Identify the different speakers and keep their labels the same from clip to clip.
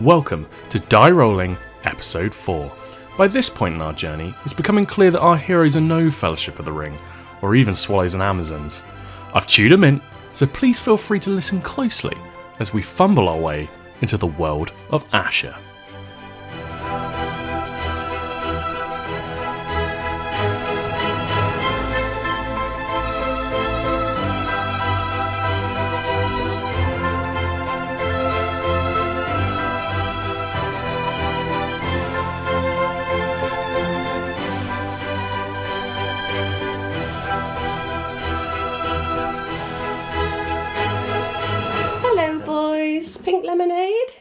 Speaker 1: Welcome to Die Rolling Episode 4. By this point in our journey, it's becoming clear that our heroes are no Fellowship of the Ring, or even Swallows and Amazons. I've chewed 'em in, so please feel free to listen closely as we fumble our way into the world of Asher.
Speaker 2: Hello, boys. Pink lemonade.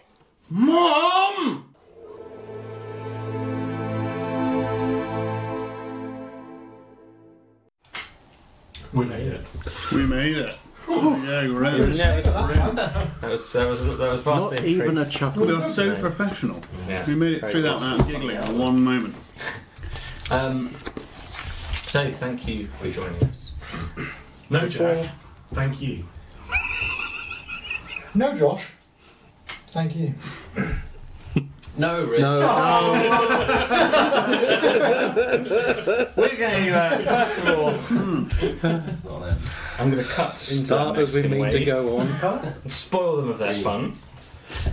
Speaker 3: Mom!
Speaker 1: We made it.
Speaker 4: We made it. Yeah, we're in.
Speaker 3: That was that was that was fast
Speaker 5: Not even a chuckle.
Speaker 4: They were so professional.
Speaker 3: Yeah.
Speaker 4: We made it
Speaker 3: Very
Speaker 4: through that
Speaker 3: well.
Speaker 4: without giggling at one moment.
Speaker 3: Um, so thank you for joining us.
Speaker 1: No, Jack. Thank you.
Speaker 6: No, Josh. Thank you.
Speaker 3: No, Rick. No, We're going to uh, first of all. hmm. I'm going to cut into
Speaker 5: Start
Speaker 3: that
Speaker 5: as we
Speaker 3: Mexican
Speaker 5: mean to
Speaker 3: wave
Speaker 5: go on.
Speaker 3: and spoil them of their fun.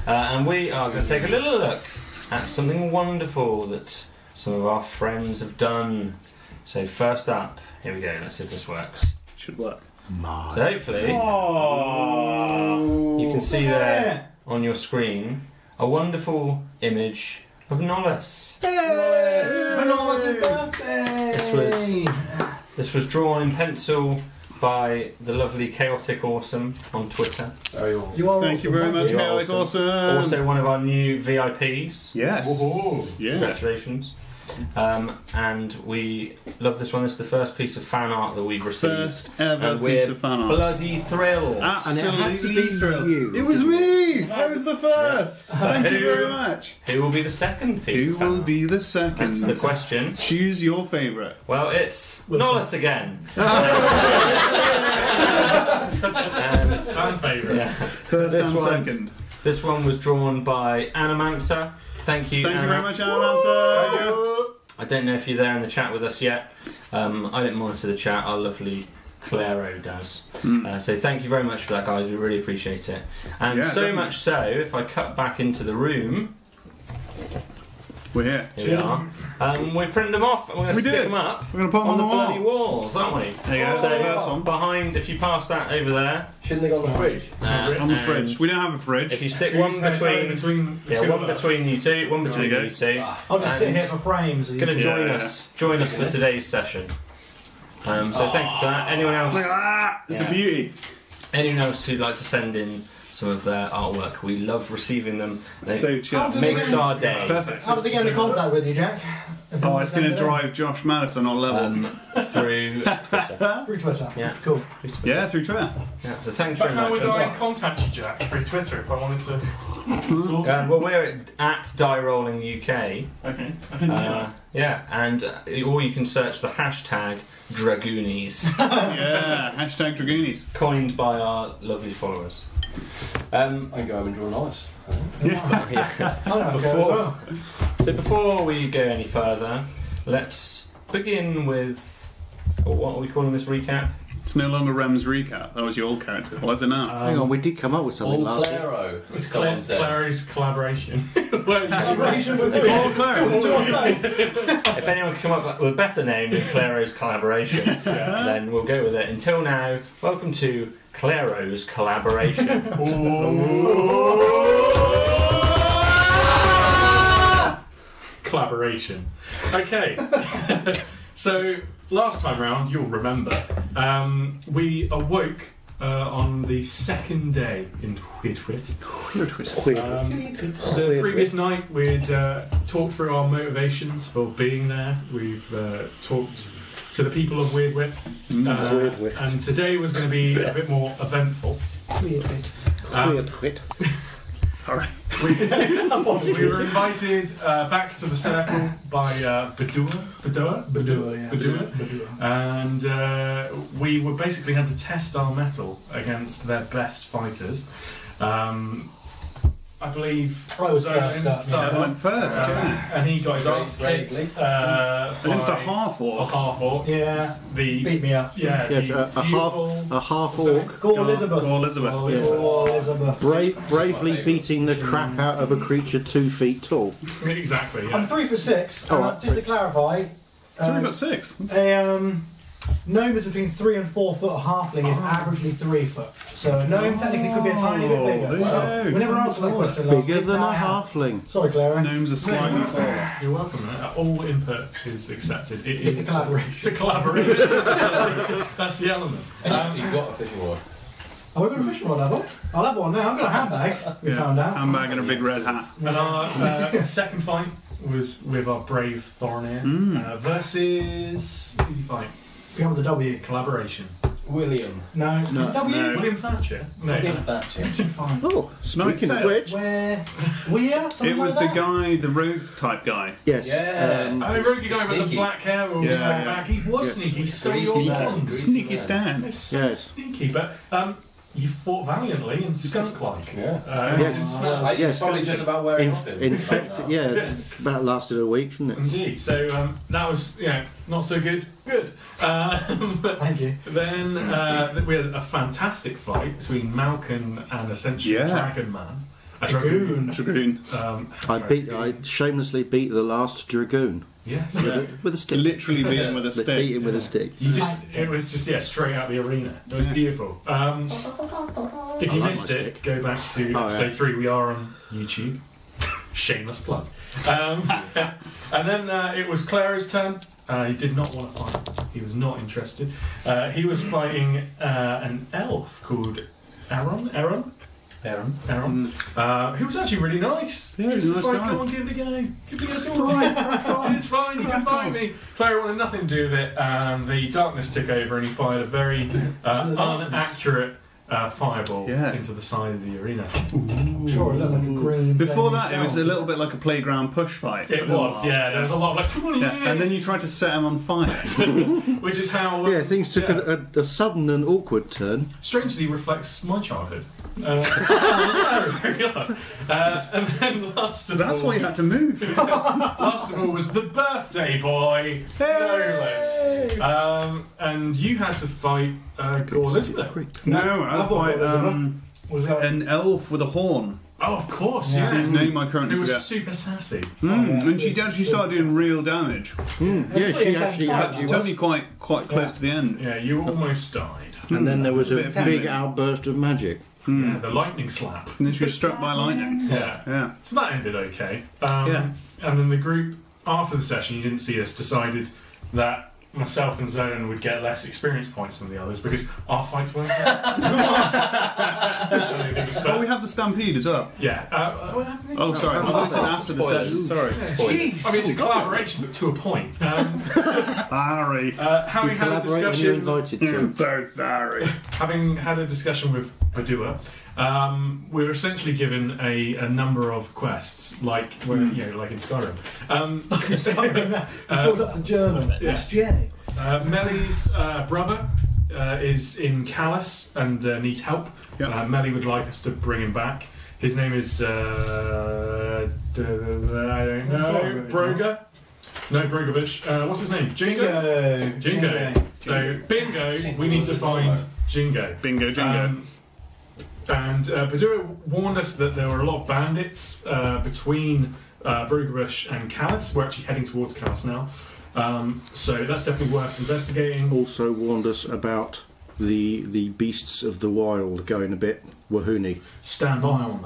Speaker 3: Uh, and we are going to take a little look at something wonderful that some of our friends have done. So first up, here we go. Let's see if this works.
Speaker 4: Should work.
Speaker 3: So hopefully. You
Speaker 4: Oh,
Speaker 3: can see there on your screen a wonderful image of Nollis. This was this was drawn in pencil by the lovely Chaotic Awesome on Twitter.
Speaker 6: You are
Speaker 4: Thank you very much,
Speaker 3: you?
Speaker 4: Alec. Awesome.
Speaker 3: also one of our new VIPs.
Speaker 4: Yes. Yeah.
Speaker 3: Congratulations. Um, and we love this one. This is the first piece of fan art that we've received.
Speaker 4: First ever
Speaker 3: and we're
Speaker 4: piece of fan art.
Speaker 3: bloody thrilled.
Speaker 4: Ah.
Speaker 5: And it had to be
Speaker 4: Absolutely.
Speaker 5: for you.
Speaker 4: It was me. I was the first. Thank you very much.
Speaker 3: Who will be the second piece
Speaker 4: Who
Speaker 3: of fan
Speaker 4: will
Speaker 3: art?
Speaker 4: be the
Speaker 3: That's the
Speaker 4: second?
Speaker 3: question.
Speaker 4: Choose your favourite.
Speaker 3: Well, it's Nollis again. Um, and
Speaker 1: Fan favourite.
Speaker 4: First
Speaker 5: This
Speaker 4: and
Speaker 5: one.
Speaker 4: second.
Speaker 3: this one was drawn by Animancer. Thank you.
Speaker 4: Thank you
Speaker 3: Anna.
Speaker 4: very much, Alan.
Speaker 3: I don't know if you're there in the chat with us yet. Um, I don't monitor the chat. Our lovely Claro does. Uh, so thank you very much for that, guys. We really appreciate it. And
Speaker 4: Hmm. Yeah,
Speaker 3: so
Speaker 4: definitely.
Speaker 3: much so, if I cut back into the room,
Speaker 4: We're here.
Speaker 3: here we are. Um, we printed them off. and We're going to
Speaker 4: We
Speaker 3: stick
Speaker 4: did.
Speaker 3: them up
Speaker 4: We're gonna put 'em on
Speaker 3: on the,
Speaker 4: the wall.
Speaker 3: bloody walls, aren't we?
Speaker 4: There you go.
Speaker 3: So
Speaker 4: That's the first one.
Speaker 3: behind, if you pass that over there,
Speaker 6: Shouldn't they go on the fridge?
Speaker 3: uh,
Speaker 4: On the
Speaker 3: and
Speaker 4: fridge. We don't have a
Speaker 3: If
Speaker 4: fridge.
Speaker 3: you stick one between, yeah, one between you two, one between
Speaker 4: There
Speaker 3: you
Speaker 4: you
Speaker 3: two,
Speaker 6: I'll just sit
Speaker 3: And-
Speaker 6: here for frames.
Speaker 3: going to join
Speaker 4: Yeah.
Speaker 3: us, join us for today's session. Um, so thank you for that. Anyone
Speaker 4: Look at
Speaker 3: else?
Speaker 7: "Ah!"
Speaker 4: that. It's
Speaker 3: Yeah.
Speaker 4: a beauty.
Speaker 3: Anyone else who'd like to send in some of their artwork? We love receiving them. They
Speaker 4: So chill.
Speaker 6: did
Speaker 3: makes our day.
Speaker 4: Perfect.
Speaker 6: How did they get into contact with you, Jack? If
Speaker 4: Oh,
Speaker 6: you
Speaker 4: it's going to
Speaker 6: send it
Speaker 4: drive Josh marathon on level.
Speaker 3: Um, through
Speaker 6: in? Through Twitter.
Speaker 3: Yeah.
Speaker 6: Cool.
Speaker 4: yeah, through Twitter.
Speaker 3: yeah, so thank you
Speaker 8: But
Speaker 3: very
Speaker 8: how
Speaker 3: much.
Speaker 8: would I contact you, Jack, through Twitter if I wanted to?
Speaker 3: Um, well, we're at Die Rolling UK.
Speaker 8: okay, I didn't know
Speaker 3: Uh,
Speaker 8: that.
Speaker 3: yeah, and uh, or you can search the hashtag Dragoonies.
Speaker 4: Yeah, hashtag Dragoonies.
Speaker 3: coined by our lovely followers. Um,
Speaker 7: I go home and draw nice.
Speaker 6: I know. okay,
Speaker 3: Before-
Speaker 6: as well.
Speaker 3: so before we go any further, let's begin with oh, what are we calling this recap?
Speaker 4: It's no longer Rem's recap. That was your old character. Why is it now?
Speaker 5: Hang on, we did come up with something
Speaker 7: All
Speaker 5: last week.
Speaker 7: Claro.
Speaker 8: It was
Speaker 7: someone
Speaker 8: Cla-
Speaker 7: says.
Speaker 8: Clary's collaboration.
Speaker 6: Collaboration with the
Speaker 4: Old Clarence.
Speaker 3: If anyone can come up with a better name than Claro's collaboration, then we'll go with it. Until now, welcome to Claro's collaboration.
Speaker 8: collaboration. Okay. so last time round, you'll remember, um, we awoke uh, on the second day in Whitwit. Um, the previous night, we'd uh, talked through our motivations for being there. We've uh, talked to the people of Weird Whip. Uh,
Speaker 5: Weird Whip.
Speaker 8: And today was going to be a bit more eventful. Um,
Speaker 5: Weird wit.
Speaker 4: Sorry.
Speaker 8: we were invited uh, back to the circle by uh, Badua. Badua?
Speaker 6: Badua, yeah.
Speaker 8: Badua. And uh, we were basically had to test our metal against their best fighters. Um, I believe,
Speaker 6: I was
Speaker 8: Zone
Speaker 6: first up.
Speaker 8: inside.
Speaker 7: I went first.
Speaker 6: uh,
Speaker 7: yeah.
Speaker 8: and he got his ass
Speaker 6: Great,
Speaker 8: kicked. Uh,
Speaker 7: Against a
Speaker 8: by
Speaker 7: half
Speaker 8: a
Speaker 7: orc.
Speaker 8: half orc.
Speaker 6: Yeah,
Speaker 8: The
Speaker 6: beat me up.
Speaker 8: yeah,
Speaker 5: Yes,
Speaker 8: the
Speaker 5: a, a half
Speaker 8: beautiful-
Speaker 5: a half
Speaker 8: Sorry.
Speaker 5: orc
Speaker 6: Go Elizabeth.
Speaker 7: Or Elizabeth.
Speaker 6: Go
Speaker 5: yeah.
Speaker 6: Elizabeth.
Speaker 5: bra- bravely beating the crap out of a creature two feet tall.
Speaker 8: Exactly.
Speaker 6: I'm
Speaker 8: Yeah.
Speaker 6: three for six. and,
Speaker 5: All
Speaker 6: uh,
Speaker 5: right,
Speaker 6: just to clarify,
Speaker 7: So we
Speaker 6: um,
Speaker 7: got six.
Speaker 6: a um, gnome is between three and four foot. A halfling is averagely three foot. So a gnome technically could be a tiny bit
Speaker 7: Oh,
Speaker 6: bigger.
Speaker 7: there
Speaker 6: Well,
Speaker 7: you
Speaker 6: we never answered that question last
Speaker 5: Bigger
Speaker 6: week,
Speaker 5: than
Speaker 6: now
Speaker 5: a
Speaker 6: I have.
Speaker 5: halfling.
Speaker 6: Sorry, Clara.
Speaker 7: Gnomes are slightly
Speaker 8: You're welcome. man. All input is accepted. It
Speaker 6: It's
Speaker 8: is
Speaker 6: a collaboration.
Speaker 8: It's a collaboration. that's, the, that's the element.
Speaker 9: And you- you've got a fishing rod.
Speaker 6: Have I got a fishing rod, have I? I'll have one now. I've got a handbag. We
Speaker 7: Yeah.
Speaker 6: found out.
Speaker 7: handbag and a big red hat.
Speaker 8: And our uh, second fight was with our brave Thornir uh, versus who did you fight?
Speaker 6: Become the W.
Speaker 8: Collaboration.
Speaker 9: William.
Speaker 6: No. Is it W?
Speaker 7: No.
Speaker 8: William Thatcher.
Speaker 6: Uh, Yeah.
Speaker 8: No.
Speaker 9: That's it.
Speaker 5: Oh, smoking
Speaker 7: Nice
Speaker 5: of
Speaker 7: tail.
Speaker 5: which,
Speaker 6: Where? We are? Something
Speaker 7: It was the
Speaker 6: like that?
Speaker 7: guy, the rogue type guy.
Speaker 5: yes.
Speaker 9: Yeah.
Speaker 5: Um,
Speaker 8: Oh, Rogi guy with the
Speaker 9: Sneaky.
Speaker 8: black hair all
Speaker 7: Yeah,
Speaker 8: yeah,
Speaker 7: yeah.
Speaker 8: back. He was
Speaker 5: Yes.
Speaker 8: sneaky. He stole
Speaker 9: Greasy
Speaker 8: your
Speaker 9: man.
Speaker 8: wand.
Speaker 9: Greasy
Speaker 7: Sneaky
Speaker 9: man.
Speaker 7: Stan.
Speaker 8: It's so
Speaker 5: Yes.
Speaker 8: sneaky, but um, you fought valiantly and skunk-like.
Speaker 9: Yeah.
Speaker 8: Uh, and
Speaker 5: Yes.
Speaker 9: Well,
Speaker 8: smashed.
Speaker 9: like,
Speaker 5: Yes.
Speaker 9: it's probably just about wearing off
Speaker 5: in,
Speaker 9: him. Uh,
Speaker 5: in fact, yeah,
Speaker 8: Yes.
Speaker 5: that lasted a week, didn't it?
Speaker 8: Indeed. So um, that was you know not so good. Good. Uh,
Speaker 6: Thank you.
Speaker 8: Then uh, we had a fantastic fight between Malkin and essentially
Speaker 7: Yeah.
Speaker 8: Dragon Man. A
Speaker 6: Dragoon.
Speaker 7: Dragoon.
Speaker 8: Um,
Speaker 5: I beat, I shamelessly beat the last dragoon
Speaker 8: Yes.
Speaker 5: with, a, with a stick.
Speaker 7: Literally beat him with a
Speaker 5: They beat
Speaker 7: stick.
Speaker 5: him with a stick.
Speaker 8: You just, it was just yeah, straight out the arena. It was beautiful. Um, if you
Speaker 5: I like
Speaker 8: missed
Speaker 5: my
Speaker 8: it,
Speaker 5: stick.
Speaker 8: go back to
Speaker 5: Oh,
Speaker 8: episode
Speaker 5: yeah.
Speaker 8: three. We are on YouTube. Shameless plug. Um, and then uh, it was Clara's turn. Uh, he did not want to fight. He was not interested. Uh, he was fighting uh, an elf called Aaron. Aaron.
Speaker 9: Aaron.
Speaker 8: Aaron,
Speaker 5: Mm.
Speaker 8: uh, who was actually really nice.
Speaker 7: Yeah,
Speaker 8: he was
Speaker 7: he's a
Speaker 8: just
Speaker 7: nice
Speaker 8: like,
Speaker 7: guy.
Speaker 8: come on, give it a go. Give it a go, it's all right. it's fine, you can find me. Claire wanted nothing to do with it, and the darkness took over, and he fired a very uh, unaccurate uh, fireball
Speaker 7: Yeah.
Speaker 8: into the side of the arena.
Speaker 6: I'm sure it looked like a green.
Speaker 7: Before
Speaker 6: flaming
Speaker 7: that, it was
Speaker 6: shell.
Speaker 7: a little bit like a playground push fight.
Speaker 8: It was, yeah, there was a lot of like,
Speaker 7: Yeah, And then you tried to set him on fire.
Speaker 8: which is how. uh,
Speaker 5: Yeah, things took
Speaker 8: yeah.
Speaker 5: a, a, a sudden and awkward turn.
Speaker 8: strangely reflects my childhood. Uh, uh, and then last of
Speaker 7: That's
Speaker 8: all,
Speaker 7: why you had to move.
Speaker 8: Last of all was the birthday boy, no less. Um, and you had to fight uh, Gore Elizabeth.
Speaker 7: No,
Speaker 6: I thought
Speaker 7: I fight
Speaker 6: it was
Speaker 7: um,
Speaker 6: Was that-
Speaker 7: an elf with a horn,
Speaker 8: Oh, of course,
Speaker 6: Yeah.
Speaker 8: yeah.
Speaker 7: whose name I
Speaker 8: It
Speaker 7: currently
Speaker 8: was
Speaker 7: forget.
Speaker 8: super sassy.
Speaker 7: Mm, and she actually started doing real damage.
Speaker 5: Yeah, she actually
Speaker 7: It's
Speaker 5: had
Speaker 7: only quite quite close to the end.
Speaker 8: Yeah, you almost died.
Speaker 5: And then there was a
Speaker 7: Bit of
Speaker 5: big
Speaker 7: panic.
Speaker 5: outburst of magic.
Speaker 7: Mm.
Speaker 8: Yeah, the lightning slap.
Speaker 7: And then she was struck by lightning.
Speaker 8: Yeah.
Speaker 7: Yeah.
Speaker 8: So that ended okay. Um,
Speaker 7: Yeah.
Speaker 8: And then the group, after the session, you didn't see us, decided that myself and Zonan would get less experience points than the others because our fights weren't.
Speaker 7: Oh,
Speaker 8: fair.
Speaker 7: we had the stampede as well.
Speaker 8: yeah. Uh, what happened?
Speaker 7: Oh, sorry. I thought it said after the session. Sorry.
Speaker 8: I mean, it's a collaboration, but to a point. Um,
Speaker 7: Sorry.
Speaker 8: uh, having
Speaker 5: You
Speaker 8: had a
Speaker 5: collaborate when you're
Speaker 8: discussion,
Speaker 5: invited
Speaker 7: I'm
Speaker 5: to.
Speaker 7: so sorry.
Speaker 8: having had a discussion with Badua, um, we were essentially given a, a number of quests, like where,
Speaker 5: Hmm.
Speaker 8: you know, like in Skyrim. Um,
Speaker 6: Pulled up the German. It's Jenny.
Speaker 8: uh, Melly's uh, brother uh, is in Callus and uh, needs help.
Speaker 7: Yep.
Speaker 8: Uh, Melly would like us to bring him back. His name is uh, d- I don't know Broga. No, Brogabush. Uh, what's his name?
Speaker 6: Jingo.
Speaker 8: Jingo. So bingo, we need to find Jingo.
Speaker 7: Bingo, jingo.
Speaker 8: Um, and uh, Badura warned us that there were a lot of bandits uh, between uh, Brugerbush and Callis. We're actually heading towards Callis now. Um, so that's definitely worth investigating.
Speaker 5: Also warned us about the the beasts of the wild going a bit wahoony.
Speaker 8: Stand by on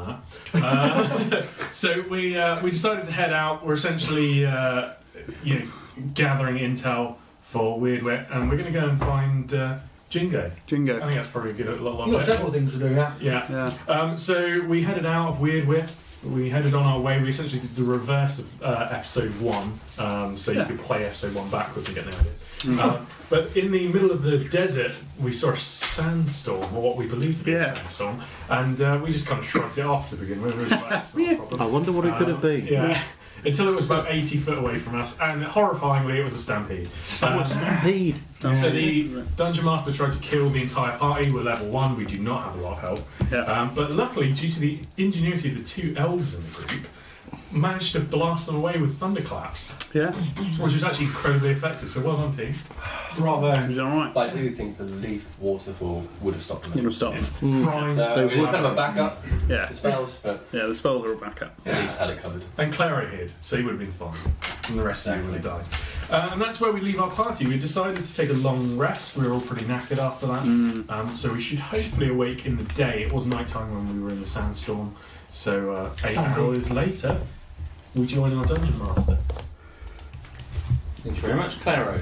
Speaker 8: that. Uh, so we uh, we decided to head out. We're essentially uh, you know, gathering intel for Weird Wit, and we're going to go and find uh, Jingo. I
Speaker 7: Jingo.
Speaker 8: think that's probably a good a lot.
Speaker 6: You've got several things to do that.
Speaker 8: Yeah.
Speaker 7: Yeah.
Speaker 8: Um, so we headed out of Weird Whip. We headed on our way. We essentially did the reverse of uh, episode one, um, so you
Speaker 7: Yeah. Mm.
Speaker 8: could play episode one backwards and get the idea. Um, but in the middle of the desert, we saw a sandstorm, or what we believed to be
Speaker 7: Yeah.
Speaker 8: a sandstorm, and uh, we just kind of shrugged it off to begin with. We was like, "That's not a problem."
Speaker 5: I wonder what it could have
Speaker 8: Uh,
Speaker 5: been.
Speaker 8: Yeah. Until it was about 80 foot away from us, and horrifyingly, it was a stampede. Uh,
Speaker 5: Heed.
Speaker 8: so the dungeon master tried to kill the entire party. We're level one. We do not have a lot of help.
Speaker 7: Yeah.
Speaker 8: Um, but luckily, due to the ingenuity of the two elf elves in the group, managed to blast them away with thunderclaps,
Speaker 7: Yeah.
Speaker 8: which was actually incredibly effective. So well done, team.
Speaker 6: Bravo.
Speaker 7: Is that right?
Speaker 9: But I do think the leaf waterfall would have stopped
Speaker 7: You
Speaker 9: them.
Speaker 7: know, stop.
Speaker 5: Hmm.
Speaker 8: Prime.
Speaker 9: So I
Speaker 5: They
Speaker 9: mean,
Speaker 5: would.
Speaker 9: it's kind of a backup,
Speaker 7: Yeah.
Speaker 9: the spells, but
Speaker 7: Yeah, the spells are all back up.
Speaker 9: the leaves had it covered.
Speaker 8: And Clara hid, so he would have been fine. And the rest of you would have died. Uh, and that's where we leave our party. We decided to take a long rest. We were all pretty knackered after that. Um, so we should hopefully awake in the day. It was nighttime when we were in the sandstorm. So uh, eight hours later, we join our dungeon master.
Speaker 3: Thank you very much, Claro.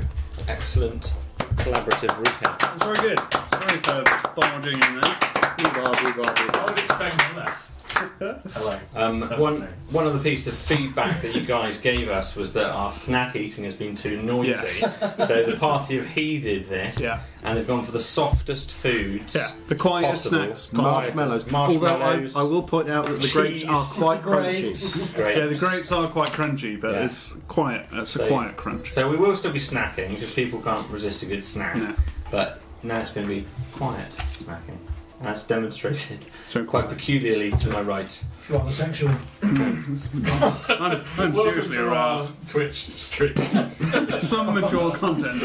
Speaker 3: Excellent collaborative recap.
Speaker 7: That's very good. Sorry for barging in there.
Speaker 8: I would expect no less. Hello.
Speaker 3: Um,
Speaker 8: That's
Speaker 3: one,
Speaker 8: okay.
Speaker 3: one other piece of feedback that you guys gave us was that our snack eating has been too noisy.
Speaker 7: Yes.
Speaker 3: so the party have heeded this
Speaker 7: Yeah.
Speaker 3: and they've gone for the softest foods.
Speaker 7: Yeah. The quietest
Speaker 3: Possible.
Speaker 7: snacks. possible.
Speaker 5: Marshmallows.
Speaker 3: Marshmallows.
Speaker 5: Although um, I, I will point out that the grapes are
Speaker 3: Cheese.
Speaker 5: quite
Speaker 6: Grapes.
Speaker 5: crunchy.
Speaker 3: Great.
Speaker 7: Yeah, the grapes are quite crunchy, but
Speaker 3: Yeah.
Speaker 7: it's quiet. It's a
Speaker 3: So-
Speaker 7: quiet crunch.
Speaker 3: So we will still be snacking because people can't resist a good snack.
Speaker 7: No.
Speaker 3: But now it's going to be quiet snacking, as demonstrated
Speaker 7: So
Speaker 3: quite
Speaker 7: quiet.
Speaker 3: peculiarly to my right.
Speaker 6: Rather sexual.
Speaker 7: I'm, I'm
Speaker 8: Welcome
Speaker 7: seriously
Speaker 8: to our
Speaker 7: aroused.
Speaker 8: Twitch stream.
Speaker 7: Some mature content.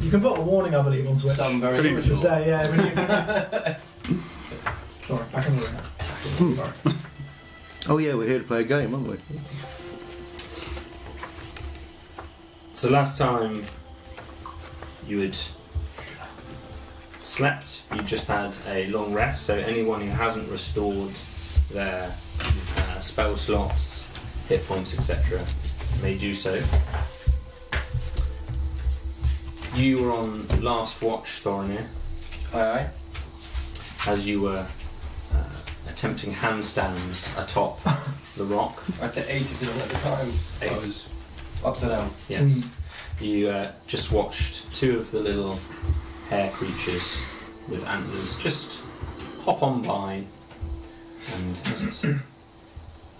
Speaker 6: You can put a warning, I believe, on Twitch.
Speaker 9: Some very
Speaker 7: Pretty
Speaker 6: Just
Speaker 9: original.
Speaker 6: say, yeah, when you- Sorry, back in the room.
Speaker 5: Hmm.
Speaker 6: Sorry.
Speaker 5: Oh yeah, we're here to play a game, aren't we?
Speaker 3: So last time you had slept, you just had a long rest. So anyone who hasn't restored their uh, spell slots, hit points, etc., may do so. You were on last watch, Thorinir.
Speaker 9: Aye, aye.
Speaker 3: as you were uh, attempting handstands atop the rock.
Speaker 9: I had to 80 at the time.
Speaker 3: Eight.
Speaker 9: I was upside down.
Speaker 3: Yes. You uh, just watched two of the little hair creatures with antlers just hop on by and just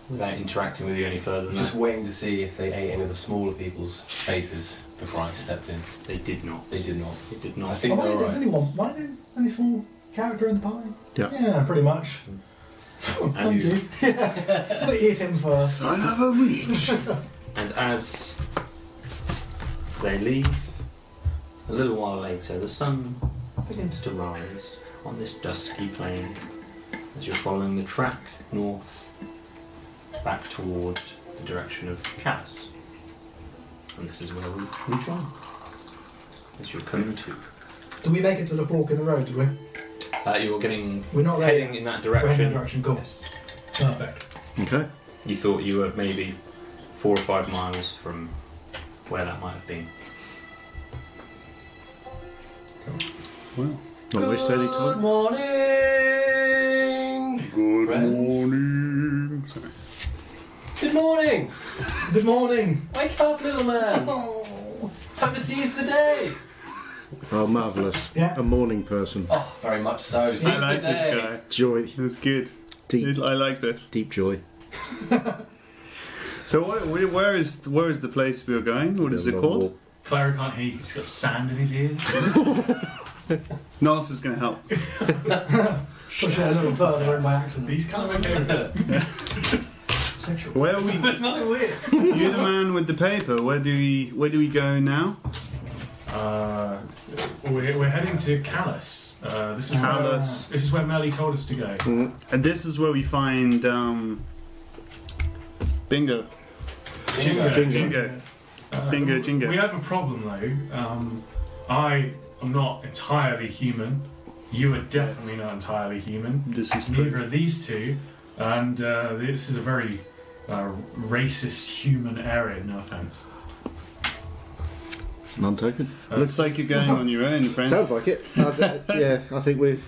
Speaker 3: without interacting with you any further than
Speaker 9: Just
Speaker 3: that.
Speaker 9: waiting to see if they ate any of the smaller people's faces before I stepped in.
Speaker 3: They did not.
Speaker 9: They did not.
Speaker 3: They did
Speaker 9: I
Speaker 3: not.
Speaker 9: think
Speaker 6: why
Speaker 9: they're
Speaker 6: did
Speaker 9: alright.
Speaker 6: there's only one? Why did any small character in the pie?
Speaker 5: Yeah.
Speaker 6: Yeah, pretty much. Thank
Speaker 3: you-
Speaker 6: you. they eat him first.
Speaker 5: I have a reach.
Speaker 3: And as they leave, a little while later, the sun begins to rise on this dusky plain as you're following the track north back toward the direction of Cass. And this is where we, we join. As you're coming to.
Speaker 6: Do we make it to the fork in the road? Do we?
Speaker 3: Uh, you're getting
Speaker 6: We're not there
Speaker 3: heading
Speaker 6: yet.
Speaker 3: in that
Speaker 6: We're heading
Speaker 3: direction.
Speaker 6: in direction. Cool.
Speaker 3: Yes.
Speaker 6: Perfect.
Speaker 5: okay.
Speaker 3: You thought you were maybe four or five miles from where that might have been.
Speaker 5: Not waste any
Speaker 9: Uh,
Speaker 5: time.
Speaker 9: morning!
Speaker 7: Good
Speaker 9: Friends.
Speaker 7: morning. Sorry.
Speaker 9: Good morning!
Speaker 6: Good morning.
Speaker 9: Wake up, little man!
Speaker 6: Oh.
Speaker 9: Time to seize the day!
Speaker 5: Oh, marvellous.
Speaker 6: Yeah.
Speaker 5: A morning person.
Speaker 9: Oh, very much so. Seize
Speaker 7: I like
Speaker 9: the
Speaker 7: this
Speaker 9: day!
Speaker 7: guy.
Speaker 5: Joy.
Speaker 7: It's good.
Speaker 5: Deep,
Speaker 7: I like this.
Speaker 5: deep joy.
Speaker 7: So what, where- where is where is the place we are going? What is it called?
Speaker 8: Clara can't hear. He's got sand in his ears.
Speaker 7: Nars is going to help.
Speaker 6: Push it a little further in by accident.
Speaker 8: He's kind of okay with it.
Speaker 6: Sexual.
Speaker 7: Where are we?
Speaker 8: There's nothing weird.
Speaker 7: You're the man with the paper. Where do we where do we go now?
Speaker 8: Uh, we're, we're heading to Callus. Uh, this is
Speaker 5: Ah.
Speaker 7: Callus.
Speaker 8: Where, this is where Melly told us to go.
Speaker 7: And this is where we find um, Bingo.
Speaker 9: Bingo.
Speaker 8: Jingo.
Speaker 7: Jingo.
Speaker 8: Uh,
Speaker 7: Bingo,
Speaker 8: we-
Speaker 7: jingo.
Speaker 8: We have a problem though. Um, I am not entirely human. You are definitely not entirely human.
Speaker 7: This is
Speaker 8: Neither
Speaker 7: true.
Speaker 8: are these two. And uh, this is a very uh, racist human area. No offense.
Speaker 5: None taken.
Speaker 7: Looks like you're going on your own, friend.
Speaker 5: Sounds like it. I th- yeah, I think we've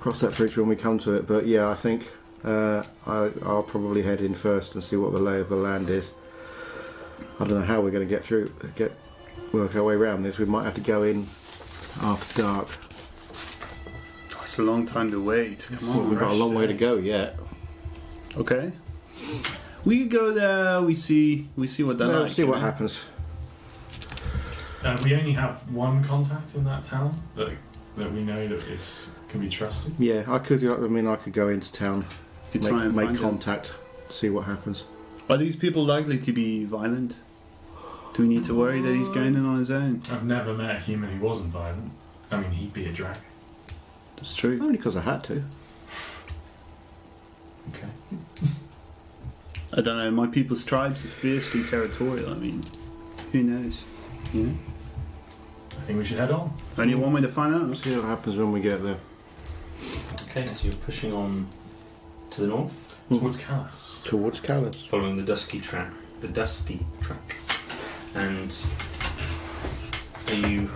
Speaker 5: crossed that bridge when we come to it. But yeah, I think uh, I, I'll probably head in first and see what the lay of the land is. I don't know how we're going to get through, get work our way around this. We might have to go in after dark.
Speaker 7: Oh, It's a long time to wait. Come
Speaker 5: Well,
Speaker 7: on.
Speaker 5: we've got a long way to go yet.
Speaker 7: Okay. We go there. We see. We see what that.
Speaker 5: Well,
Speaker 7: like, eh?
Speaker 5: see
Speaker 7: you
Speaker 5: what
Speaker 7: know?
Speaker 5: happens.
Speaker 8: Uh, we only have one contact in that town that that we know that is can be trusted.
Speaker 5: Yeah, I could. I mean, I could go into town,
Speaker 7: You
Speaker 5: make,
Speaker 7: try and
Speaker 5: make
Speaker 7: find them.
Speaker 5: contact, see what happens.
Speaker 7: Are these people likely to be violent? Do we need to worry that he's going in on his own?
Speaker 8: I've never met a human who wasn't violent. I mean, he'd be a dragon.
Speaker 7: That's true.
Speaker 5: Only because I had to.
Speaker 8: Okay.
Speaker 7: I don't know. My people's tribes are fiercely territorial. I mean, who knows? You know?
Speaker 8: I think we should head on.
Speaker 7: Only one way to find
Speaker 5: We'll
Speaker 7: out.
Speaker 5: see what happens when we get there.
Speaker 3: Okay, so you're pushing on to the north,
Speaker 5: Hmm.
Speaker 8: Towards Callas.
Speaker 5: Towards Calais.
Speaker 3: following the dusky track, the dusty track, and are you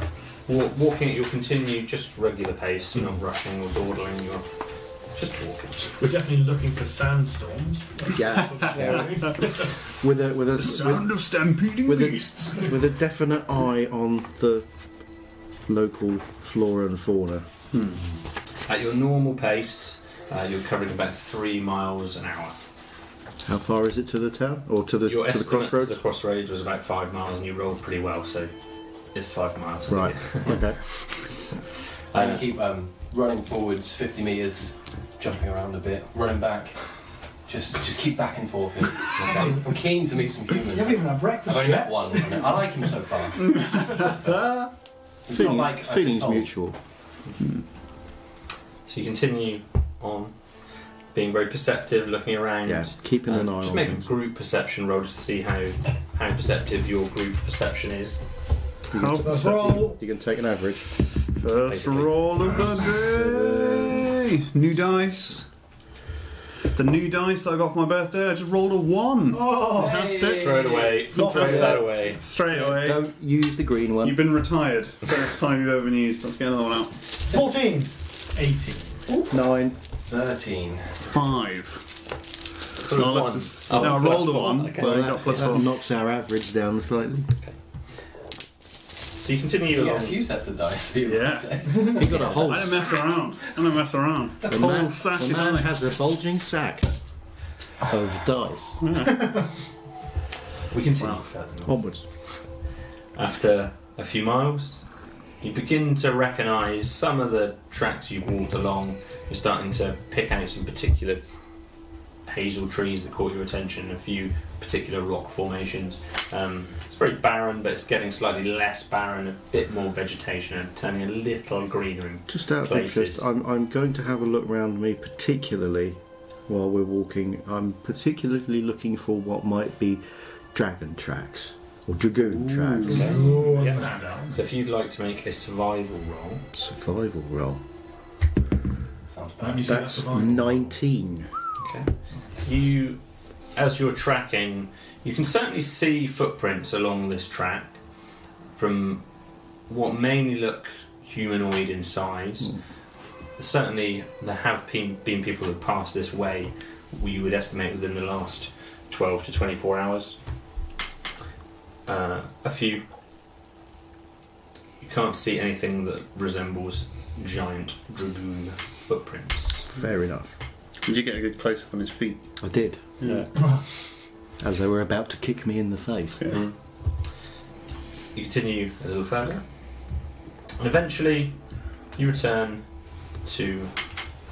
Speaker 3: wa- walking at your continued just regular pace? You're not rushing or dawdling. You're just walking.
Speaker 8: We're definitely looking for sandstorms.
Speaker 5: Yeah. with a with a with,
Speaker 7: of stampeding
Speaker 5: with a- with a definite eye on the local flora and fauna.
Speaker 3: At your normal pace, uh, you're covering about three miles an hour.
Speaker 5: How far is it to the town or to the
Speaker 3: Your
Speaker 5: to the
Speaker 3: estimate to
Speaker 5: crossroads?
Speaker 3: the crossroads was about five miles, and you rolled pretty well, so it's five miles. Uh,
Speaker 5: Right. okay.
Speaker 9: And you keep um, running forwards 50 meters, jumping around a bit, running back. Just, just keep back and forth. Here. Okay. I'm keen to meet some
Speaker 6: You haven't
Speaker 9: humans.
Speaker 6: even had
Speaker 9: I've
Speaker 6: breakfast
Speaker 9: only
Speaker 6: yet.
Speaker 9: met one. I like him so far. It's not
Speaker 5: Feeling,
Speaker 9: like uh, I've been
Speaker 5: feelings
Speaker 9: told.
Speaker 5: mutual.
Speaker 3: So you continue on, being very perceptive, looking around.
Speaker 5: Yeah. Keeping an
Speaker 3: Um,
Speaker 5: eye
Speaker 3: just
Speaker 5: on
Speaker 3: make a
Speaker 5: things.
Speaker 3: group perception roll just to see how how perceptive your group perception is.
Speaker 5: You can,
Speaker 6: First
Speaker 5: so-
Speaker 6: roll.
Speaker 5: you can take an average.
Speaker 7: First
Speaker 3: Basically.
Speaker 7: roll of the day. New dice. The new dice that I got for my birthday, I just rolled a one.
Speaker 6: Oh,
Speaker 7: Fantastic.
Speaker 3: Throw it away.
Speaker 6: Not
Speaker 3: Throw
Speaker 6: bad.
Speaker 3: that away.
Speaker 7: Straight away.
Speaker 5: Don't use the green one.
Speaker 7: You've been retired. First time you've ever been used. Let's get another one out.
Speaker 6: 14.
Speaker 8: 18.
Speaker 5: Nine.
Speaker 9: 13.
Speaker 7: Five.
Speaker 3: Throw
Speaker 7: No,
Speaker 3: it
Speaker 7: let's
Speaker 3: one.
Speaker 7: just-
Speaker 3: Oh,
Speaker 7: no, I
Speaker 3: plus
Speaker 7: rolled a
Speaker 3: four.
Speaker 7: one,
Speaker 3: Okay.
Speaker 7: but I got plus four.
Speaker 5: knocks our average down slightly.
Speaker 3: So you continue
Speaker 9: You get a
Speaker 3: along.
Speaker 9: few sets of dice. for your
Speaker 7: Yeah.
Speaker 9: birthday.
Speaker 5: You got a whole.
Speaker 7: I don't mess around. I don't mess around. The
Speaker 5: The
Speaker 7: whole
Speaker 5: man,
Speaker 7: sassy
Speaker 5: the man
Speaker 7: thing.
Speaker 5: has a bulging sack of dice.
Speaker 3: We continue
Speaker 7: Wow.
Speaker 3: further north.
Speaker 5: Onwards.
Speaker 3: After a few miles, you begin to recognise some of the tracks you've walked along. You're starting to pick out some particular hazel trees that caught your attention, a few particular rock formations. Um, it's very barren, but it's getting slightly less barren, a bit more vegetation, and turning a little greener.
Speaker 5: Just out of
Speaker 3: Places.
Speaker 5: interest, I'm, I'm going to have a look round me, particularly while we're walking. I'm particularly looking for what might be dragon tracks or dragoon tracks.
Speaker 8: Ooh,
Speaker 3: Yeah.
Speaker 8: standout.
Speaker 3: So if you'd like to make a survival roll,
Speaker 5: Survival roll.
Speaker 9: Sounds
Speaker 8: Let me
Speaker 9: bad.
Speaker 8: see that
Speaker 5: That's
Speaker 8: survival.
Speaker 5: 19.
Speaker 3: Okay. You, as you're tracking, you can certainly see footprints along this track from what mainly look humanoid in size. Certainly, there have been, been people who passed this way, we would estimate within the last 12 to 24 hours. Uh, a few. You can't see anything that resembles giant dragoon footprints.
Speaker 5: Fair enough.
Speaker 7: Did you get a good close up on his feet?
Speaker 5: I did,
Speaker 7: Yeah.
Speaker 5: as they were about to kick me in the face.
Speaker 7: Yeah.
Speaker 3: Mm. You continue a little further, and eventually you return to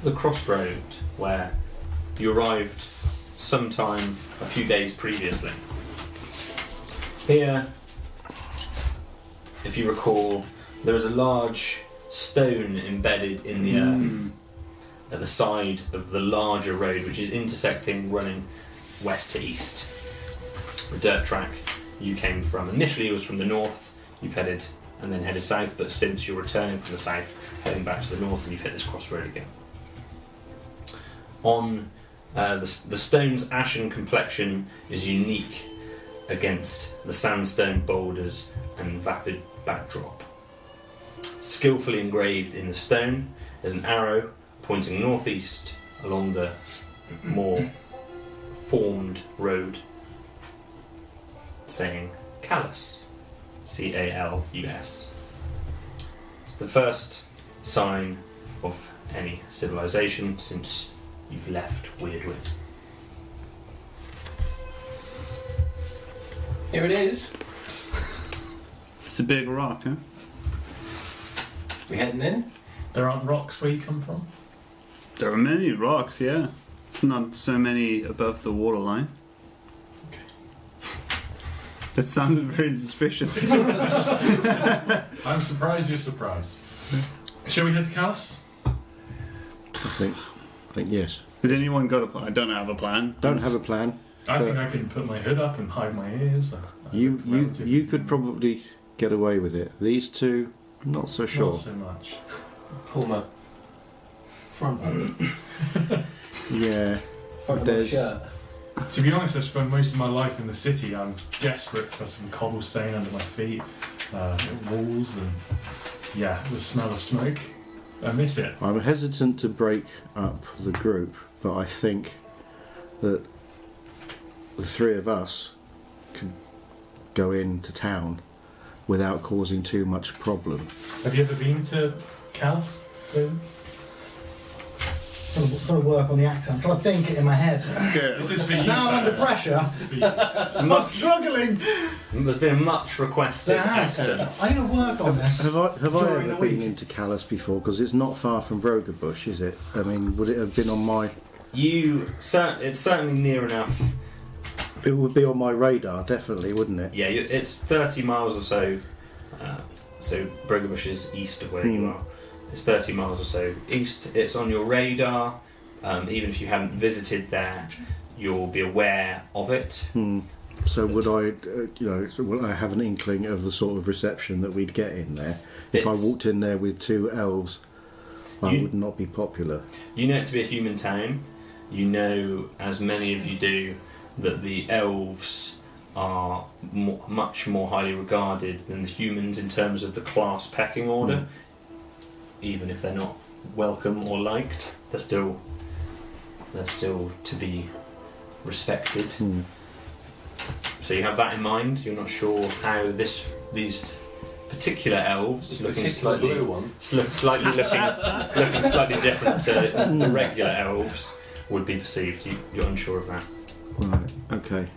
Speaker 3: the crossroad where you arrived sometime a few days previously. Here, if you recall, there is a large stone embedded in the earth at the side of the larger road, which is intersecting running west to east. The dirt track you came from initially was from the north, you've headed and then headed south, but since you're returning from the south, heading back to the north, and you've hit this crossroad again. On uh, the, s- the stone's ashen complexion is unique against the sandstone boulders and vapid backdrop. Skillfully engraved in the stone is an arrow pointing northeast along the more formed road, saying Callus. C A L U S. It's the first sign of any civilization since you've left Weirdwood.
Speaker 9: Here it is.
Speaker 7: It's a big rock, huh?
Speaker 9: We heading in?
Speaker 8: There aren't rocks where you come from?
Speaker 7: There are many rocks, yeah. It's not so many above the waterline. That sounded very suspicious.
Speaker 8: I'm surprised you're surprised. Shall we head to Callus?
Speaker 5: I think. I think yes.
Speaker 7: Did anyone got a plan? I don't have a plan.
Speaker 5: Don't have a plan.
Speaker 8: I think I can put my hood up and hide my ears. I- I
Speaker 5: You
Speaker 8: look
Speaker 5: you
Speaker 8: relatively-
Speaker 5: you could probably get away with it. These two, not so
Speaker 8: Not
Speaker 5: sure.
Speaker 8: so much.
Speaker 9: Pull 'em up. Front up.
Speaker 5: Yeah.
Speaker 9: Front of my
Speaker 5: There's-
Speaker 9: shirt.
Speaker 8: To be honest, I've spent most of my life in the city. I'm desperate for some cobblestone under my feet, uh, walls, and yeah, the smell of smoke. I miss it.
Speaker 5: I'm hesitant to break up the group, but I think that the three of us can go into town without causing too much problem.
Speaker 8: Have you ever been to Callus? David?
Speaker 6: Sort of, sort of work on the accent. I'm trying to think it in my head.
Speaker 8: This is for you.
Speaker 6: Now I'm under
Speaker 8: Farrah.
Speaker 6: pressure.
Speaker 8: This is for you.
Speaker 6: I'm struggling.
Speaker 3: There's been much requested
Speaker 6: There has.
Speaker 3: accent.
Speaker 6: I'm going to work on this.
Speaker 5: Have I, have I
Speaker 6: Oh, During
Speaker 5: ever
Speaker 6: the
Speaker 5: been
Speaker 6: week.
Speaker 5: into Callus before? Because it's not far from Brogerbush, is it? I mean, would it have been on my?
Speaker 3: You, cer- it's certainly near enough.
Speaker 5: It would be on my radar, definitely, wouldn't it?
Speaker 3: Yeah, you- it's 30 miles or so. Uh, so Briggerbush is east of where you
Speaker 5: Hmm.
Speaker 3: are. It's 30 miles or so east. It's on your radar. Um, even if you haven't visited there, you'll be aware of it.
Speaker 5: Hmm. So would I, uh, you know, so will I have an inkling of the sort of reception that we'd get in there? If I
Speaker 3: It's-
Speaker 5: walked in there with two elves, I
Speaker 3: You-
Speaker 5: would not be popular.
Speaker 3: You know it to be a human town. You know, as many of you do, that the elves are mo much more highly regarded than the humans in terms of the class pecking order. Even if they're not welcome or liked, they're still they're still to be respected.
Speaker 5: Hmm.
Speaker 3: So you have that in mind. You're not sure how this these particular elves
Speaker 9: This
Speaker 3: looking
Speaker 9: particular
Speaker 3: slightly
Speaker 9: blue one.
Speaker 3: sl- slightly looking, looking slightly different to the regular elves would be perceived. You, you're unsure of that.
Speaker 5: Right. Okay.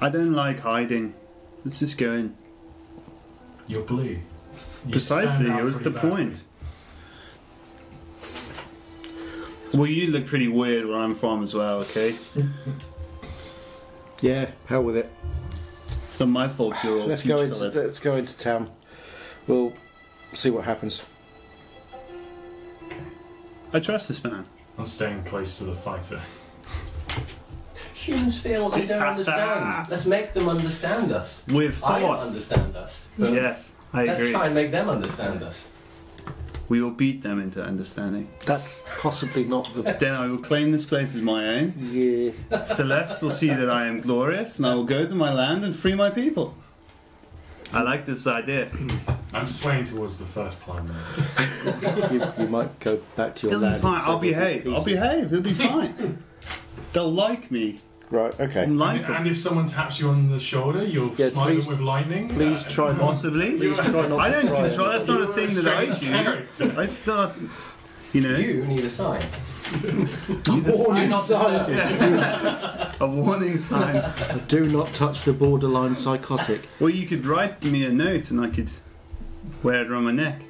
Speaker 7: I don't like hiding. Let's just go in.
Speaker 8: You're blue. You
Speaker 7: Precisely,
Speaker 8: stand out
Speaker 7: it was
Speaker 8: pretty
Speaker 7: the
Speaker 8: badly.
Speaker 7: point. Well, you look pretty weird where I'm from as well, okay?
Speaker 5: Yeah. Hell with it.
Speaker 7: It's not my fault you're all
Speaker 5: Let's
Speaker 7: peach
Speaker 5: go into
Speaker 7: coloured.
Speaker 5: let's go into town. We'll see what happens.
Speaker 7: I trust this man.
Speaker 8: I'm staying close to the fighter.
Speaker 9: Humans feel they don't understand. Let's make them understand us.
Speaker 7: With
Speaker 9: I don't
Speaker 7: force.
Speaker 9: understand us. but
Speaker 7: Yes, I
Speaker 9: Let's
Speaker 7: agree.
Speaker 9: try and make them understand us.
Speaker 7: We will beat them into understanding.
Speaker 5: That's possibly not the.
Speaker 7: Then I will claim this place as my own.
Speaker 5: yeah.
Speaker 7: Celeste will see that I am glorious, and I will go to my land and free my people. I like this idea.
Speaker 8: I'm swaying towards the first plan. Though.
Speaker 5: You, you might go back to your
Speaker 7: He'll be
Speaker 5: land.
Speaker 7: fine.
Speaker 5: and
Speaker 7: I'll
Speaker 5: say,
Speaker 7: behave. I'll behave. He'll be fine. They'll like me.
Speaker 5: Right. Okay.
Speaker 7: I'm
Speaker 8: And
Speaker 7: likable.
Speaker 8: if someone taps you on the shoulder, you'll
Speaker 5: Yeah,
Speaker 8: smite
Speaker 5: please-
Speaker 8: them with lightning.
Speaker 5: Please
Speaker 8: Uh,
Speaker 5: try not.
Speaker 7: Possibly.
Speaker 5: Please try not.
Speaker 7: I
Speaker 5: to
Speaker 7: don't
Speaker 5: try
Speaker 7: control. That's not a
Speaker 8: You're a
Speaker 7: thing that I
Speaker 8: strange
Speaker 7: do.
Speaker 8: character.
Speaker 7: I start. You know.
Speaker 9: You need a sign.
Speaker 6: Warning
Speaker 9: Do not disturb.
Speaker 6: sign.
Speaker 7: A warning sign.
Speaker 5: Do not touch the borderline psychotic.
Speaker 7: or you could write me a note, and I could wear it around my neck.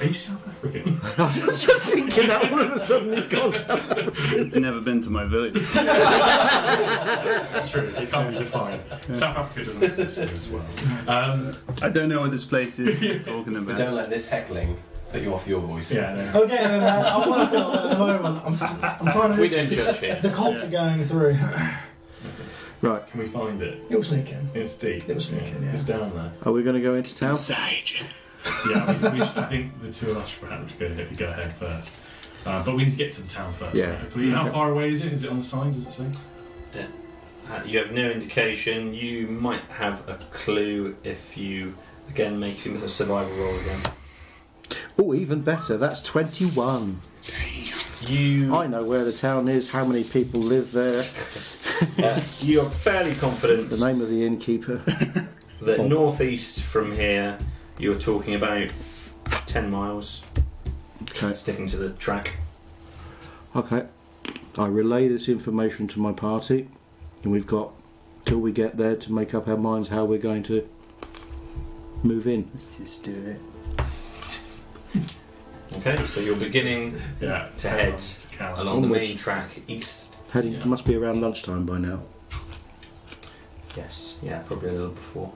Speaker 8: Are you South African?
Speaker 5: I was just thinking that all of a sudden it's gone.
Speaker 7: I've never been to my village.
Speaker 8: That's true. It can't be defined. South Africa doesn't exist here as well. Um,
Speaker 7: I don't know what this place is you're talking
Speaker 9: But
Speaker 7: about.
Speaker 9: don't let this heckling put you off your voice.
Speaker 8: yeah. No.
Speaker 6: Okay, then, uh, I'm working on it at the moment. I'm, s- I'm trying to.
Speaker 3: We don't judge here.
Speaker 6: The culture going through.
Speaker 5: Right.
Speaker 8: Can we find it?
Speaker 6: You'll sneak in.
Speaker 8: It's deep.
Speaker 6: It was sneaking, yeah.
Speaker 8: It's down there.
Speaker 5: Are we going to go into town?
Speaker 7: Sage.
Speaker 8: Yeah, we, we should, I think the two of us should perhaps go, ahead- go ahead first. Uh, but we need to get to the town first.
Speaker 5: Yeah.
Speaker 8: right? Please, How far away is it? Is it on the sign? Does it say?
Speaker 3: Uh, you have no indication. You might have a clue if you again make him a survival roll again.
Speaker 5: Oh, even better. That's 21.
Speaker 3: You
Speaker 5: I know where the town is, how many people live there,
Speaker 3: uh, you are fairly confident
Speaker 5: the name of the innkeeper.
Speaker 3: that
Speaker 5: Oh.
Speaker 3: northeast from here you're talking about ten miles.
Speaker 5: Okay.
Speaker 3: Sticking to the track.
Speaker 5: Okay. I relay this information to my party, and we've got till we get there to make up our minds how we're going to move in.
Speaker 7: Let's just do it.
Speaker 3: Okay, so you're beginning
Speaker 8: Yeah.
Speaker 3: to head along the main track east.
Speaker 5: Heading
Speaker 3: Yeah.
Speaker 5: must be around lunchtime by now.
Speaker 3: Yes, yeah, probably a little before.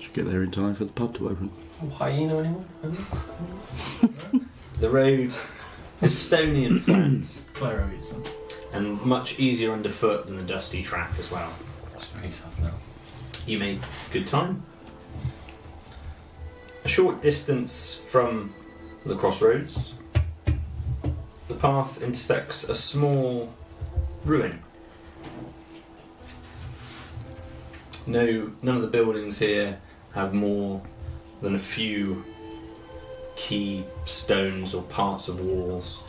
Speaker 5: Should get there in time for the pub to open.
Speaker 9: Oh, Hyena anyone?
Speaker 3: The road is stony and flat,
Speaker 8: Claro eats them.
Speaker 3: and much easier underfoot than the dusty track as well.
Speaker 9: That's very tough now.
Speaker 3: You made good time. A short distance from the crossroads, the path intersects a small ruin. No, none of the buildings here have more than a few key stones or parts of walls.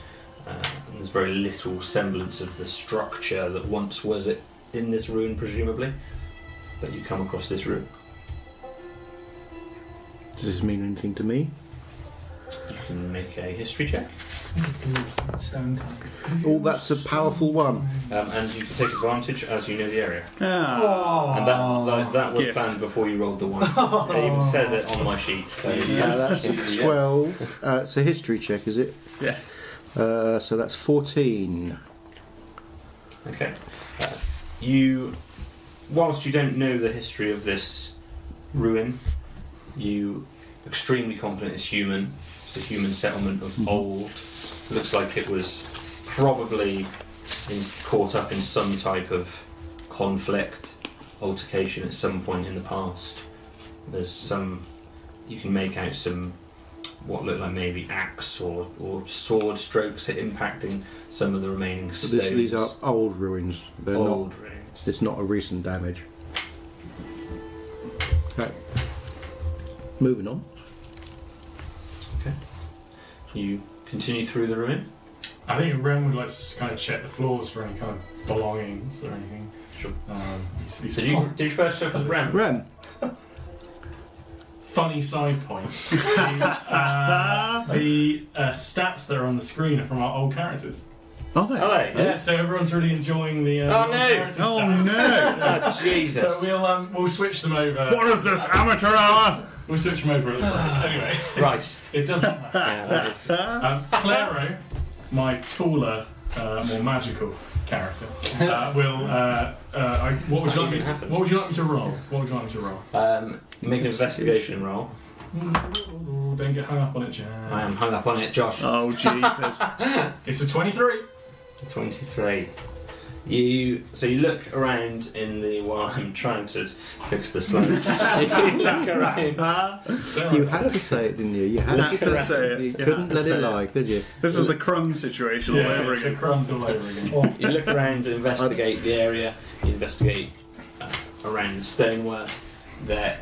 Speaker 3: Uh, and there's very little semblance of the structure that once was it in this ruin, presumably that you come across this room.
Speaker 5: Does this mean anything to me?
Speaker 3: You can make a history check,
Speaker 6: Stone country.
Speaker 5: Oh, that's a powerful one.
Speaker 3: um, and you can take advantage as you know the area.
Speaker 7: Ah,
Speaker 6: Oh.
Speaker 3: And that that, that was
Speaker 7: Gift.
Speaker 3: planned before you rolled the one. It even says it on my sheet. So
Speaker 5: Yeah, that's a
Speaker 9: Yeah.
Speaker 5: 12. Uh, it's a history check, is it?
Speaker 7: yes.
Speaker 5: Uh, so that's 14.
Speaker 3: okay, Uh, you whilst you don't know the history of this ruin, you extremely confident it's human. It's a human settlement
Speaker 5: Hmm.
Speaker 3: of old. Looks like it was probably in, caught up in some type of conflict, altercation at some point in the past. There's some you can make out some what look like maybe axe or, or sword strokes are impacting some of the remaining
Speaker 5: But
Speaker 3: stones.
Speaker 5: This, these are old ruins. They're
Speaker 3: old ruins.
Speaker 5: not. It's not a recent damage. Okay. Moving on.
Speaker 3: You continue through the ruin.
Speaker 8: I think Ren would like to just kind of check the floors for any kind of belongings or anything.
Speaker 3: Sure.
Speaker 8: Um, he's, he's
Speaker 3: Did you did you first show us Ram?
Speaker 5: Ren,
Speaker 8: Funny side point. the uh, the, uh, stats that are on the screen are from our old characters.
Speaker 7: Are they?
Speaker 3: Hello.
Speaker 8: Yeah, so everyone's really enjoying the. Uh,
Speaker 3: Oh,
Speaker 8: old
Speaker 3: no.
Speaker 8: character
Speaker 7: Oh
Speaker 8: stats.
Speaker 7: no!
Speaker 3: Oh,
Speaker 8: So
Speaker 3: Jesus.
Speaker 8: we'll um, we'll switch them over.
Speaker 7: What is this amateur hour?
Speaker 8: We'll switch them over. at the break. anyway,
Speaker 3: Christ.
Speaker 8: it doesn't. matter.
Speaker 3: Yeah, that is-
Speaker 8: Um, Claro, my taller, uh, more magical character, uh, will. Uh, uh, I, what would you like me? What would you like me to roll? What would you like me to roll?
Speaker 3: Um, make an investigation roll.
Speaker 8: Ooh, Don't get hung up on it, Jan.
Speaker 3: I am hung up on it, Josh.
Speaker 7: Oh jeepers!
Speaker 8: It's a 23.
Speaker 3: 23. You so you look around in the while I'm trying to fix the slide. you look around.
Speaker 8: Don't
Speaker 5: you
Speaker 8: worry.
Speaker 5: had to say it, didn't you? You had
Speaker 7: Had
Speaker 5: to
Speaker 7: to
Speaker 5: say
Speaker 7: say
Speaker 5: it.
Speaker 7: it.
Speaker 5: You
Speaker 7: You
Speaker 5: couldn't
Speaker 7: had to
Speaker 5: let
Speaker 7: say
Speaker 5: it
Speaker 7: it.
Speaker 5: lie, could you?
Speaker 7: This is the crumb situation all
Speaker 8: Yeah,
Speaker 7: over
Speaker 8: it's the
Speaker 7: again. Oh.
Speaker 8: crumbs all over again.
Speaker 3: You look around, and investigate the area. You investigate uh, around the stonework. There,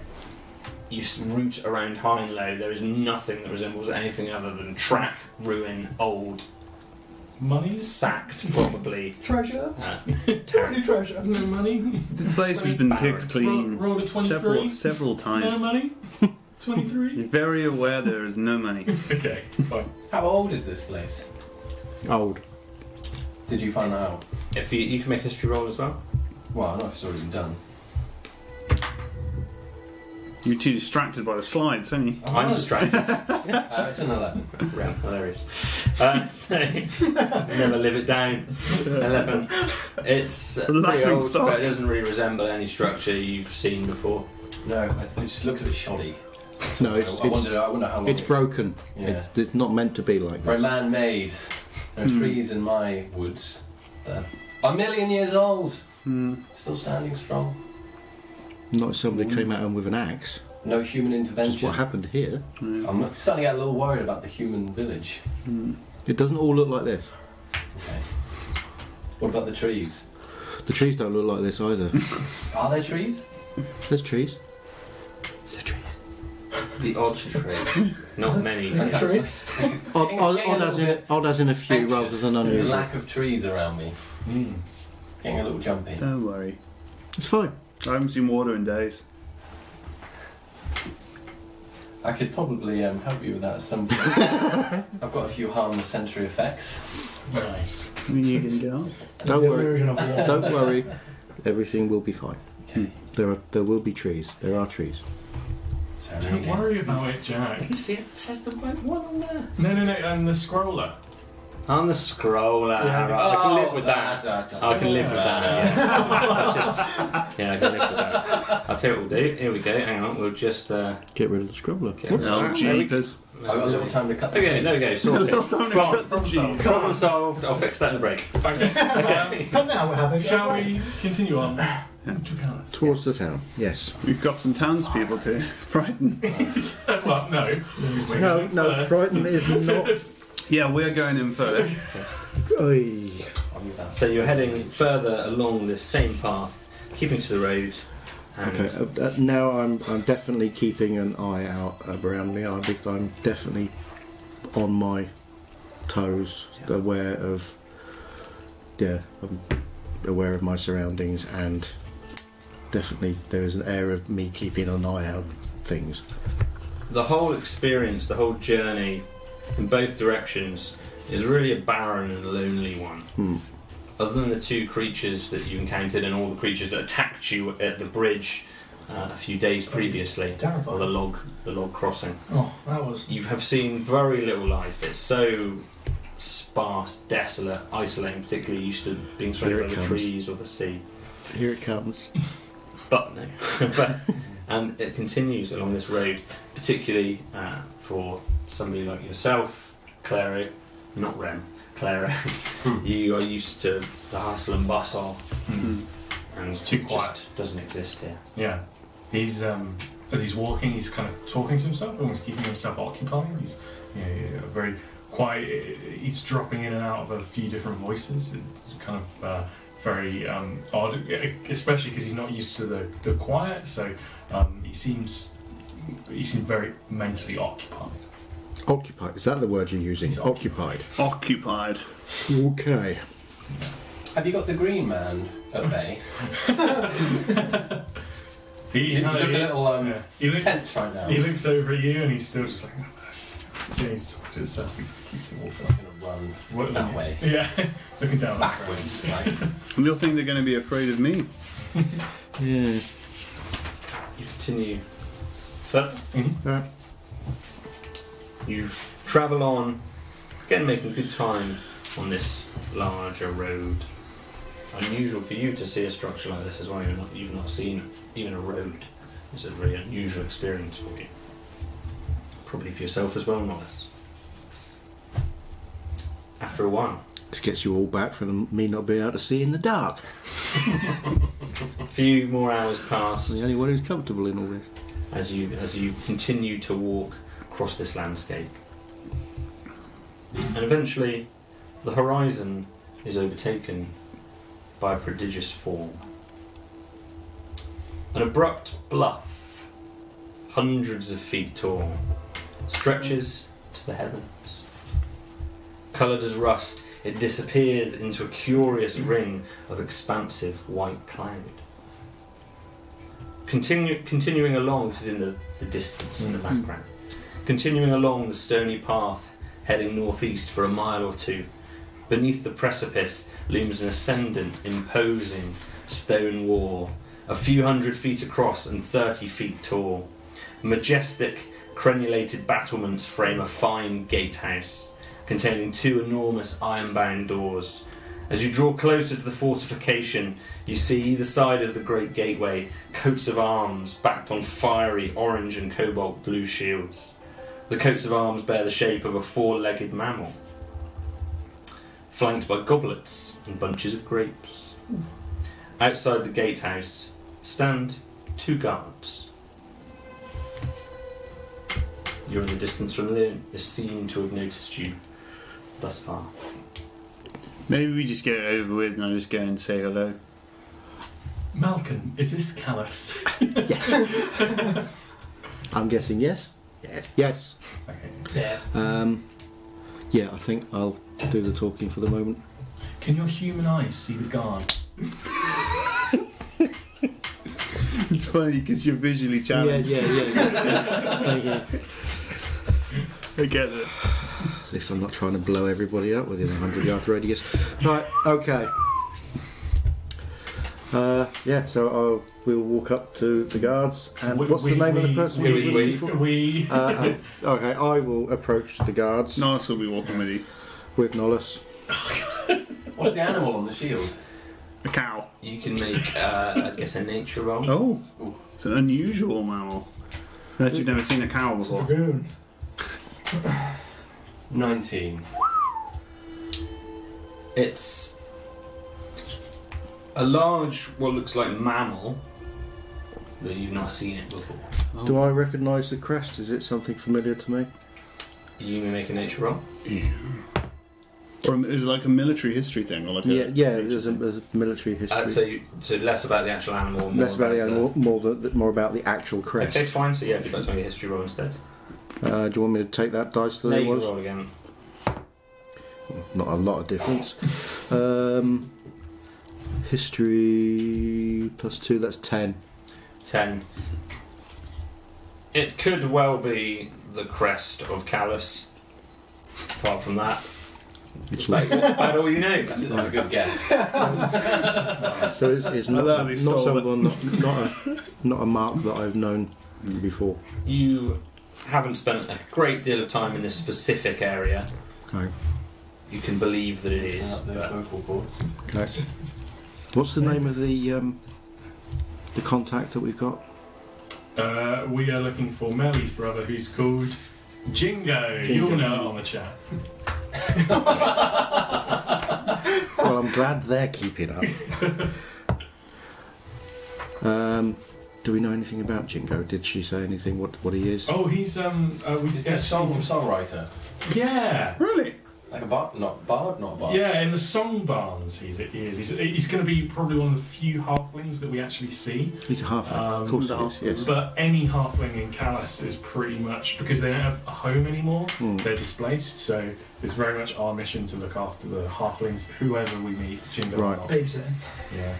Speaker 3: you s- root around high and low. There is nothing that resembles anything other than track, ruin, old,
Speaker 8: Money?
Speaker 3: sacked, probably.
Speaker 6: Treasure.
Speaker 3: Uh,
Speaker 6: Tiny treasure.
Speaker 8: No money?
Speaker 7: This place has been picked clean
Speaker 8: Roll- roll a 23.
Speaker 7: several several
Speaker 8: No
Speaker 7: times.
Speaker 8: money? 23?
Speaker 7: You're very aware there is no money.
Speaker 8: Okay, fine.
Speaker 9: How old is this place?
Speaker 5: Old.
Speaker 9: Did you find that out?
Speaker 3: if you, you can make a history roll as well.
Speaker 9: Well, I don't know if it's already been done.
Speaker 7: You're too distracted by the slides, aren't you?
Speaker 3: I'm distracted.
Speaker 9: Uh, it's an 11.
Speaker 3: Ram, hilarious. Uh, so, never live it down. Eleven. It's uh, pretty
Speaker 7: Laughing
Speaker 3: old,
Speaker 7: stock.
Speaker 3: but it doesn't really resemble any structure you've seen before.
Speaker 9: No, it just looks a bit shoddy.
Speaker 5: No, it's,
Speaker 9: I,
Speaker 5: it's,
Speaker 9: wonder, I wonder how long
Speaker 5: it's
Speaker 9: it-
Speaker 5: broken.
Speaker 9: Yeah.
Speaker 5: It's, it's not meant to be like
Speaker 9: Very
Speaker 5: that.
Speaker 9: man made. There are
Speaker 5: Hmm.
Speaker 9: trees in my woods. They're a million years old.
Speaker 7: Hmm,
Speaker 9: Still standing strong.
Speaker 5: Not if somebody
Speaker 9: Mm-hmm.
Speaker 5: came at him with an axe.
Speaker 9: No human
Speaker 5: Which is
Speaker 9: intervention.
Speaker 5: what happened here.
Speaker 7: hmm,
Speaker 9: I'm starting to get a little worried about the human village.
Speaker 5: It doesn't all look like this.
Speaker 9: Okay. What about the trees?
Speaker 5: The trees don't look like this either.
Speaker 9: Are there trees?
Speaker 5: There's trees.
Speaker 3: The odd tree, not many.
Speaker 6: Tree.
Speaker 5: Odd,
Speaker 9: Getting-
Speaker 5: odd,
Speaker 9: getting a
Speaker 5: odd, as
Speaker 9: little
Speaker 5: in,
Speaker 9: bit
Speaker 5: odd as in a few rather
Speaker 9: Anxious.
Speaker 5: than unusual.
Speaker 9: Lack of trees around me.
Speaker 3: Mm.
Speaker 9: Getting a little jumpy.
Speaker 7: Don't worry.
Speaker 5: It's fine.
Speaker 7: I haven't seen water in days.
Speaker 9: I could probably um, help you with that at some point. I've got a few harmless sensory effects.
Speaker 8: Nice.
Speaker 7: I mean, you can get on.
Speaker 5: Don't
Speaker 6: the
Speaker 5: worry.
Speaker 6: illusion of war.
Speaker 5: Don't worry. Everything will be fine.
Speaker 9: Okay.
Speaker 5: There are there will be trees. There are trees.
Speaker 9: necessarily.
Speaker 8: Don't worry about it, Jack.
Speaker 3: See, it says the word one on there.
Speaker 8: No, no, no, and the scroller.
Speaker 3: On the scroller.
Speaker 8: Yeah.
Speaker 3: right, I can live
Speaker 9: Oh,
Speaker 3: with that. I can live with that. Yeah, Just- yeah, I can live with that. I'll tell you what we'll do. Here we go. Hang on. We'll just. Uh,
Speaker 5: Get rid of the scribbler.
Speaker 3: get rid of
Speaker 7: Oh,
Speaker 3: that. There we-
Speaker 7: jeepers.
Speaker 9: I've got a little time to cut the
Speaker 3: Okay, there we go. Sorted.
Speaker 7: Little time to
Speaker 3: Problem-
Speaker 7: cut the
Speaker 3: problem,
Speaker 7: cheese.
Speaker 3: problem solved. I'll fix that in the break. Okay.
Speaker 6: But now we're having.
Speaker 8: Shall we continue on? Dragalis.
Speaker 5: Towards the town, yes.
Speaker 7: We've got some townspeople to frighten.
Speaker 8: well, no.
Speaker 5: No, no,
Speaker 8: First.
Speaker 5: Frighten is not.
Speaker 7: Yeah, we're going in first.
Speaker 5: Oi.
Speaker 3: so you're heading further along this same path, keeping to the road. And
Speaker 5: Okay, uh, uh, now I'm, I'm definitely keeping an eye out around me. I'm, I'm definitely on my toes,
Speaker 3: Yeah.
Speaker 5: aware of. Yeah, I'm aware of my surroundings, and definitely there is an air of me keeping an eye out things.
Speaker 3: the whole experience, the whole journey in both directions is really a barren and lonely one.
Speaker 5: Hmm.
Speaker 3: Other than the two creatures that you encountered and all the creatures that attacked you at the bridge uh, a few days previously, or the
Speaker 6: Terrifying.
Speaker 3: log, the log crossing,
Speaker 6: Oh, that was.
Speaker 3: you have seen very little life. It's so sparse, desolate, isolating, particularly used to being surrounded
Speaker 5: Here
Speaker 3: by
Speaker 5: it
Speaker 3: the
Speaker 5: comes.
Speaker 3: trees or the sea.
Speaker 5: Here it comes.
Speaker 3: But no. but, and it continues along this road, particularly uh, for somebody like yourself, Clara, not Rem, Clara. you are used to the hustle and bustle,
Speaker 7: Hmm.
Speaker 3: and it's
Speaker 8: too
Speaker 3: just
Speaker 8: quiet.
Speaker 3: doesn't exist here.
Speaker 8: Hmm. Yeah. He's um as he's walking, he's kind of talking to himself, almost keeping himself occupied. He's you know, very quiet. He's dropping in and out of a few different voices. It's kind of uh, very um, odd, especially because he's not used to the, the quiet. So um, he seems he seems very mentally occupied.
Speaker 5: Occupied. Is that the word you're using?
Speaker 8: It's
Speaker 5: occupied.
Speaker 7: Occupied.
Speaker 5: Okay.
Speaker 9: Have you got the green man at bay?
Speaker 8: He,
Speaker 9: You look a little um,
Speaker 8: yeah, he, look-
Speaker 9: tense right now.
Speaker 8: he looks over at you and he's still just like. Yeah, he's talking to himself. He just keeps walking.
Speaker 9: Just gonna run
Speaker 8: What-
Speaker 9: that way,
Speaker 8: Yeah, looking down.
Speaker 9: backwards. Like,
Speaker 7: And you'll think they're going to be afraid of me.
Speaker 5: Yeah.
Speaker 3: You continue. But
Speaker 5: Uh,
Speaker 3: you travel on, again making good time on this larger road. Unusual for you to see a structure like this as well. You're not, you've not seen even a road. It's a very unusual experience for you. Probably for yourself as well, Norris. After a while,
Speaker 5: this gets you all back from me not being able to see in the dark.
Speaker 3: a few more hours pass.
Speaker 5: I'm the only one who's comfortable in all this.
Speaker 3: as you as you continue to walk across this landscape. And eventually, the horizon is overtaken by a prodigious form. An abrupt bluff, hundreds of feet tall, stretches to the heavens. Coloured as rust, it disappears into a curious ring of expansive white cloud. Continue, continuing along, this is in the, the distance in the background. Continuing along the stony path, heading northeast for a mile or two, beneath the precipice looms an ascendant, imposing stone wall, a few hundred feet across and 30 feet tall. Majestic, crenulated battlements frame a fine gatehouse, containing two enormous iron bound doors. As you draw closer to the fortification, you see either side of the great gateway coats of arms backed on fiery orange and cobalt blue shields. The coats of arms bear the shape of a four legged mammal, flanked by goblets and bunches of grapes. Outside the gatehouse stand two guards. You're in the distance from Leon, is seen to have noticed you thus far.
Speaker 7: Maybe we just get it over with and I just go and say hello.
Speaker 8: Malcolm, is this Callus?
Speaker 5: I'm guessing yes. Yes. Yes.
Speaker 8: okay.
Speaker 6: Yeah.
Speaker 5: Um, yeah, I think I'll do the talking for the moment.
Speaker 8: Can your human eyes see the guards?
Speaker 7: It's funny because you're visually challenged.
Speaker 5: Yeah, yeah, yeah. yeah. Thank you.
Speaker 7: I get it.
Speaker 5: At least I'm not trying to blow everybody up within a 100 yard radius. Right, okay. Uh, yeah, so I'll, we'll walk up to the guards. And
Speaker 8: We-
Speaker 5: what's
Speaker 8: we-
Speaker 5: the name of
Speaker 8: we-
Speaker 5: the person?
Speaker 8: we-
Speaker 5: we're looking
Speaker 8: we-
Speaker 5: for?
Speaker 8: we-
Speaker 5: Uh, uh, okay, I will approach the guards
Speaker 7: Nice will be walking with you.
Speaker 5: with Nollis.
Speaker 9: What's the animal on the shield?
Speaker 7: A cow.
Speaker 3: You can make, uh, I guess, a nature roll.
Speaker 7: Oh, it's an unusual mammal. Unless you've never seen a cow
Speaker 6: It's a
Speaker 7: before.
Speaker 6: dragoon.
Speaker 9: 19.
Speaker 3: It's a large, what looks like mammal, but you've not seen it before.
Speaker 5: Do I recognise the crest? Is it something familiar to me?
Speaker 3: You may make a nature roll.
Speaker 7: Or is it like a military history thing? Or like
Speaker 5: Yeah,
Speaker 7: a
Speaker 5: yeah.
Speaker 7: nature
Speaker 5: There's a,
Speaker 7: thing?
Speaker 5: there's a military history.
Speaker 3: Uh, so, you, so less about the actual animal. More
Speaker 5: Less about the animal, more, the, more about the actual crest.
Speaker 3: Okay, fine. So yeah, if you'd like to make a history roll instead.
Speaker 5: Uh, do you want me to take that dice that
Speaker 3: No,
Speaker 5: it
Speaker 3: you can
Speaker 5: was?
Speaker 3: roll again.
Speaker 5: Not a lot of difference. um, history plus two. That's ten.
Speaker 3: 10. It could well be the crest of Callus. Apart from that,
Speaker 5: It's
Speaker 3: like, that's about all you know.
Speaker 9: That's, that's a good guess.
Speaker 5: So it's, it's not,
Speaker 7: Although they
Speaker 5: not
Speaker 7: stole
Speaker 5: someone, not, not, a, not a mark that I've known before.
Speaker 3: You haven't spent a great deal of time in this specific area.
Speaker 5: Okay.
Speaker 3: You can believe that it is.
Speaker 9: Set
Speaker 3: But
Speaker 9: up those Uh, vocal cords.
Speaker 5: What's the name of the um, the contact that we've got?
Speaker 8: Uh, we are looking for Melly's brother, who's called Jingo. You'll know it on the chat.
Speaker 5: Well, I'm glad they're keeping up. Um, do we know anything about Jingo? Did she say anything? What what he is?
Speaker 8: Oh, he's um. Uh, we
Speaker 9: Is he a song songwriter?
Speaker 8: Yeah.
Speaker 7: Really?
Speaker 9: Like a bard? Not bard, not bard.
Speaker 8: Yeah, in the song barns, he's he is. He's, he's going to be probably one of the few halflings that we actually see.
Speaker 5: He's a halfling.
Speaker 8: Um,
Speaker 5: of course
Speaker 7: no.
Speaker 5: he is. Yes.
Speaker 8: But any halfling in Callus is pretty much because they don't have a home anymore.
Speaker 5: Hmm.
Speaker 8: They're displaced, so it's very much our mission to look after the halflings, whoever we meet, Jingo. or
Speaker 5: Right.
Speaker 8: not.
Speaker 6: Babysitting.
Speaker 8: Yeah.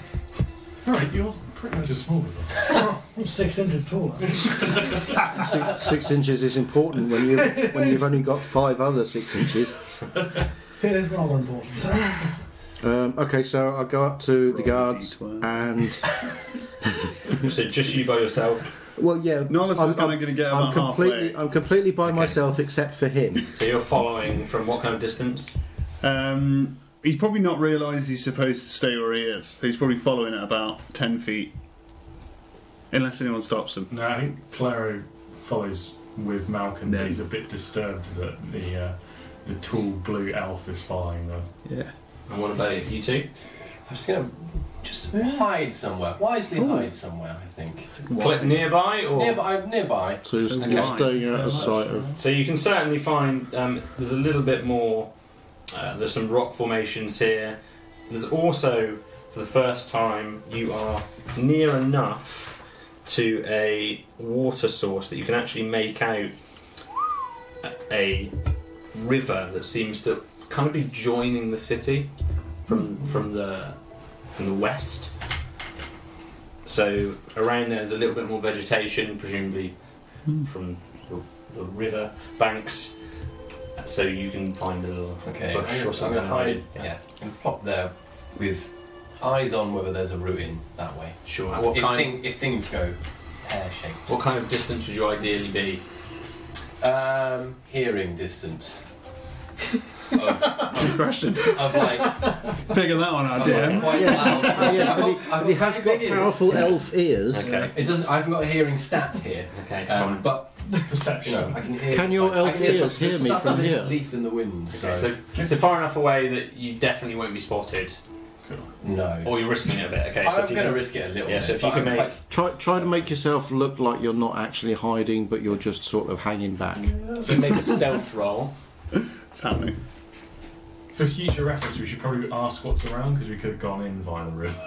Speaker 8: All right, you're pretty much as small as us.
Speaker 6: I'm six inches taller.
Speaker 5: Six, six inches is important when you when you've only got five other six inches.
Speaker 6: Here is rather important.
Speaker 5: Um, okay, so I'll go up to the guards
Speaker 7: Roll a d12.
Speaker 5: and
Speaker 3: so just you by yourself.
Speaker 5: well, yeah,
Speaker 7: Nollis
Speaker 5: I'm-
Speaker 7: is kind of going to get
Speaker 5: I'm
Speaker 7: about
Speaker 5: completely,
Speaker 7: halfway.
Speaker 5: I'm completely by myself except for him.
Speaker 3: So you're following from what kind of distance?
Speaker 7: Um, he's probably not realised he's supposed to stay where he is. So he's probably following at about 10 feet. Unless anyone stops him.
Speaker 8: No, I think Claro follows with Malcolm.
Speaker 7: Then.
Speaker 8: He's a bit disturbed that the uh, the tall blue elf is following them.
Speaker 7: Yeah.
Speaker 3: And what about you two?
Speaker 9: I'm just gonna just hide somewhere. Wisely hide somewhere, I think.
Speaker 3: Click nearby or
Speaker 9: Nearby, nearby.
Speaker 5: So you're,
Speaker 7: So
Speaker 5: you're
Speaker 7: wide,
Speaker 5: staying
Speaker 7: is
Speaker 5: out
Speaker 7: there
Speaker 5: of
Speaker 7: much?
Speaker 5: sight of.
Speaker 3: So you can certainly find um, there's a little bit more. Uh, there's some rock formations here. There's also, for the first time, you are near enough to a water source that you can actually make out a- a river that seems to kind of be joining the city from from the from the west. So around there, there's a little bit more vegetation, presumably from the, the river banks. So you can find a little
Speaker 9: Okay, I'm
Speaker 3: bush
Speaker 9: gonna,
Speaker 3: or
Speaker 9: I'm
Speaker 3: something.
Speaker 9: gonna hide.
Speaker 3: Yeah.
Speaker 9: Yeah. and plop there with eyes on whether there's a route in that way.
Speaker 3: Sure. What
Speaker 9: if,
Speaker 3: kind,
Speaker 9: thing, if things go pear shaped.
Speaker 3: what kind of distance would you ideally be?
Speaker 9: Um, hearing distance. of,
Speaker 7: Good question.
Speaker 9: of like,
Speaker 7: Figure that one out,
Speaker 9: of
Speaker 7: dear.
Speaker 9: like quite loud.
Speaker 5: Yeah, but he,
Speaker 9: I've
Speaker 5: but he has
Speaker 9: quite
Speaker 5: got
Speaker 9: big ears.
Speaker 5: powerful elf ears.
Speaker 3: Okay.
Speaker 9: It doesn't. I haven't got a hearing stat here,
Speaker 3: Okay.
Speaker 9: um,
Speaker 3: Fine.
Speaker 9: but you
Speaker 8: Perception.
Speaker 9: know I can hear.
Speaker 5: Can your
Speaker 9: I
Speaker 5: elf
Speaker 9: can hear,
Speaker 5: ears hear me
Speaker 9: stuff
Speaker 5: from
Speaker 9: that is
Speaker 5: here?
Speaker 9: Leaf in the wind. So,
Speaker 3: okay. So, so far enough away that you definitely won't be spotted,
Speaker 9: no.
Speaker 3: or you're risking it a bit. Okay. so if
Speaker 9: I'm
Speaker 3: you
Speaker 9: going to
Speaker 3: can-
Speaker 9: risk it a little
Speaker 3: Yeah,
Speaker 9: bit.
Speaker 3: so if you
Speaker 9: but
Speaker 3: can
Speaker 9: I'm
Speaker 3: make-
Speaker 9: like-
Speaker 5: Try try to make yourself look like you're not actually hiding, but you're just sort of hanging back.
Speaker 3: so make a stealth roll.
Speaker 7: It's happening.
Speaker 8: For future reference, we should probably ask what's around because we could have gone in via the river.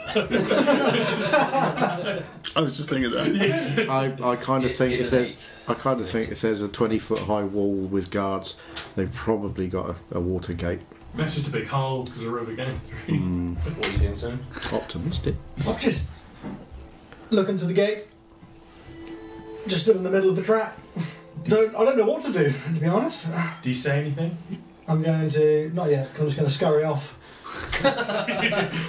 Speaker 7: I was just thinking that.
Speaker 5: I, I kind of
Speaker 9: It
Speaker 5: think
Speaker 9: is
Speaker 5: if
Speaker 9: an eight.
Speaker 5: there's I kind of think if there's a 20 foot high wall with guards, they've probably got a, a water gate. Hmm.
Speaker 8: That's just a big hole because a river going through.
Speaker 3: What are you doing, son?
Speaker 5: Optimistic.
Speaker 6: I've just looking to the gate. Just stood in the middle of the trap. Don't I don't know what to do, to be honest.
Speaker 8: Do you say anything?
Speaker 6: I'm going to not yet. 'cause I'm just going to scurry off.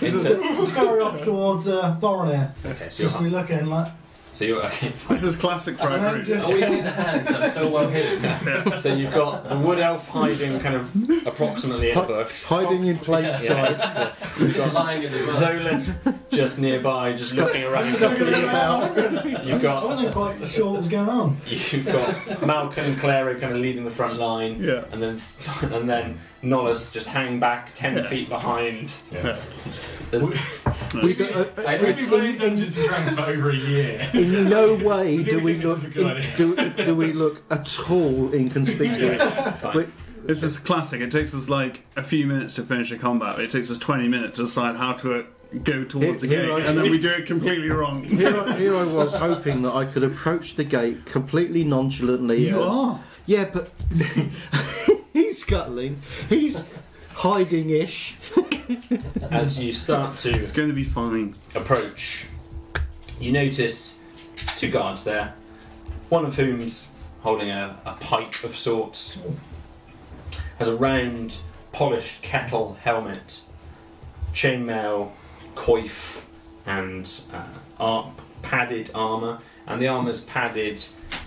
Speaker 3: Into-
Speaker 6: Let's carry off towards uh, Thoronair.
Speaker 3: okay, so you're,
Speaker 6: Just we look in like.
Speaker 3: so you're okay.
Speaker 7: This is classic for
Speaker 6: And
Speaker 7: our
Speaker 6: then
Speaker 7: group.
Speaker 9: I always need the hands. I'm so well hidden.
Speaker 3: So you've got the wood elf hiding kind of approximately in a bush.
Speaker 5: Hiding in plain
Speaker 9: Yeah.
Speaker 5: sight.
Speaker 9: Just lying in the mud.
Speaker 3: Zolan just nearby, just looking around.
Speaker 6: just-
Speaker 3: You've
Speaker 6: I
Speaker 3: got
Speaker 6: wasn't quite sure what was going on.
Speaker 3: you've got Malcolm and Clara kind of leading the front line,
Speaker 7: Yeah.
Speaker 3: and then and then Nollis just hang back ten feet behind. There's-
Speaker 5: We do, uh,
Speaker 9: I,
Speaker 8: We've
Speaker 9: I,
Speaker 8: been playing Dungeons and Dragons for over a year.
Speaker 5: in no way do
Speaker 8: think
Speaker 5: we
Speaker 8: this
Speaker 5: look
Speaker 8: is a good
Speaker 5: in- do, do we look at all inconspicuous.
Speaker 3: fine.
Speaker 5: We-
Speaker 7: This is classic. It takes us like a few minutes to finish a combat. but It takes us 20 minutes to decide how to uh, go towards
Speaker 5: Here-
Speaker 7: a
Speaker 5: here
Speaker 7: gate,
Speaker 5: I-
Speaker 7: and then we do it completely wrong.
Speaker 5: Here, I, here I was hoping that I could approach the gate completely nonchalantly.
Speaker 7: You
Speaker 5: and-
Speaker 7: are.
Speaker 5: Yeah, but he's scuttling. He's hiding ish.
Speaker 3: as you start to
Speaker 7: It's going to be fine.
Speaker 3: approach, you notice two guards there, one of whom's holding a, a pipe of sorts, has a round, polished kettle helmet, chainmail, coif, and uh, ar- padded armour, and the armour's padded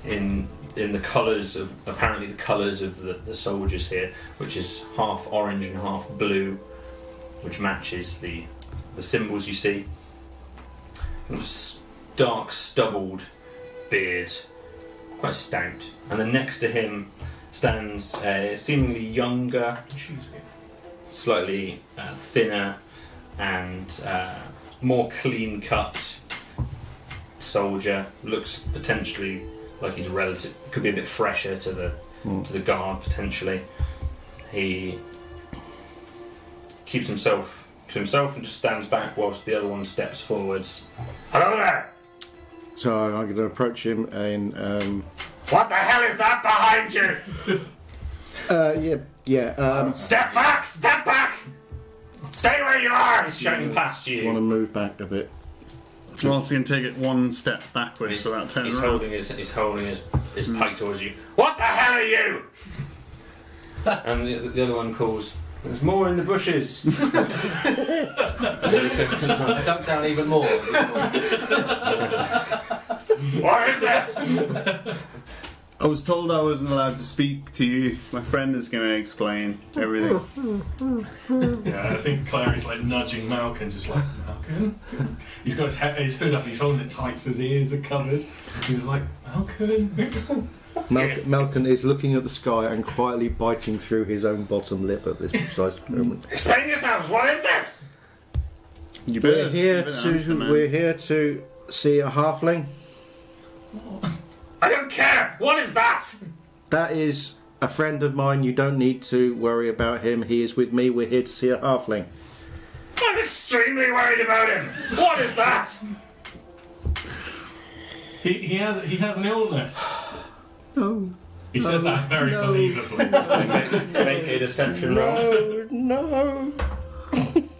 Speaker 3: in in the colours of apparently the colours of the, the soldiers here, which is half orange and half blue, which matches the the symbols you see kind of s- dark stubbled beard, quite stout. And then next to him stands a seemingly younger, slightly uh, thinner, and uh, more clean cut soldier. Looks potentially like he's relative, could be a bit fresher to the to the guard potentially. He keeps himself to himself and just stands back whilst the other one steps forwards. Hello there!
Speaker 5: So I'm going to approach him and. Um,
Speaker 3: What the hell is that behind you?
Speaker 5: uh, yeah, yeah. Um,
Speaker 3: Step back! Step back! Stay where you are! He's shouting past
Speaker 5: I want
Speaker 3: you.
Speaker 5: to move back a bit.
Speaker 7: Whilst you can take it one step backwards
Speaker 3: He's,
Speaker 7: without turning
Speaker 3: he's
Speaker 7: around.
Speaker 3: holding his he's holding his, his pike towards you. What the hell are you? and the, the other one calls. There's more in the bushes.
Speaker 9: I duck down even more.
Speaker 3: what is this?
Speaker 7: I was told I wasn't allowed to speak to you. My friend is going to explain everything.
Speaker 8: Yeah, I think Clary's like nudging Malcolm, just like Malcolm. He's got his, he- his hood up, he's holding it tight, so his ears are covered. He's just like Malcolm.
Speaker 5: Malcolm, Malcolm is looking at the sky and quietly biting through his own bottom lip at this precise moment.
Speaker 3: Explain yourselves. What is this?
Speaker 7: You better
Speaker 5: We're here
Speaker 7: you better ask the
Speaker 5: to
Speaker 7: man.
Speaker 5: we're here to see a halfling.
Speaker 3: I don't care. What is that?
Speaker 5: That is a friend of mine. You don't need to worry about him. He is with me. We're here to see a halfling.
Speaker 3: I'm extremely worried about him. What is that?
Speaker 8: He, he has he has an illness. He says that very believably.
Speaker 3: Make a deception roll.
Speaker 5: Oh no!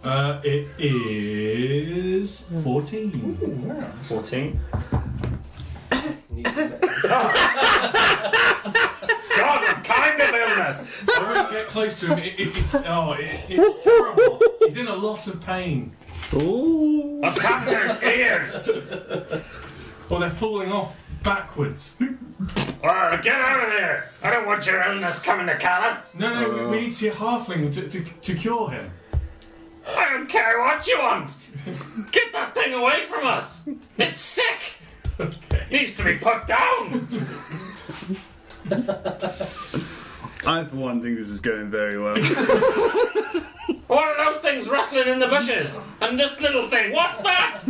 Speaker 8: Uh, it is fourteen.
Speaker 3: 14. God, what kind of illness!
Speaker 8: I won't get close to him. It, it, it's oh, it, it's terrible. He's in a lot of pain.
Speaker 5: Ooh.
Speaker 3: What's happened to his ears?
Speaker 8: Or they're falling off backwards.
Speaker 3: Oh, get out of here! I don't want your illness coming to Callus!
Speaker 8: No, no,
Speaker 5: Uh.
Speaker 8: we, we need to see a halfling to, to, to cure him.
Speaker 3: I don't care what you want! Get that thing away from us! It's sick!
Speaker 8: Okay.
Speaker 3: Needs to be put down!
Speaker 7: I, for one, think this is going very well.
Speaker 3: What are those things rustling in the bushes? And this little thing, what's that?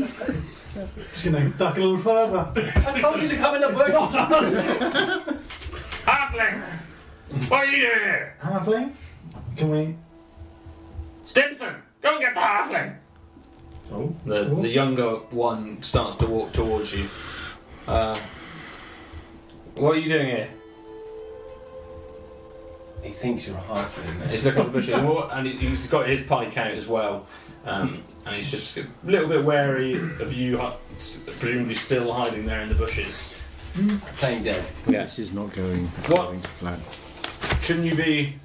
Speaker 6: Just gonna duck a little further.
Speaker 9: I told you to come in the bush.
Speaker 3: Halfling! What are you doing here?
Speaker 6: Halfling? Can we?
Speaker 3: Stinson, go and get the halfling.
Speaker 8: Oh.
Speaker 3: The,
Speaker 8: Oh.
Speaker 3: the younger one starts to walk towards you. Uh, what are you doing here?
Speaker 9: He thinks you're a halfling, mate.
Speaker 3: He's looking at the bushes, What- and he- he's got his pike out as well. Um, and he's just a little bit wary of you, hi- presumably still hiding there in the bushes.
Speaker 9: Playing dead.
Speaker 5: This is not going
Speaker 3: What?
Speaker 5: going to plan.
Speaker 3: Shouldn't you be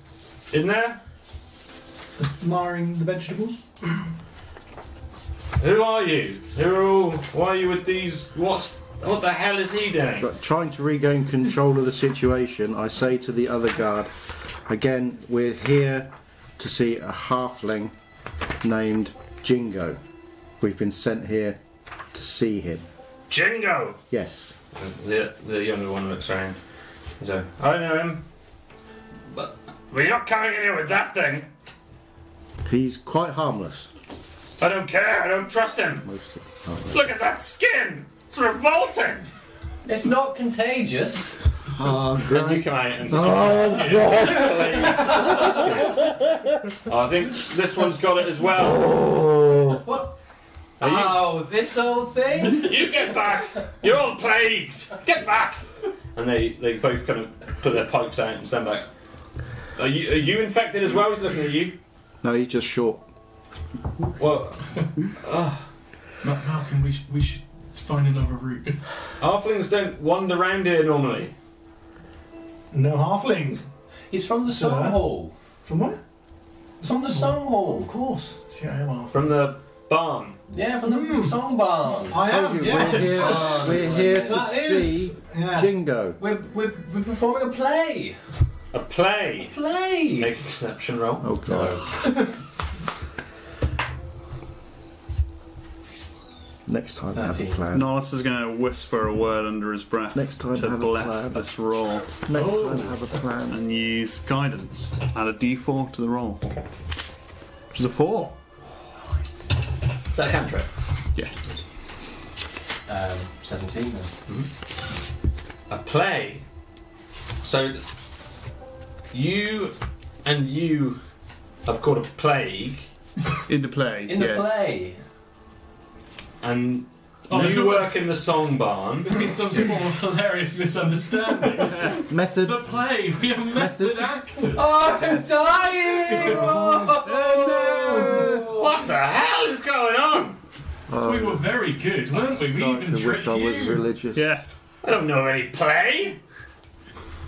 Speaker 3: in there?
Speaker 6: Admiring the vegetables.
Speaker 3: Who are you? Who are all? Why are you with these? What's what the hell is he doing?
Speaker 5: But trying to regain control of the situation, I say to the other guard, again, we're here to see a halfling named Jingo. We've been sent here to see him.
Speaker 3: Jingo.
Speaker 5: Yes.
Speaker 3: The, the younger one looks around. So I know him, but we're not coming in here with that thing.
Speaker 5: He's quite harmless.
Speaker 3: I don't care. I don't trust him.
Speaker 5: Mostly. harmless.
Speaker 3: Look at that skin. It's revolting.
Speaker 9: It's not contagious.
Speaker 5: Oh,
Speaker 3: And you
Speaker 5: great.
Speaker 3: come out and
Speaker 5: Oh,
Speaker 3: Oh, I think this one's got it as well.
Speaker 9: What?
Speaker 3: Are you-
Speaker 9: Oh, this old thing?
Speaker 3: You get back! You're all plagued! Get back! And they, they both kind of put their pikes out and stand back. Are you, are you infected as well? He's looking at you.
Speaker 5: No, he's just short.
Speaker 3: Well,
Speaker 8: Ma- Malcolm, we, sh- we should find another route.
Speaker 3: halflings don't wander around here normally.
Speaker 6: No halfling.
Speaker 9: He's from the
Speaker 6: Sir?
Speaker 9: song hall.
Speaker 6: From where?
Speaker 9: From
Speaker 3: Hmm.
Speaker 9: the song
Speaker 6: Of
Speaker 9: hall.
Speaker 6: course. Yeah, well.
Speaker 3: From the barn.
Speaker 9: Yeah, from the
Speaker 3: Hmm.
Speaker 9: song barn.
Speaker 6: I
Speaker 5: Told
Speaker 6: am,
Speaker 5: you, we're
Speaker 6: yes.
Speaker 5: here, we're here to
Speaker 6: That
Speaker 5: see
Speaker 6: is. Yeah.
Speaker 5: Jingo.
Speaker 9: We're, we're, we're performing a play.
Speaker 3: A play.
Speaker 9: Play.
Speaker 3: Make a deception roll.
Speaker 5: Oh, God. Next time, have a
Speaker 9: Thirteen.
Speaker 5: plan.
Speaker 7: Nollis is going to whisper a word under his breath
Speaker 5: Next time
Speaker 7: to
Speaker 5: have a
Speaker 7: bless
Speaker 5: plan.
Speaker 7: this roll
Speaker 5: Next time, have a
Speaker 8: Oh.
Speaker 5: plan.
Speaker 7: and use guidance. Add a d4 to the roll. Which is a 4.
Speaker 3: Is that a cantrip?
Speaker 7: Yeah.
Speaker 9: Um, 17 then.
Speaker 3: A play. So, you and you have caught a plague,
Speaker 7: In the play.
Speaker 9: In the
Speaker 7: yes.
Speaker 9: play.
Speaker 3: and
Speaker 8: Oh, there's
Speaker 3: you
Speaker 8: a-
Speaker 3: work in the song barn.
Speaker 8: There's been some sort of hilarious misunderstanding.
Speaker 5: Method.
Speaker 8: the play, we are method actors.
Speaker 9: Oh, I'm dying!
Speaker 3: What the hell is going on?
Speaker 8: we were very good, weren't we? We even
Speaker 5: I wish
Speaker 8: tricked
Speaker 5: I was
Speaker 8: you.
Speaker 5: religious.
Speaker 7: Yeah.
Speaker 3: I don't know of any play.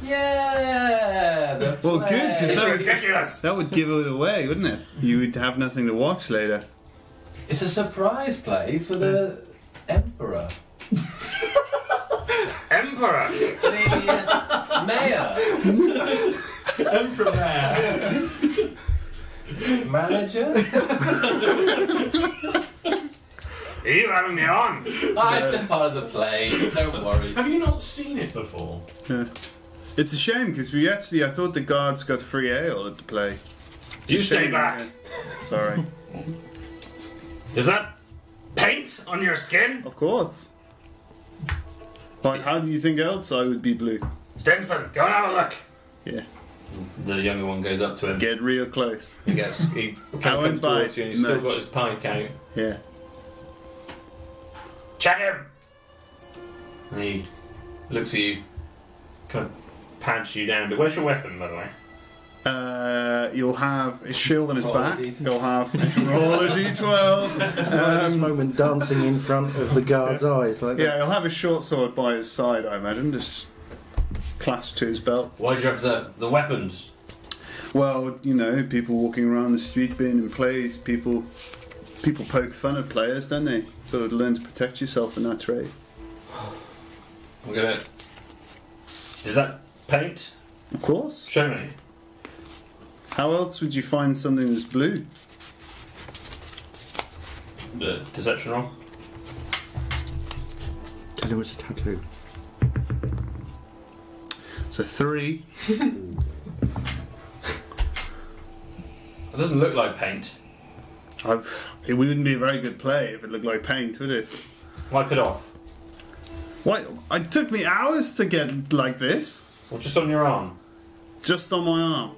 Speaker 9: Yeah! the
Speaker 7: Well, good, 'cause
Speaker 9: play.
Speaker 7: that, would-
Speaker 3: Ridiculous.
Speaker 7: that would give it away, wouldn't it? You would have nothing to watch later.
Speaker 9: It's a surprise play for the Emperor.
Speaker 3: Emperor.
Speaker 9: The uh, Mayor.
Speaker 8: Emperor there.
Speaker 9: Manager?
Speaker 3: Are you having me on?
Speaker 9: Ah, it's just part of the play. Don't worry.
Speaker 8: Have you not seen it before?
Speaker 7: It's a shame because we actually, I thought the guards got free ale at the play.
Speaker 3: You
Speaker 7: Shame,
Speaker 3: stay back.
Speaker 7: yeah. Sorry.
Speaker 3: Is that paint on your skin?
Speaker 7: of course. Like, how do you think else I would be blue?
Speaker 3: Stinson, go and have a look.
Speaker 7: Yeah.
Speaker 3: The younger one goes up to him.
Speaker 7: Get real close.
Speaker 3: He gets he comes
Speaker 7: I went by
Speaker 3: towards you and he's still got
Speaker 7: much.
Speaker 3: his pike out.
Speaker 7: Yeah.
Speaker 3: Check him. And he looks at you, kind of pants you down. But where's your weapon, by the way?
Speaker 7: Uh, you'll have his shield on his
Speaker 9: Roll
Speaker 7: back.
Speaker 9: a D12.
Speaker 7: You'll have roll a d12.
Speaker 5: At this moment, dancing in front of the guard's eyes like
Speaker 7: Yeah, he'll have a short sword by his side, I imagine, just clasped to his belt.
Speaker 3: Why do you have the the weapons?
Speaker 7: Well, you know, people walking around the street being in plays, people people poke fun at players, don't they? So learn to protect yourself in that trade.
Speaker 3: I'm gonna. Is that paint?
Speaker 7: Of course.
Speaker 3: Show me.
Speaker 7: How else would you find something that's blue?
Speaker 3: The deception roll.
Speaker 5: that. Tell him it's a tattoo.
Speaker 7: It's a three.
Speaker 3: It doesn't look like paint.
Speaker 7: I've, it wouldn't be a very good play if it looked like paint, would it?
Speaker 3: Wipe it off.
Speaker 7: Why? It took me hours to get like this,
Speaker 3: Or just on your arm.
Speaker 7: just on my arm.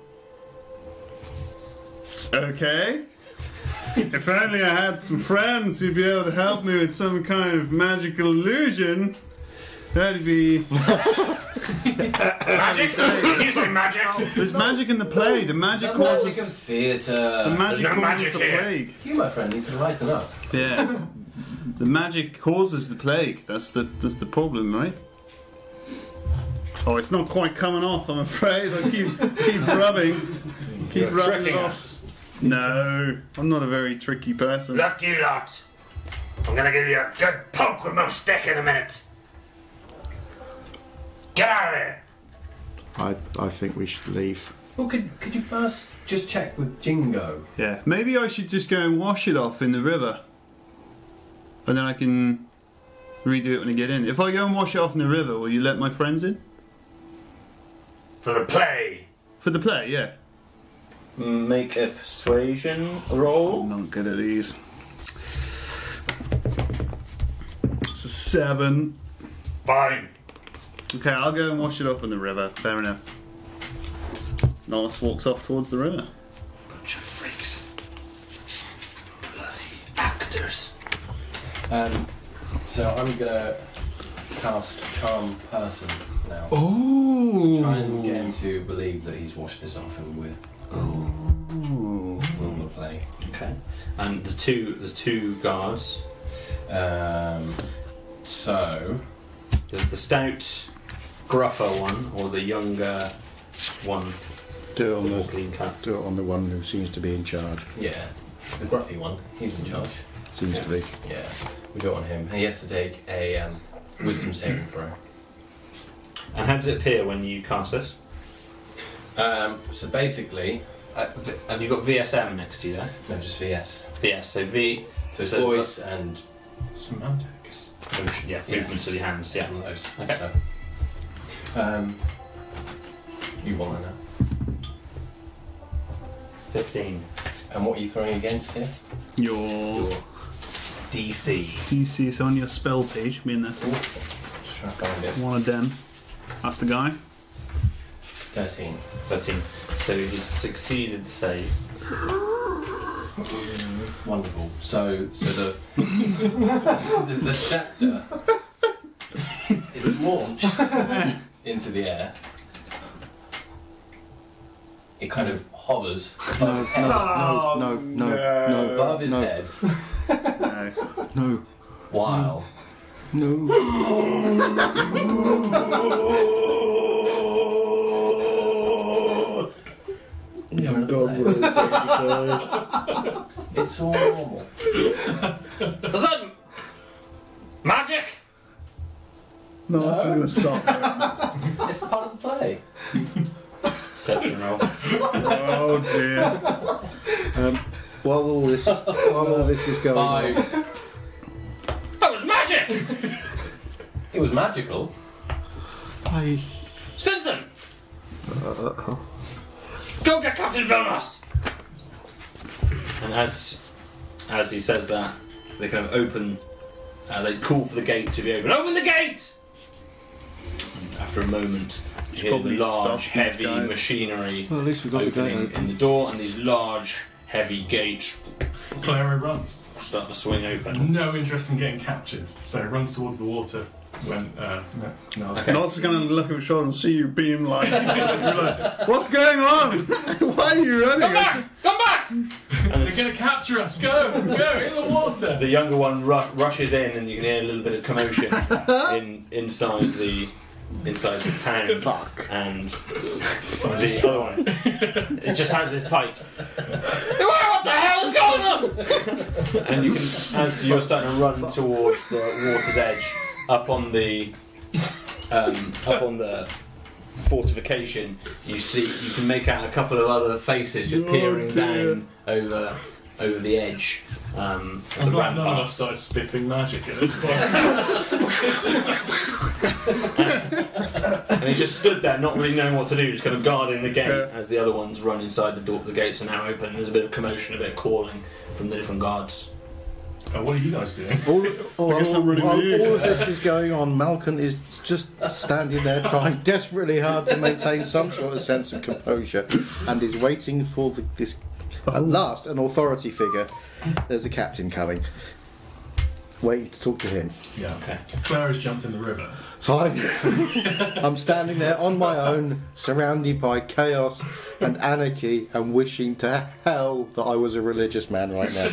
Speaker 7: Okay. If only I had some friends who'd be able to help me with some kind of magical illusion, that'd be
Speaker 3: Magic? Did you say magic?
Speaker 7: There's magic in the play. The magic
Speaker 9: The
Speaker 7: causes
Speaker 9: magic
Speaker 7: the
Speaker 9: of theatre.
Speaker 7: magic
Speaker 3: There's no
Speaker 7: causes
Speaker 3: magic
Speaker 7: the
Speaker 3: here.
Speaker 7: plague.
Speaker 9: You, my friend, need to lighten up.
Speaker 7: Yeah. the magic causes the plague. That's the that's the problem, right? Oh, it's not quite coming off. I'm afraid. I keep keep rubbing, keep
Speaker 3: You're
Speaker 7: rubbing it
Speaker 3: tricking
Speaker 7: off.
Speaker 3: us.
Speaker 7: No, I'm not a very tricky person.
Speaker 3: Look, you lot. I'm gonna give you a good poke with my stick in a minute. Get out of here.
Speaker 5: I, I think we should leave.
Speaker 9: Well, could, could you first just check with Jingo?
Speaker 7: Yeah, maybe I should just go and wash it off in the river. And then I can redo it when I get in. If I go and wash it off in the river, will you let my friends in?
Speaker 3: For the play.
Speaker 7: For the play, yeah.
Speaker 3: Make a persuasion roll.
Speaker 7: I'm not good at these. It's a seven.
Speaker 3: Fine.
Speaker 7: Okay, I'll go and wash it off in the river. Fair enough. Nolus walks off towards the river.
Speaker 3: Bunch of freaks. Bloody actors.
Speaker 9: Um, so I'm gonna cast Charm Person now. Try
Speaker 7: Ooh.
Speaker 9: and get him to believe that he's washed this off and we're on the play.
Speaker 3: Okay. And there's two. There's two guards.
Speaker 9: Um, so
Speaker 3: There's the stout, gruffer one, or the younger one, the
Speaker 5: Do it on
Speaker 3: more
Speaker 5: the
Speaker 3: clean cut.
Speaker 5: do it on the one who seems to be in charge.
Speaker 9: yeah, it's the gruffy one. He's in charge.
Speaker 5: Seems to be.
Speaker 9: Yeah, we don't want him. He has to take a um, Wisdom saving throw.
Speaker 3: And how does it appear when you cast this?
Speaker 9: Um, so basically,
Speaker 3: Uh, v- have you got VSM next to you there?
Speaker 9: no, just VS.
Speaker 3: Yes. So V.
Speaker 9: So it's
Speaker 3: So-
Speaker 9: voice and
Speaker 8: Semantics.
Speaker 3: Motion. Yeah.
Speaker 9: Yes.
Speaker 3: Movements of the hands. Yeah.
Speaker 9: all those.
Speaker 3: Okay.
Speaker 9: So, um, you want to know?
Speaker 3: Fifteen.
Speaker 9: And what are you throwing against here?
Speaker 7: Your
Speaker 3: DC.
Speaker 7: PC is on your spell page, being that's
Speaker 9: Just trying to find it.
Speaker 7: one of them. That's the guy.
Speaker 9: Thirteen.
Speaker 3: 13. So he succeeded the save.
Speaker 9: Wonderful. So, so the, the the scepter is launched into the air. It kind of hovers above his head.
Speaker 5: No, no, no,
Speaker 3: Oh,
Speaker 5: no,
Speaker 9: above his
Speaker 5: Uh, no.
Speaker 9: head,
Speaker 7: No.
Speaker 5: no,
Speaker 9: while
Speaker 5: no.
Speaker 9: you're in a play. it's all normal.
Speaker 3: Listen! Magic!
Speaker 7: No, that's going to stop.
Speaker 9: It's part of the play.
Speaker 3: Perception roll.
Speaker 7: oh dear.
Speaker 5: Um, while all this while all this is going on,
Speaker 9: Five.
Speaker 3: That was magic!
Speaker 9: It was magical.
Speaker 5: I uh,
Speaker 3: Stinson! Go get Captain Velmas! And as as he says that, they kind of open, uh, they call for the gate to be open. Open the gate! And after a moment, you hear
Speaker 7: probably
Speaker 3: the large,
Speaker 7: stop these
Speaker 3: heavy
Speaker 7: guys.
Speaker 3: machinery
Speaker 5: well, at least we've got the gate
Speaker 3: opening in
Speaker 5: open.
Speaker 3: the door, and these large, heavy gates
Speaker 8: Clara runs.
Speaker 3: start to swing open.
Speaker 8: No interest in getting captured, so runs towards the water when uh, no, no,
Speaker 7: Okay. Nol's going to look over his shoulder and see you beam like, You're like, What's going on? Why are you running?
Speaker 3: Come back!
Speaker 8: They're going to capture us. Go, go in the water.
Speaker 3: The younger one ru- rushes in, and you can hear a little bit of commotion in inside the inside the town. And the other one, it just has his pike. what the hell is going on? and you can, as you're starting to run towards the water's edge, up on the um, up on the fortification, you see you can make out a couple of other faces just peering
Speaker 7: dear.
Speaker 3: down over over the edge. Um, of
Speaker 8: I'm
Speaker 3: the
Speaker 8: glad none of us
Speaker 3: ramparts.
Speaker 8: started spiffing magic at this point.
Speaker 3: And he just stood there, not really knowing what to do, just kind of guarding the gate as the other ones run inside the door. The gates are now open. There's a bit of commotion, a bit of calling from the different guards.
Speaker 8: Uh, what are you guys doing?
Speaker 5: All, all,
Speaker 7: guess I'm really
Speaker 5: while
Speaker 7: weird.
Speaker 5: all of this is going on, Malcolm is just standing there trying desperately hard to maintain some sort of sense of composure and is waiting for the, this,
Speaker 7: Oh.
Speaker 5: at last, an authority figure. There's a captain coming. Waiting to talk to him.
Speaker 8: Yeah.
Speaker 3: Okay.
Speaker 8: Clara's jumped in the river.
Speaker 5: Fine. I'm standing there on my own, surrounded by chaos and anarchy, and wishing to hell that I was a religious man right now.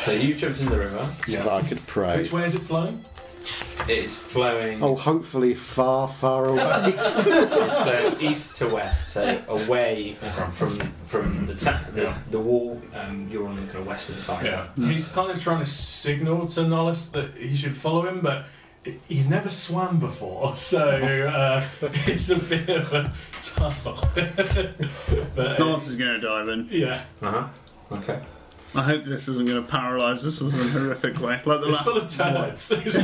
Speaker 3: So you've jumped in the river.
Speaker 5: So that I could pray.
Speaker 8: Which way is it flowing?
Speaker 3: It is flowing.
Speaker 5: Oh, hopefully far, far away.
Speaker 9: Ah.
Speaker 3: It's flowing east to west, so away from from the ta- the, the wall. Um, you're on the kind of western side.
Speaker 8: Yeah, Uh, he's kind of trying to signal to Nollis that he should follow him, but he's never swam before, so uh, it's a bit of a tussle. but, uh,
Speaker 7: Nance is going to dive in.
Speaker 8: yeah,
Speaker 3: Uh huh. Okay.
Speaker 7: I hope this isn't going to paralyse us in a horrific way. Like the
Speaker 8: it's full of
Speaker 7: last.
Speaker 8: turds.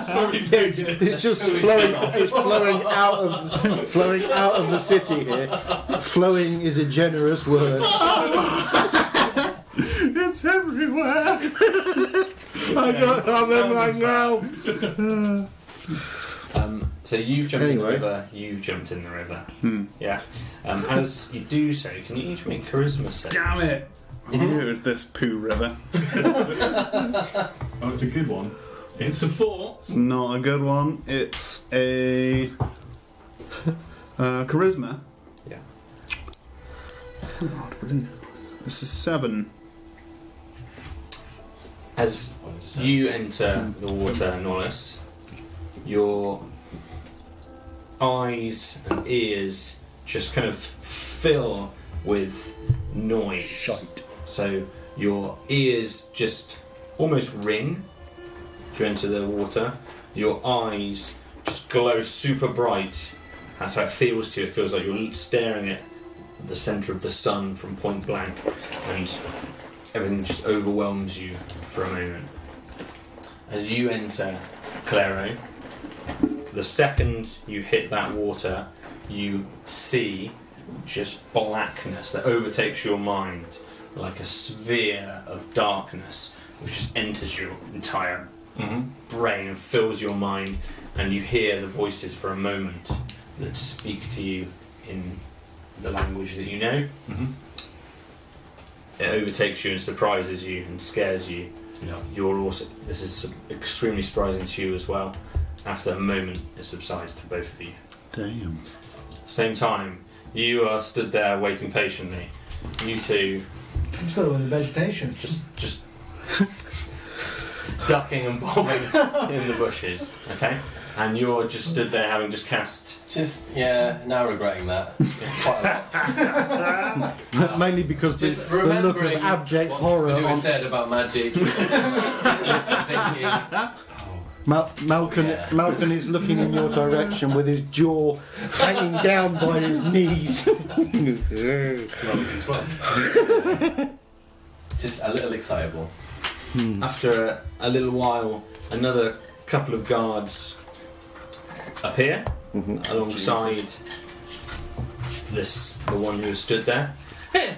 Speaker 8: it's probably good.
Speaker 5: It's just flowing. It's flowing out of flowing out of the city here. Flowing is a generous word.
Speaker 7: It's everywhere!
Speaker 5: I got
Speaker 3: sound
Speaker 5: them
Speaker 3: is
Speaker 5: right now.
Speaker 3: Um, so you've jumped
Speaker 5: Anyway.
Speaker 3: in the river. You've jumped in the river.
Speaker 7: Hmm.
Speaker 3: Yeah. Um, as you do so, can you each make charisma saves?
Speaker 7: Damn it! I knew it was this poo river.
Speaker 8: Oh, it's a good one. It's a four.
Speaker 7: It's not a good one. It's a. Uh, charisma. Oh,
Speaker 3: Yeah.
Speaker 7: This is seven.
Speaker 3: As you enter the water, Nollis, your eyes and ears just kind of fill with noise. So your ears just almost ring as you enter the water. Your eyes just glow super bright. That's how it feels to you. It feels like you're staring at the centre of the sun from point blank, and everything just overwhelms you for a moment. As you enter Claro, the second you hit that water, you see just blackness that overtakes your mind, like a sphere of darkness which just enters your entire brain and fills your mind, and you hear the voices for a moment that speak to you in the language that you know. It overtakes you and surprises you and scares you.
Speaker 8: Yeah.
Speaker 3: You're also this is su- extremely surprising to you as well. After a moment, it subsides to both of you.
Speaker 7: Damn.
Speaker 3: Same time, you are stood there waiting patiently. You two
Speaker 6: I'm still in the vegetation.
Speaker 3: just just ducking and bobbing in the bushes, okay? And you're just stood there having just cast.
Speaker 9: Just yeah, now regretting that. Quite a lot.
Speaker 5: Mainly because the,
Speaker 9: Just
Speaker 5: the look of
Speaker 9: remembering
Speaker 5: abject
Speaker 9: what
Speaker 5: horror
Speaker 9: You
Speaker 5: on
Speaker 9: said about magic. Thinking,
Speaker 5: Mal- Malcolm.
Speaker 9: Yeah.
Speaker 5: Malcolm is looking in your direction with his jaw hanging down by his knees.
Speaker 9: just a little excitable.
Speaker 3: After a, a little while, another couple of guards appear alongside this the one who stood there. Hey,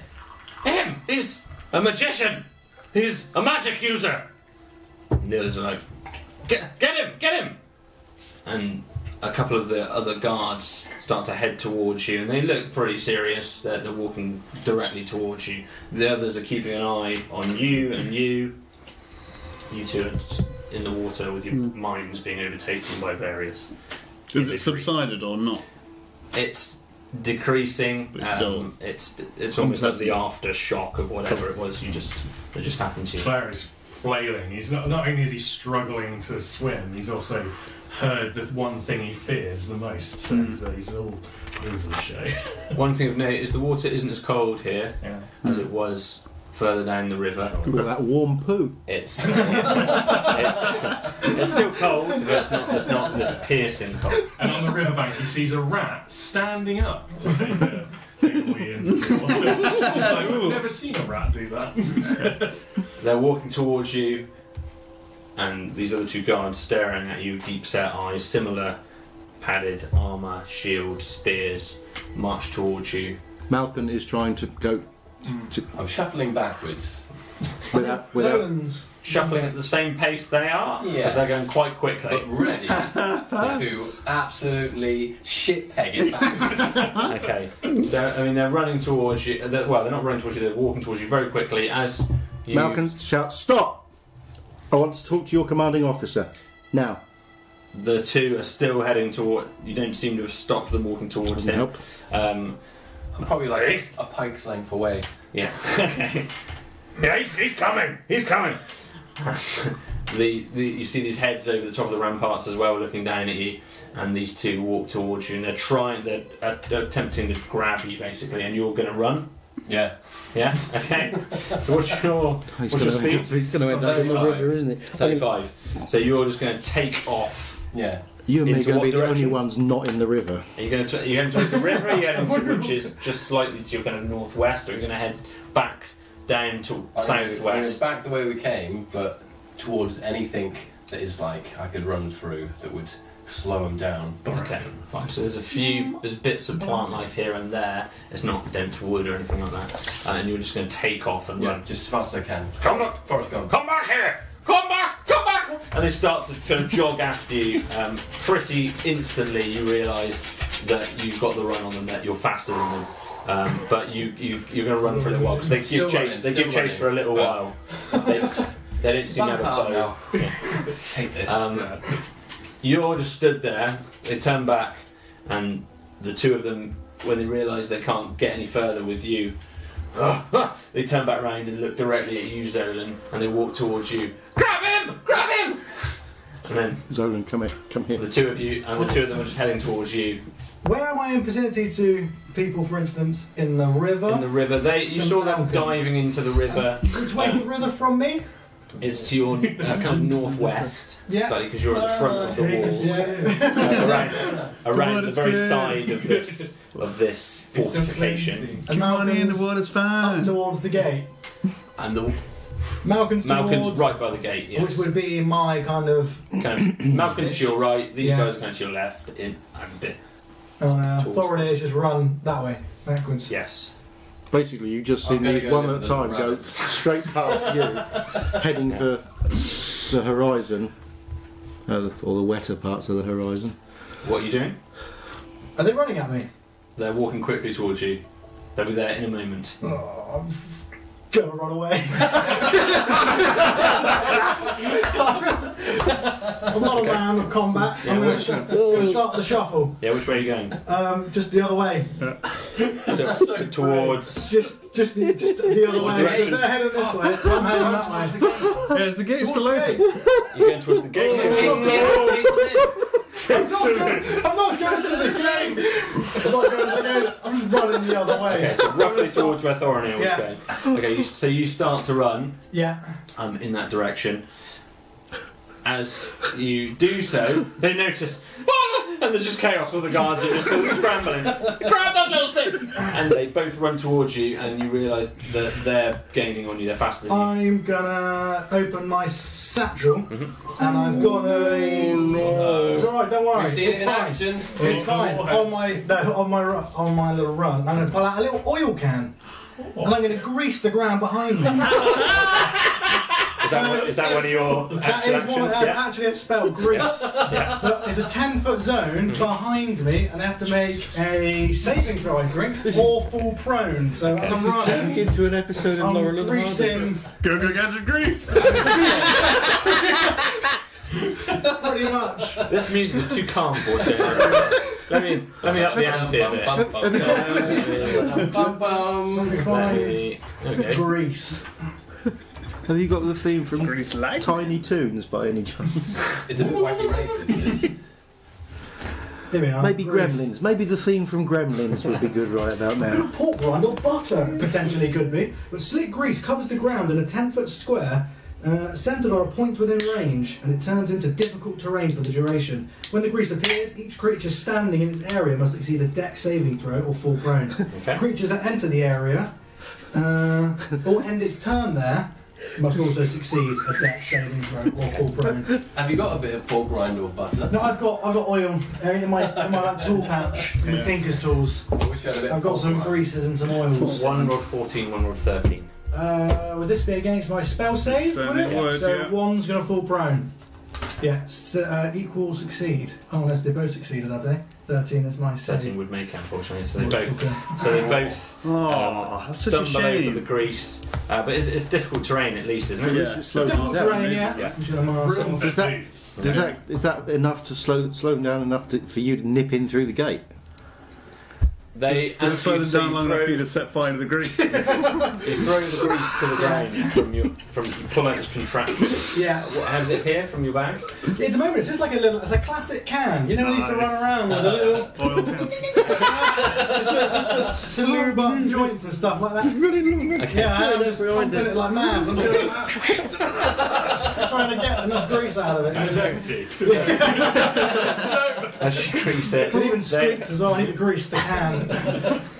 Speaker 3: him! He's a magician! He's a magic user! And the others are like, get, get him! Get him! And a couple of the other guards start to head towards you, and they look pretty serious. They're, they're walking directly towards you. The others are keeping an eye on you and you. You two are just in the water with your minds being overtaken by various.
Speaker 7: Is
Speaker 3: Is it
Speaker 7: it subsided or not?
Speaker 3: It's decreasing.
Speaker 7: But it's still-
Speaker 3: um, it's it's almost like the aftershock of whatever it was
Speaker 7: Mm.
Speaker 3: you just that just happened to you.
Speaker 8: Claire is flailing. He's not not only is he struggling to swim, he's also heard the one thing he fears the most. So he's, uh, he's all over the show.
Speaker 3: One thing of note is the water isn't as cold here
Speaker 8: Yeah.
Speaker 3: as it was further down the river.
Speaker 5: Look at that warm poo.
Speaker 3: It's it's, it's still cold, but it's not it's not this piercing cold.
Speaker 8: And on the riverbank, he sees a rat standing up to take a, take a wee into the water. He's like, I've never seen a rat do that.
Speaker 3: They're walking towards you, and these other two guards staring at you, deep set eyes, similar padded armour, shield, spears, march towards you.
Speaker 5: Malcolm is trying to go
Speaker 9: I'm shuffling backwards.
Speaker 5: without without.
Speaker 6: Zones.
Speaker 3: Shuffling at the same pace they are,
Speaker 9: Yes.
Speaker 3: but they're going quite quickly.
Speaker 9: But ready to absolutely shit peg it back.
Speaker 3: okay. They're, I mean, they're running towards you. They're, well, they're not running towards you, they're walking towards you very quickly as you.
Speaker 5: Malcolm shouts, "Stop! I want to talk to your commanding officer now."
Speaker 3: The two are still heading toward. You don't seem to have stopped them walking towards him.
Speaker 5: Nope.
Speaker 3: Um,
Speaker 9: I'm probably like a pike's length away.
Speaker 3: Yeah. yeah, he's, he's coming. He's coming. The, the you see these heads over the top of the ramparts as well, looking down at you, and these two walk towards you, and they're trying, they're, uh, they're attempting to grab you basically, and you're going to run.
Speaker 9: Yeah.
Speaker 3: Yeah. Okay. so what's your
Speaker 5: He's
Speaker 3: what's your
Speaker 5: gonna
Speaker 3: speed?
Speaker 5: end up- he's going to end up in the
Speaker 9: Thirty-five.
Speaker 5: river, isn't he? I mean,
Speaker 3: Thirty-five. So you're just going to take off.
Speaker 9: Yeah.
Speaker 5: you and me are
Speaker 3: Into
Speaker 5: going to
Speaker 3: what
Speaker 5: be the only
Speaker 3: direction?
Speaker 5: ones not in the river.
Speaker 3: Are you going to you're going to the river? You're heading to, which is just slightly to your kind of northwest, or you're going to head back down to
Speaker 9: I don't know, I mean, it's
Speaker 3: southwest.
Speaker 9: back the way we came, but towards anything that is like I could run through that would slow them down.
Speaker 3: Okay, fine. So there's a few there's bits of plant life here and there. It's not dense wood or anything like that. Uh, and you're just going to take off and
Speaker 9: Yeah,
Speaker 3: run.
Speaker 9: just as fast as I can.
Speaker 3: Come back.
Speaker 9: Forrest Gump.
Speaker 3: Come back here! Come back! Come back! And they start to kind of jog after you. Um, pretty instantly, you realise that you've got the run on them. That you're faster than them. Um, but you, you you're going to run for a little while because they give
Speaker 9: Still
Speaker 3: chase.
Speaker 9: running,
Speaker 3: they
Speaker 9: still
Speaker 3: give chase
Speaker 9: running.
Speaker 3: for a little
Speaker 9: Uh,
Speaker 3: while. They, they don't seem to have a
Speaker 9: Bump out
Speaker 3: bow.
Speaker 9: now. Take this.
Speaker 3: Um, You're just stood there. They turn back, and the two of them, when they realise they can't get any further with you, they turn back round and look directly at you, Zerilyn, and they walk towards you. Grab him! Grab him! And then
Speaker 5: Zolan, come here, come
Speaker 3: the
Speaker 5: here.
Speaker 3: two of you, and the two of them are just heading towards you
Speaker 6: Where am I in vicinity to people, for instance? In the river?
Speaker 3: in the river. They, you saw them diving into the river.
Speaker 6: Which way is the river from me?
Speaker 3: It's to your uh, kind of northwest,
Speaker 6: Yeah.
Speaker 3: slightly because you're at the front of the
Speaker 8: Take us
Speaker 3: walls,
Speaker 8: there.
Speaker 3: uh, around, around
Speaker 7: Blood
Speaker 3: the
Speaker 7: is
Speaker 3: very
Speaker 7: good.
Speaker 3: side of this of this fortification.
Speaker 7: Come on in, the water's
Speaker 6: Up
Speaker 7: fine.
Speaker 6: towards the gate.
Speaker 3: And the
Speaker 6: Malkin's
Speaker 3: Malkin's
Speaker 6: towards,
Speaker 3: right by the gate, yes.
Speaker 6: which would be my kind of
Speaker 3: kind of, Malkin's to your right, these
Speaker 6: Yeah.
Speaker 3: guys are kind of to your left, in, and a bit,
Speaker 6: And uh,
Speaker 3: Towards
Speaker 6: Thorin is just run that way, backwards.
Speaker 3: yes.
Speaker 5: Basically, you just see
Speaker 9: I'm gonna
Speaker 5: me
Speaker 9: go
Speaker 5: one
Speaker 9: live
Speaker 5: at a
Speaker 9: with
Speaker 5: time
Speaker 9: the
Speaker 5: go
Speaker 9: rabbits.
Speaker 5: straight past you, heading for the horizon, uh, the- or the wetter parts of the horizon.
Speaker 3: What are you doing?
Speaker 6: Are they running at me?
Speaker 3: They're walking quickly towards you. They'll be there in a moment.
Speaker 6: Oh, I'm f- gonna run away. I'm not a man of combat.
Speaker 3: Yeah,
Speaker 6: I'm gonna,
Speaker 3: which-
Speaker 6: st- gonna start the shuffle.
Speaker 3: Yeah, which way are you going?
Speaker 6: Um, just the other way.
Speaker 3: Just towards.
Speaker 6: Just, just the, just the other way.
Speaker 3: direction?
Speaker 6: They're heading this way. I'm heading that way.
Speaker 7: Yes, the gate's still open.
Speaker 3: You're going towards the gate.
Speaker 6: I'm not going- I'm not going to the game. I'm not going to the game. I'm just running the other way.
Speaker 3: Okay, so roughly towards where Thorin was
Speaker 6: Yeah.
Speaker 3: going. Okay, you, so you start to run
Speaker 6: Yeah.
Speaker 3: um, in that direction. As you do so, they notice, "Ah!" and there's just chaos. All the guards are just all scrambling. Grab that little thing! And they both run towards you, and you realise that they're gaining on you. They're faster than you.
Speaker 6: I'm gonna open my satchel
Speaker 9: Mm-hmm.
Speaker 6: and I've got
Speaker 9: Oh,
Speaker 6: a. It's alright, don't worry.
Speaker 9: We've seen
Speaker 6: It's
Speaker 9: it in
Speaker 6: fine.
Speaker 9: action.
Speaker 6: It's fine. On my no, on my ru- on my little run, I'm gonna pull out a little oil can.
Speaker 9: Oh.
Speaker 6: And I'm going to grease the ground behind me. that
Speaker 3: Is that, one, is that one of your actual
Speaker 6: is one
Speaker 3: actions?
Speaker 6: that's
Speaker 3: Yeah.
Speaker 6: actually a spell, grease. So it's a 10 foot zone
Speaker 3: Mm-hmm.
Speaker 6: behind me, and I have to make a saving throw, I think, or fall prone. So as I'm running,
Speaker 5: into an episode of Laurel
Speaker 6: I'm greasing
Speaker 7: Go, go, gadget grease.
Speaker 6: pretty much.
Speaker 3: This music is too calm for us. David. let me let me up the ante a bit.
Speaker 6: Be
Speaker 3: Let
Speaker 6: fine.
Speaker 3: me- Okay.
Speaker 6: Grease.
Speaker 5: Have you got the theme from
Speaker 7: Grease light.
Speaker 5: Tiny Toons by any chance?
Speaker 9: It's a bit wacky racist. This.
Speaker 6: There we are.
Speaker 3: Oh,
Speaker 5: Maybe
Speaker 6: Grease.
Speaker 5: Gremlins. Maybe the theme from Gremlins would be good right about now.
Speaker 6: Pork rind or butter potentially could be, but slick grease covers the ground in a 10 foot square. Uh, centered on a point within range, and it turns into difficult terrain for the duration. When the grease appears, each creature standing in its area must succeed a deck saving throw or fall prone.
Speaker 3: Okay.
Speaker 6: Creatures that enter the area uh, or end its turn there must also succeed a deck saving throw or fall prone.
Speaker 9: Have you got a bit of pork rind or butter?
Speaker 6: No, I've got I've got oil uh, in my in my like, tool pouch, in my tinker's tools.
Speaker 9: I wish I had a bit.
Speaker 6: I've
Speaker 9: of
Speaker 6: got
Speaker 9: pork
Speaker 6: some
Speaker 9: rind.
Speaker 6: greases and some oils.
Speaker 3: One rolled 14, one rolled 13.
Speaker 6: Uh, would this be against my spell save?
Speaker 7: So
Speaker 6: would
Speaker 7: it would,
Speaker 6: so
Speaker 7: yeah.
Speaker 6: one's going to fall prone. Yeah, s uh, equal succeed. Oh, unless they both succeeded, have they? 13 is my
Speaker 3: 13
Speaker 6: save.
Speaker 3: would make it, unfortunately. So they
Speaker 6: Wonderful
Speaker 3: both,
Speaker 6: game.
Speaker 3: so they both
Speaker 7: Oh, that's such a
Speaker 3: stumble over the
Speaker 7: shame.
Speaker 3: grease. Uh, but it's, it's difficult terrain, at least, isn't it?
Speaker 7: Yeah.
Speaker 5: Is it slow
Speaker 6: Difficult
Speaker 5: down?
Speaker 6: terrain, yeah.
Speaker 3: Yeah.
Speaker 6: I'm just gonna mark some off.
Speaker 5: Does that, does that, is that enough to slow, slow them down enough to, for you to nip in through the gate?
Speaker 3: They
Speaker 7: And
Speaker 3: as you-
Speaker 7: further
Speaker 3: so
Speaker 7: down
Speaker 3: you
Speaker 7: long
Speaker 3: throw-
Speaker 7: enough for you to set fire to the grease.
Speaker 3: You throw the grease to the ground from your from you pull out this contraption.
Speaker 6: Yeah.
Speaker 3: What how does it appear from your bag?
Speaker 6: At the moment, it's just like a little, it's a classic can. You know, I used to run around with a little,
Speaker 7: Oil can.
Speaker 6: just to, just to, to lube up joints and stuff like that. Yeah, I'm just pumping it like mad. I'm doing that. trying to get enough grease out of it.
Speaker 8: It's empty.
Speaker 3: As you grease
Speaker 7: Oh,
Speaker 6: It
Speaker 3: it,
Speaker 6: even
Speaker 3: they,
Speaker 6: squeaks as well. I need to grease the can.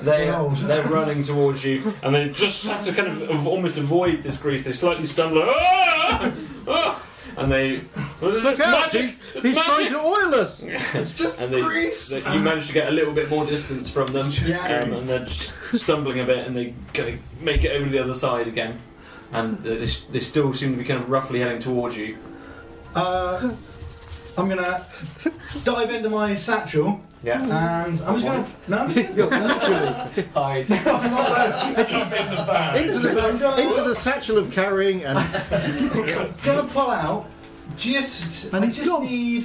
Speaker 3: they,
Speaker 7: Oh,
Speaker 6: Old.
Speaker 3: they're running towards you, and they just have to kind of, av- almost avoid this grease. They slightly stumble, "Ah! Ah!" and they, what is this magic? It's
Speaker 5: He's
Speaker 3: magic!
Speaker 5: trying to oil us.
Speaker 6: It's just
Speaker 3: and they,
Speaker 6: grease.
Speaker 3: they- you manage to get a little bit more distance from them,
Speaker 6: Yeah.
Speaker 3: um, and they're just stumbling a bit, and they kind of make it over to the other side again. And uh, they, s- they still seem to be kind of roughly heading towards you.
Speaker 6: Uh, I'm gonna dive into my satchel
Speaker 3: Yeah.
Speaker 6: and I'm just gonna. No, I'm just gonna.
Speaker 9: Hide.
Speaker 5: Into the,
Speaker 6: I'm gonna-
Speaker 5: into the satchel of carrying and
Speaker 6: gonna pull out just.
Speaker 5: And
Speaker 6: I
Speaker 5: it's
Speaker 6: just
Speaker 5: gone.
Speaker 6: need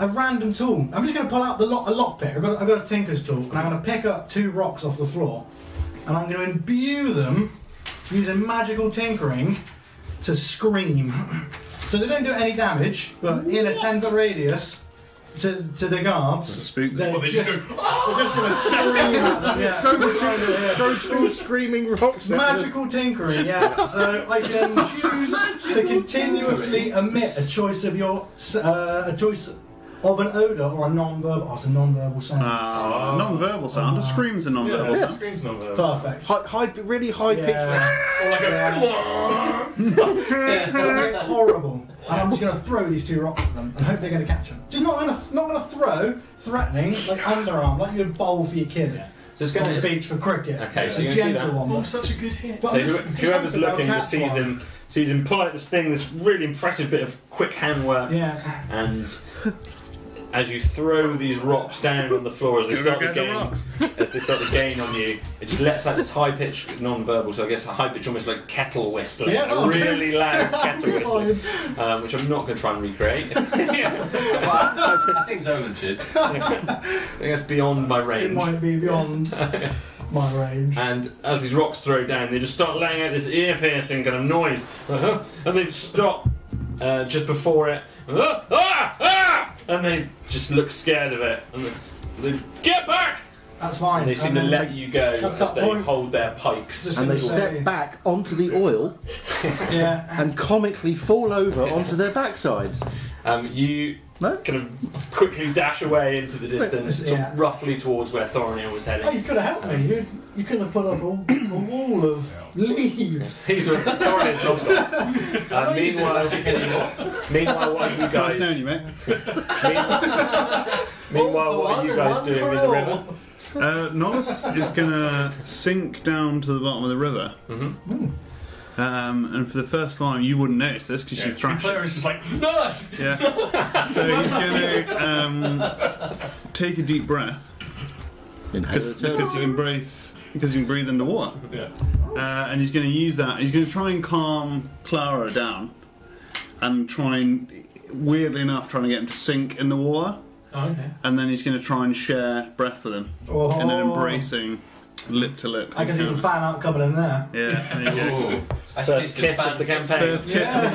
Speaker 6: a random tool. I'm just gonna pull out the lot a lock pick. I've got, I've got a tinker's tool, and I'm gonna pick up two rocks off the floor, and I'm gonna imbue them using magical tinkering to scream. So they don't do any damage, but in a ten foot radius to, to the guards,
Speaker 7: Spook them.
Speaker 6: they're
Speaker 8: They
Speaker 6: just,
Speaker 8: just go,
Speaker 6: they're just gonna scream at them. Yeah.
Speaker 5: throw two screaming rocks. at them.
Speaker 6: Magical tinkering, yeah. So I can choose to continuously emit a choice of your s- uh, a choice of an odor or a non-verbal. Oh, it's a non-verbal sound.
Speaker 7: Ah, non-verbal sound. A scream's a
Speaker 8: yeah,
Speaker 7: non-verbal
Speaker 8: the
Speaker 7: sound.
Speaker 8: screen's not there.
Speaker 6: Perfect.
Speaker 5: Hi, high, really high pitched.
Speaker 6: Yeah.
Speaker 8: Or like a.
Speaker 6: They're horrible. And I'm just going to throw these two rocks at them and hope they're going to catch them. Just not going to not going to throw threatening like underarm like you'd bowl for your kid
Speaker 3: Yeah. So it's
Speaker 6: on
Speaker 3: going
Speaker 6: the
Speaker 3: to.
Speaker 6: beach for cricket.
Speaker 3: Okay, so
Speaker 6: a
Speaker 3: you're gonna do
Speaker 6: gentle
Speaker 3: that.
Speaker 6: one.
Speaker 8: Oh,
Speaker 6: but-
Speaker 8: such a good hit.
Speaker 6: but
Speaker 3: So
Speaker 6: I'm just-
Speaker 3: who- whoever's
Speaker 6: just
Speaker 3: looking
Speaker 6: about
Speaker 3: just sees
Speaker 6: cat
Speaker 3: him, sees him pull out this thing, this really impressive bit of quick hand work,
Speaker 6: one. Yeah.
Speaker 3: and as you throw these rocks down on the floor, as they start to
Speaker 7: Go get the
Speaker 3: gain,
Speaker 7: rocks.
Speaker 3: as they start to gain on you, it just lets out this high pitched non-verbal. So I guess a high pitch, almost like kettle whistling,
Speaker 6: Yeah,
Speaker 3: a
Speaker 6: oh, okay.
Speaker 3: really loud kettle
Speaker 6: Oh,
Speaker 3: whistling, um, which I'm not going to try and recreate. I
Speaker 9: I think Zolan did.
Speaker 3: think that's beyond my
Speaker 6: It
Speaker 3: range.
Speaker 6: might be beyond my range.
Speaker 3: And as these rocks throw down, they just start laying out this ear piercing kind of noise. Uh-huh. And they stop uh, just before it. Uh, ah, ah! And they just look scared of it. And they, they get back!
Speaker 6: That's fine.
Speaker 3: And they seem to
Speaker 6: Um,
Speaker 3: let you go
Speaker 6: that
Speaker 3: as they
Speaker 6: point-
Speaker 3: hold their pikes.
Speaker 5: And they
Speaker 6: Say-
Speaker 5: step back onto the oil
Speaker 6: Yeah.
Speaker 5: and comically fall over onto their backsides.
Speaker 3: Um, you
Speaker 5: No?
Speaker 3: kind of quickly dash away into the distance, to-
Speaker 6: Yeah.
Speaker 3: roughly towards where Thorinil was
Speaker 6: Oh,
Speaker 3: heading.
Speaker 6: you could have helped me. You, you could have put up a, a wall of leaves.
Speaker 3: He's with Thorinil's not gone. Uh, meanwhile, meanwhile, what are you
Speaker 7: Nice knowing
Speaker 3: guys?
Speaker 7: you, mate.
Speaker 3: Meanwhile, what are you guys doing in the river?
Speaker 7: Uh, Novice is going to sink down to the bottom of the river.
Speaker 8: Mm-hmm.
Speaker 7: Um, and for the first time, you wouldn't notice this because
Speaker 8: Yeah,
Speaker 7: you
Speaker 8: the
Speaker 7: thrash
Speaker 8: player
Speaker 7: it.
Speaker 8: is just like, nice!
Speaker 7: Yeah. So he's going to um, take a deep breath because because you can breathe because you can breathe underwater.
Speaker 8: Yeah.
Speaker 7: Uh, and he's going to use that. He's going to try and calm Clara down, and try and weirdly enough, trying to get him to sink in the water.
Speaker 8: Oh, okay.
Speaker 7: And then he's going to try and share breath with him
Speaker 6: Oh.
Speaker 7: in an embracing lip to lip.
Speaker 6: I can see some fan art coming in there.
Speaker 7: Yeah. there you go.
Speaker 9: Ooh. I
Speaker 3: First
Speaker 9: see
Speaker 3: kiss
Speaker 9: some
Speaker 3: of the
Speaker 9: fanfic.
Speaker 3: campaign.
Speaker 7: First kiss of the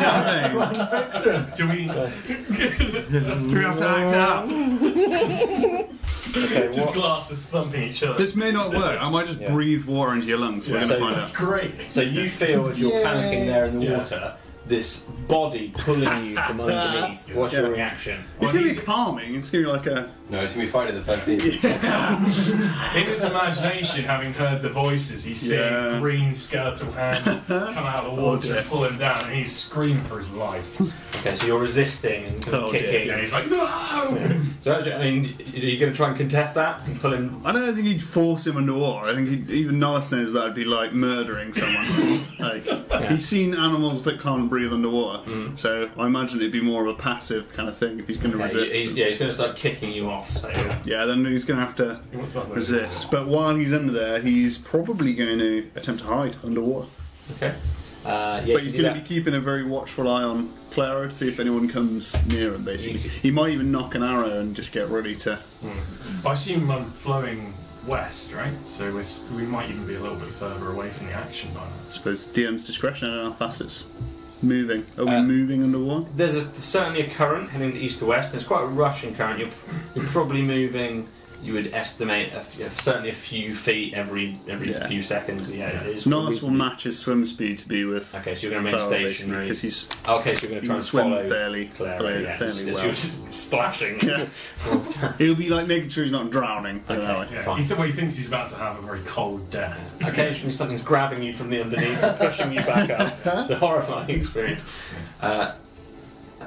Speaker 7: campaign.
Speaker 8: Do we.
Speaker 7: Do we have to act it out?
Speaker 3: Okay,
Speaker 8: Just
Speaker 3: what-
Speaker 8: glasses thumping each other.
Speaker 7: This may not work. I might just
Speaker 3: Yeah.
Speaker 7: breathe water into your lungs. We're
Speaker 3: Yeah.
Speaker 7: going to
Speaker 3: So-
Speaker 7: find out.
Speaker 8: Great.
Speaker 3: So you feel as you're
Speaker 6: Yay.
Speaker 3: panicking there in the
Speaker 8: Yeah.
Speaker 3: water, this body pulling you from underneath. What's your
Speaker 7: Yeah.
Speaker 3: reaction?
Speaker 7: It's going to be calming. It's going to be like a.
Speaker 9: No, it's gonna be Friday the 13th.
Speaker 8: In his imagination, having heard the voices, he's seeing
Speaker 7: Yeah.
Speaker 8: green skeletal hands come out of the water and pull him down, and he's screaming for his life.
Speaker 3: Okay, so you're resisting and kind of
Speaker 7: Oh, dear.
Speaker 3: kicking.
Speaker 8: And he's like, no!
Speaker 3: Yeah. So actually, I mean, y- are you going to try and contest that and pull him?
Speaker 7: I don't think he'd force him underwater. I think he'd, even Norris knows that would be like murdering someone. like he's seen animals that can't breathe underwater, so I imagine it'd be more of a passive kind of thing if he's going to
Speaker 3: Mm. Yeah,
Speaker 7: resist.
Speaker 3: he's, yeah, he's going to start kicking you off. So uh,
Speaker 7: yeah, then he's going to have to
Speaker 8: He wants that look.
Speaker 7: resist. But while he's under there, he's probably going to attempt to hide underwater.
Speaker 3: okay. Uh, yeah,
Speaker 7: But he's going to be keeping a very watchful eye on Clara to see if anyone comes near him. Basically, he might even knock an arrow and just get ready to.
Speaker 8: I see him um, flowing west, right? So we're, s- we might even be a little bit further away from the action by now.
Speaker 7: I suppose DM's discretion. I don't know how fast it's moving. Are we
Speaker 3: Uh,
Speaker 7: moving underwater?
Speaker 3: There's a, certainly a current heading east to west. There's quite a rushing current. You're, you're probably moving. You would estimate a f- certainly a few feet every every
Speaker 7: Yeah.
Speaker 3: few seconds. Yeah, it is.
Speaker 7: Niles will match his swim speed to be with
Speaker 3: Okay, so you're going to remain stationary.
Speaker 7: because he's
Speaker 3: Okay, so you're going to
Speaker 7: he
Speaker 3: try
Speaker 7: can
Speaker 3: and
Speaker 7: swim
Speaker 3: follow
Speaker 7: fairly,
Speaker 3: Clara.
Speaker 7: fairly,
Speaker 3: yeah,
Speaker 7: fairly
Speaker 3: it's- it's-
Speaker 7: well.
Speaker 3: you're just splashing.
Speaker 7: Yeah.
Speaker 3: all the time.
Speaker 7: He'll be like making sure he's not drowning. put it that
Speaker 3: Okay.
Speaker 7: way.
Speaker 8: Yeah,
Speaker 3: Fine.
Speaker 8: he, th- well, he thinks he's about to have a very cold death.
Speaker 3: Occasionally, something's grabbing you from the underneath and pushing you back up. It's a horrifying experience. Uh,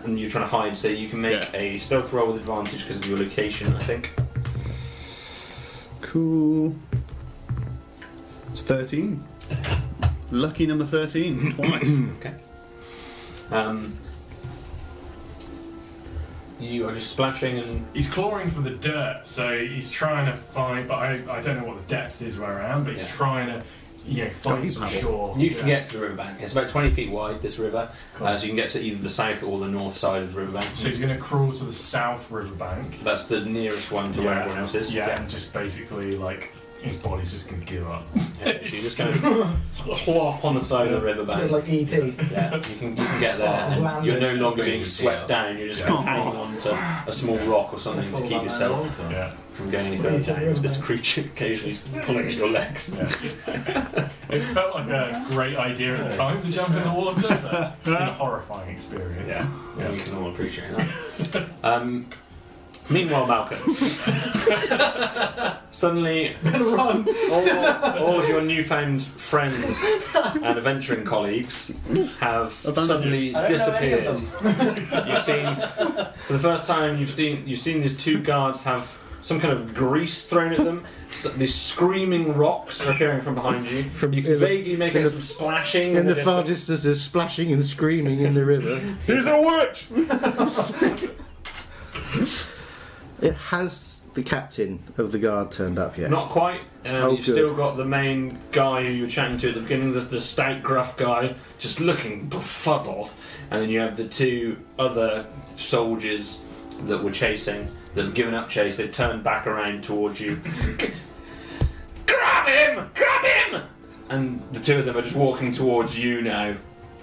Speaker 3: and you're trying to hide, so you can make
Speaker 7: Yeah.
Speaker 3: a stealth roll with advantage because of your location, I think.
Speaker 7: Cool. It's thirteen. Lucky number thirteen twice.
Speaker 3: Um, you are just splashing and
Speaker 8: He's clawing for the dirt, so he's trying to find. But I, I don't know what the depth is where I am. But he's
Speaker 3: Yeah.
Speaker 8: trying to, you know, find
Speaker 1: you
Speaker 8: some
Speaker 1: paddle?
Speaker 8: shore.
Speaker 3: you can
Speaker 8: Yeah.
Speaker 3: get to the riverbank. It's about 20 feet wide, this river, uh, so you can get to either the south or the north side of the riverbank.
Speaker 8: So he's going to crawl to the south riverbank.
Speaker 3: That's the nearest one to where everyone else is.
Speaker 8: Yeah, and just basically like his body's just going to give up.
Speaker 3: Yeah, So you just kind of plop on the side of the riverbank.
Speaker 6: Like E E.T.
Speaker 3: Yeah, you can you can get
Speaker 6: Oh,
Speaker 3: there.
Speaker 6: landed.
Speaker 3: You're no longer being
Speaker 9: Yeah.
Speaker 3: swept down. You're just
Speaker 8: Yeah.
Speaker 3: hanging on to a small rock or something to keep yourself
Speaker 8: Yeah.
Speaker 3: from going any further down. As This creature occasionally pulling at your legs.
Speaker 8: yeah. it felt like a great idea at the time to jump in the water, but it's been a horrifying experience.
Speaker 3: Yeah, yeah, we can all appreciate that. um, meanwhile, Malcolm, suddenly
Speaker 6: Run!
Speaker 3: all, all of your newfound friends and adventuring colleagues have
Speaker 7: Abandoned
Speaker 3: suddenly
Speaker 9: I don't
Speaker 3: disappeared.
Speaker 9: know any of them.
Speaker 3: You've seen for the first time. You've seen you've seen these two guards have some kind of grease thrown at them. S these screaming rocks are appearing from behind you. you can
Speaker 5: in the-
Speaker 3: vaguely make
Speaker 5: in
Speaker 3: out
Speaker 5: the-
Speaker 3: some splashing
Speaker 5: In the
Speaker 3: distance.
Speaker 5: far distance, there's splashing and screaming in the river.
Speaker 1: He's a witch!
Speaker 5: It has the captain of the guard turned up yet.
Speaker 3: Not quite. Um,
Speaker 5: Oh,
Speaker 3: you've
Speaker 5: good.
Speaker 3: still got the main guy who you were chatting to at the beginning, the, the stout, gruff guy, just looking befuddled. And then you have the two other soldiers that were chasing, that have given up chase. They've turned back around towards you. Grab him! Grab him! And the two of them are just walking towards you now,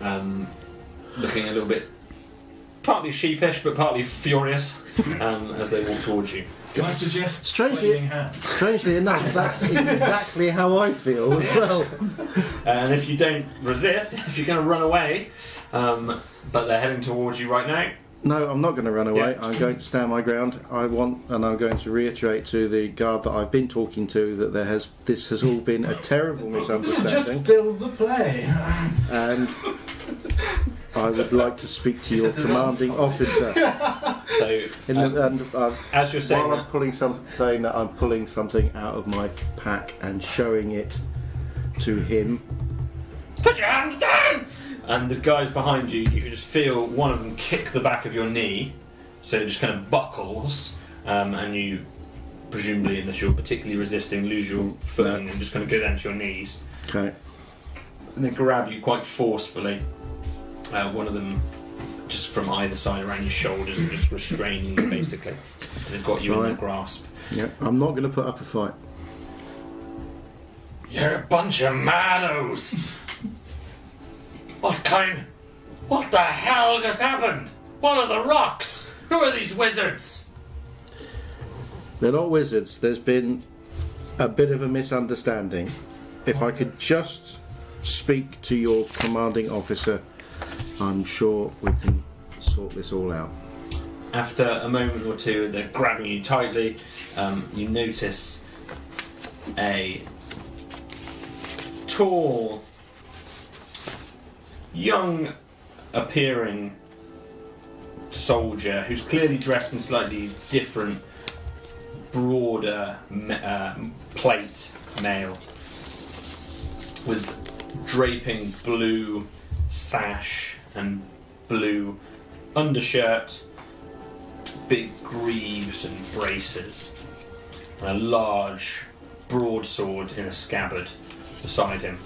Speaker 3: um, looking a little bit partly sheepish but partly furious um, as they walk towards you.
Speaker 8: Can I suggest
Speaker 5: Strangely-
Speaker 8: waving hands?
Speaker 5: Strangely enough, that's exactly how I feel as well.
Speaker 3: And if you don't resist, if you're going to run away, um, but they're heading towards you right now.
Speaker 5: No, I'm not going to run away. I'm going to stand my ground. I want, and I'm going to reiterate to the guard that I've been talking to that there has this has all been a terrible
Speaker 6: Just
Speaker 5: misunderstanding,
Speaker 6: still the play.
Speaker 5: and I would like to speak to your commanding officer.
Speaker 3: So um,
Speaker 5: In the, and uh,
Speaker 3: as you're saying
Speaker 5: while I'm
Speaker 3: that,
Speaker 5: pulling some, saying that I'm pulling something out of my pack and showing it to him.
Speaker 3: put your hands down. And the guys behind you, you can just feel one of them kick the back of your knee, so it just kind of buckles, um, and you presumably, unless you're particularly resisting, lose your footing and just kind of go down to your knees.
Speaker 5: Okay.
Speaker 3: And they grab you quite forcefully. Uh, one of them just from either side around your shoulders and just restraining you basically. And they've got you in their
Speaker 5: Right.
Speaker 3: grasp.
Speaker 5: Yeah, I'm not going to put up a fight.
Speaker 3: You're a bunch of maddos. What kind? What the hell just happened? What are the rocks? Who are these wizards?
Speaker 5: They're not wizards. There's been a bit of a misunderstanding. If I could just speak to your commanding officer, I'm sure we can sort this all out.
Speaker 3: After a moment or two, they're grabbing you tightly. Um, you notice a tall, young appearing soldier who's clearly dressed in slightly different, broader ma- uh, plate mail with draping blue sash and blue undershirt big greaves and braces, and a large broadsword in a scabbard beside him.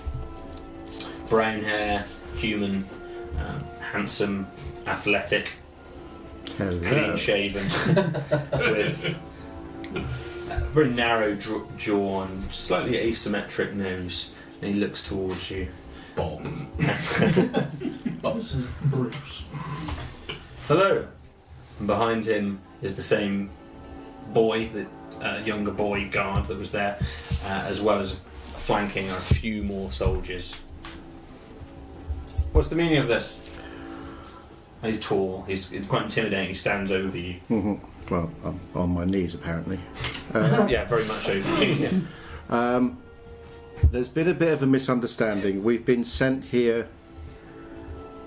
Speaker 3: Brown hair, human, um, handsome, athletic,
Speaker 5: Hello.
Speaker 3: clean shaven, with uh, very narrow dr- jaw and slightly asymmetric nose, and he looks towards you.
Speaker 8: Bob.
Speaker 6: This is Bruce.
Speaker 3: Hello. And behind him is the same boy, the uh, younger boy guard that was there, uh, as well as flanking are a few more soldiers. What's the meaning of this? And He's tall. He's quite intimidating. He stands over you.
Speaker 5: Mhm. Well, I'm on my knees apparently.
Speaker 3: yeah, very much over you. Yeah.
Speaker 5: Um, there's been a bit of a misunderstanding. We've been sent here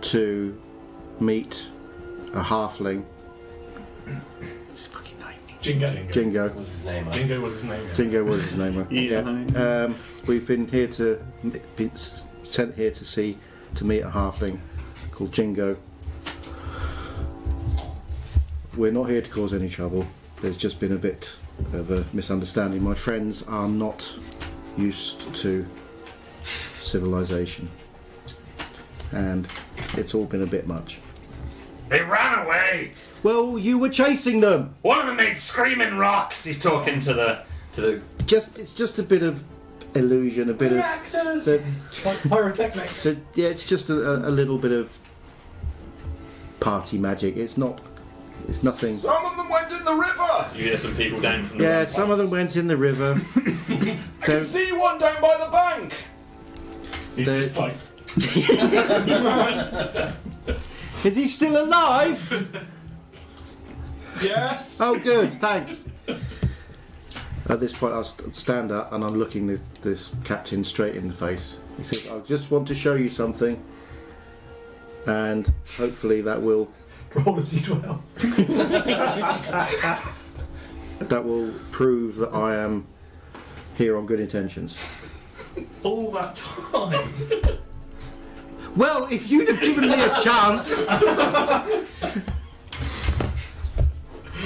Speaker 5: to meet a halfling,
Speaker 8: Jingo.
Speaker 5: Jingo.
Speaker 9: What's his name? I
Speaker 8: Jingo was his name.
Speaker 5: Jingo was his name. right?
Speaker 7: Yeah.
Speaker 5: Um, we've been here to been s- sent here to see to meet a halfling called Jingo. We're not here to cause any trouble. There's just been a bit of a misunderstanding. My friends are not used to civilization, and it's all been a bit much.
Speaker 3: They ran away.
Speaker 5: Well, you were chasing them.
Speaker 3: One of them made screaming rocks. He's talking to the to the
Speaker 5: Just it's just a bit of illusion, a bit of. the-
Speaker 6: Like pyrotechnics.
Speaker 5: So yeah, it's just a, a, a little bit of party magic. It's not. It's nothing.
Speaker 3: Some of them went in the river. You hear some people down from the
Speaker 5: Yeah,
Speaker 3: rampart.
Speaker 5: some of them went in the river.
Speaker 3: I
Speaker 5: They're-
Speaker 3: can see one down by the bank.
Speaker 8: He's
Speaker 5: The-
Speaker 8: just like,
Speaker 5: Is he still alive?
Speaker 8: yes.
Speaker 5: Oh, good. Thanks. At this point, I st- stand up and I'm looking this, this captain straight in the face. He says, "I just want to show you something, and hopefully that will
Speaker 6: Roll a d12.
Speaker 5: that will prove that I am here on good intentions."
Speaker 8: All that time.
Speaker 5: Well, if you'd have given me a chance.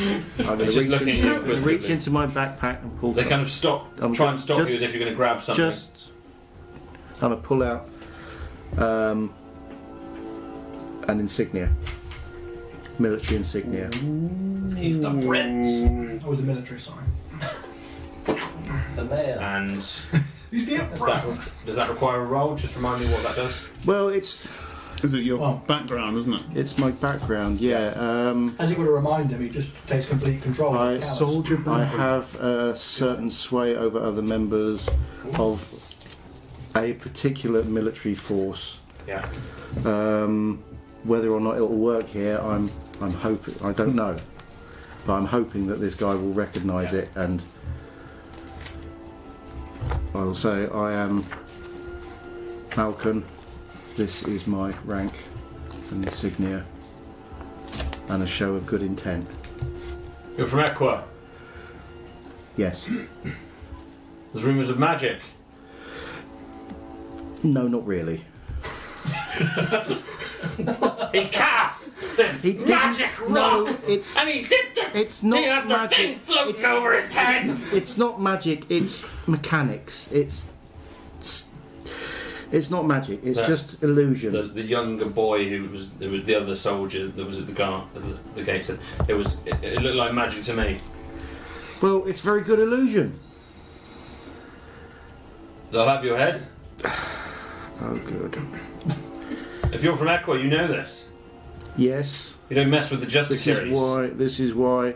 Speaker 5: I'm going
Speaker 3: He's
Speaker 5: to
Speaker 3: just
Speaker 5: reach,
Speaker 3: looking at
Speaker 5: into,
Speaker 3: you
Speaker 5: I'm gonna reach
Speaker 3: inquisitively.
Speaker 5: into my backpack and pull
Speaker 3: They
Speaker 5: something.
Speaker 3: kind of stop,
Speaker 5: I'm
Speaker 3: try
Speaker 5: ju-
Speaker 3: and stop you
Speaker 5: Um, just-
Speaker 3: as if you're going to grab something.
Speaker 5: Just. I'm going to pull out um, an insignia. Military insignia.
Speaker 3: He's the prince.
Speaker 6: I was a military, sorry.
Speaker 9: The mayor.
Speaker 3: And
Speaker 6: He's the
Speaker 3: does
Speaker 6: emperor.
Speaker 3: that, does that require a roll? Just remind me what that does.
Speaker 5: Well, it's
Speaker 7: Is it your
Speaker 6: Well-
Speaker 7: background, isn't it?
Speaker 5: it's my background. Yeah. Um,
Speaker 6: As you would have reminded him, he just takes complete control.
Speaker 5: I
Speaker 6: of the palace.
Speaker 5: I have a certain sway over other members of a particular military force.
Speaker 3: Yeah.
Speaker 5: Um, whether or not it'll work here, I'm I'm hoping I don't know, but I'm hoping that this guy will recognise
Speaker 3: Yeah.
Speaker 5: it, and I'll say I am Malcolm. This is my rank and insignia, and a show of good intent.
Speaker 3: You're from Equa.
Speaker 5: Yes.
Speaker 3: There's rumours of magic.
Speaker 5: No, not really.
Speaker 3: He cast this
Speaker 5: He didn't-
Speaker 3: magic rock,
Speaker 5: No, it's
Speaker 3: and he did the.
Speaker 5: it's
Speaker 3: he had
Speaker 5: not
Speaker 3: the thing
Speaker 5: magic.
Speaker 3: floating over his head.
Speaker 5: It's not magic. It's mechanics. It's it's, it's not magic. It's
Speaker 3: Yeah.
Speaker 5: just illusion.
Speaker 3: the, the younger boy who was, who was the other soldier that was at the guard at the, the gate said it was it, it looked like magic to me.
Speaker 5: Well, it's very good illusion.
Speaker 3: They'll have your head.
Speaker 5: Oh, good.
Speaker 3: If you're from Equa, you know this.
Speaker 5: Yes,
Speaker 3: You don't mess with the Justice
Speaker 5: this
Speaker 3: series.
Speaker 5: is why. This is why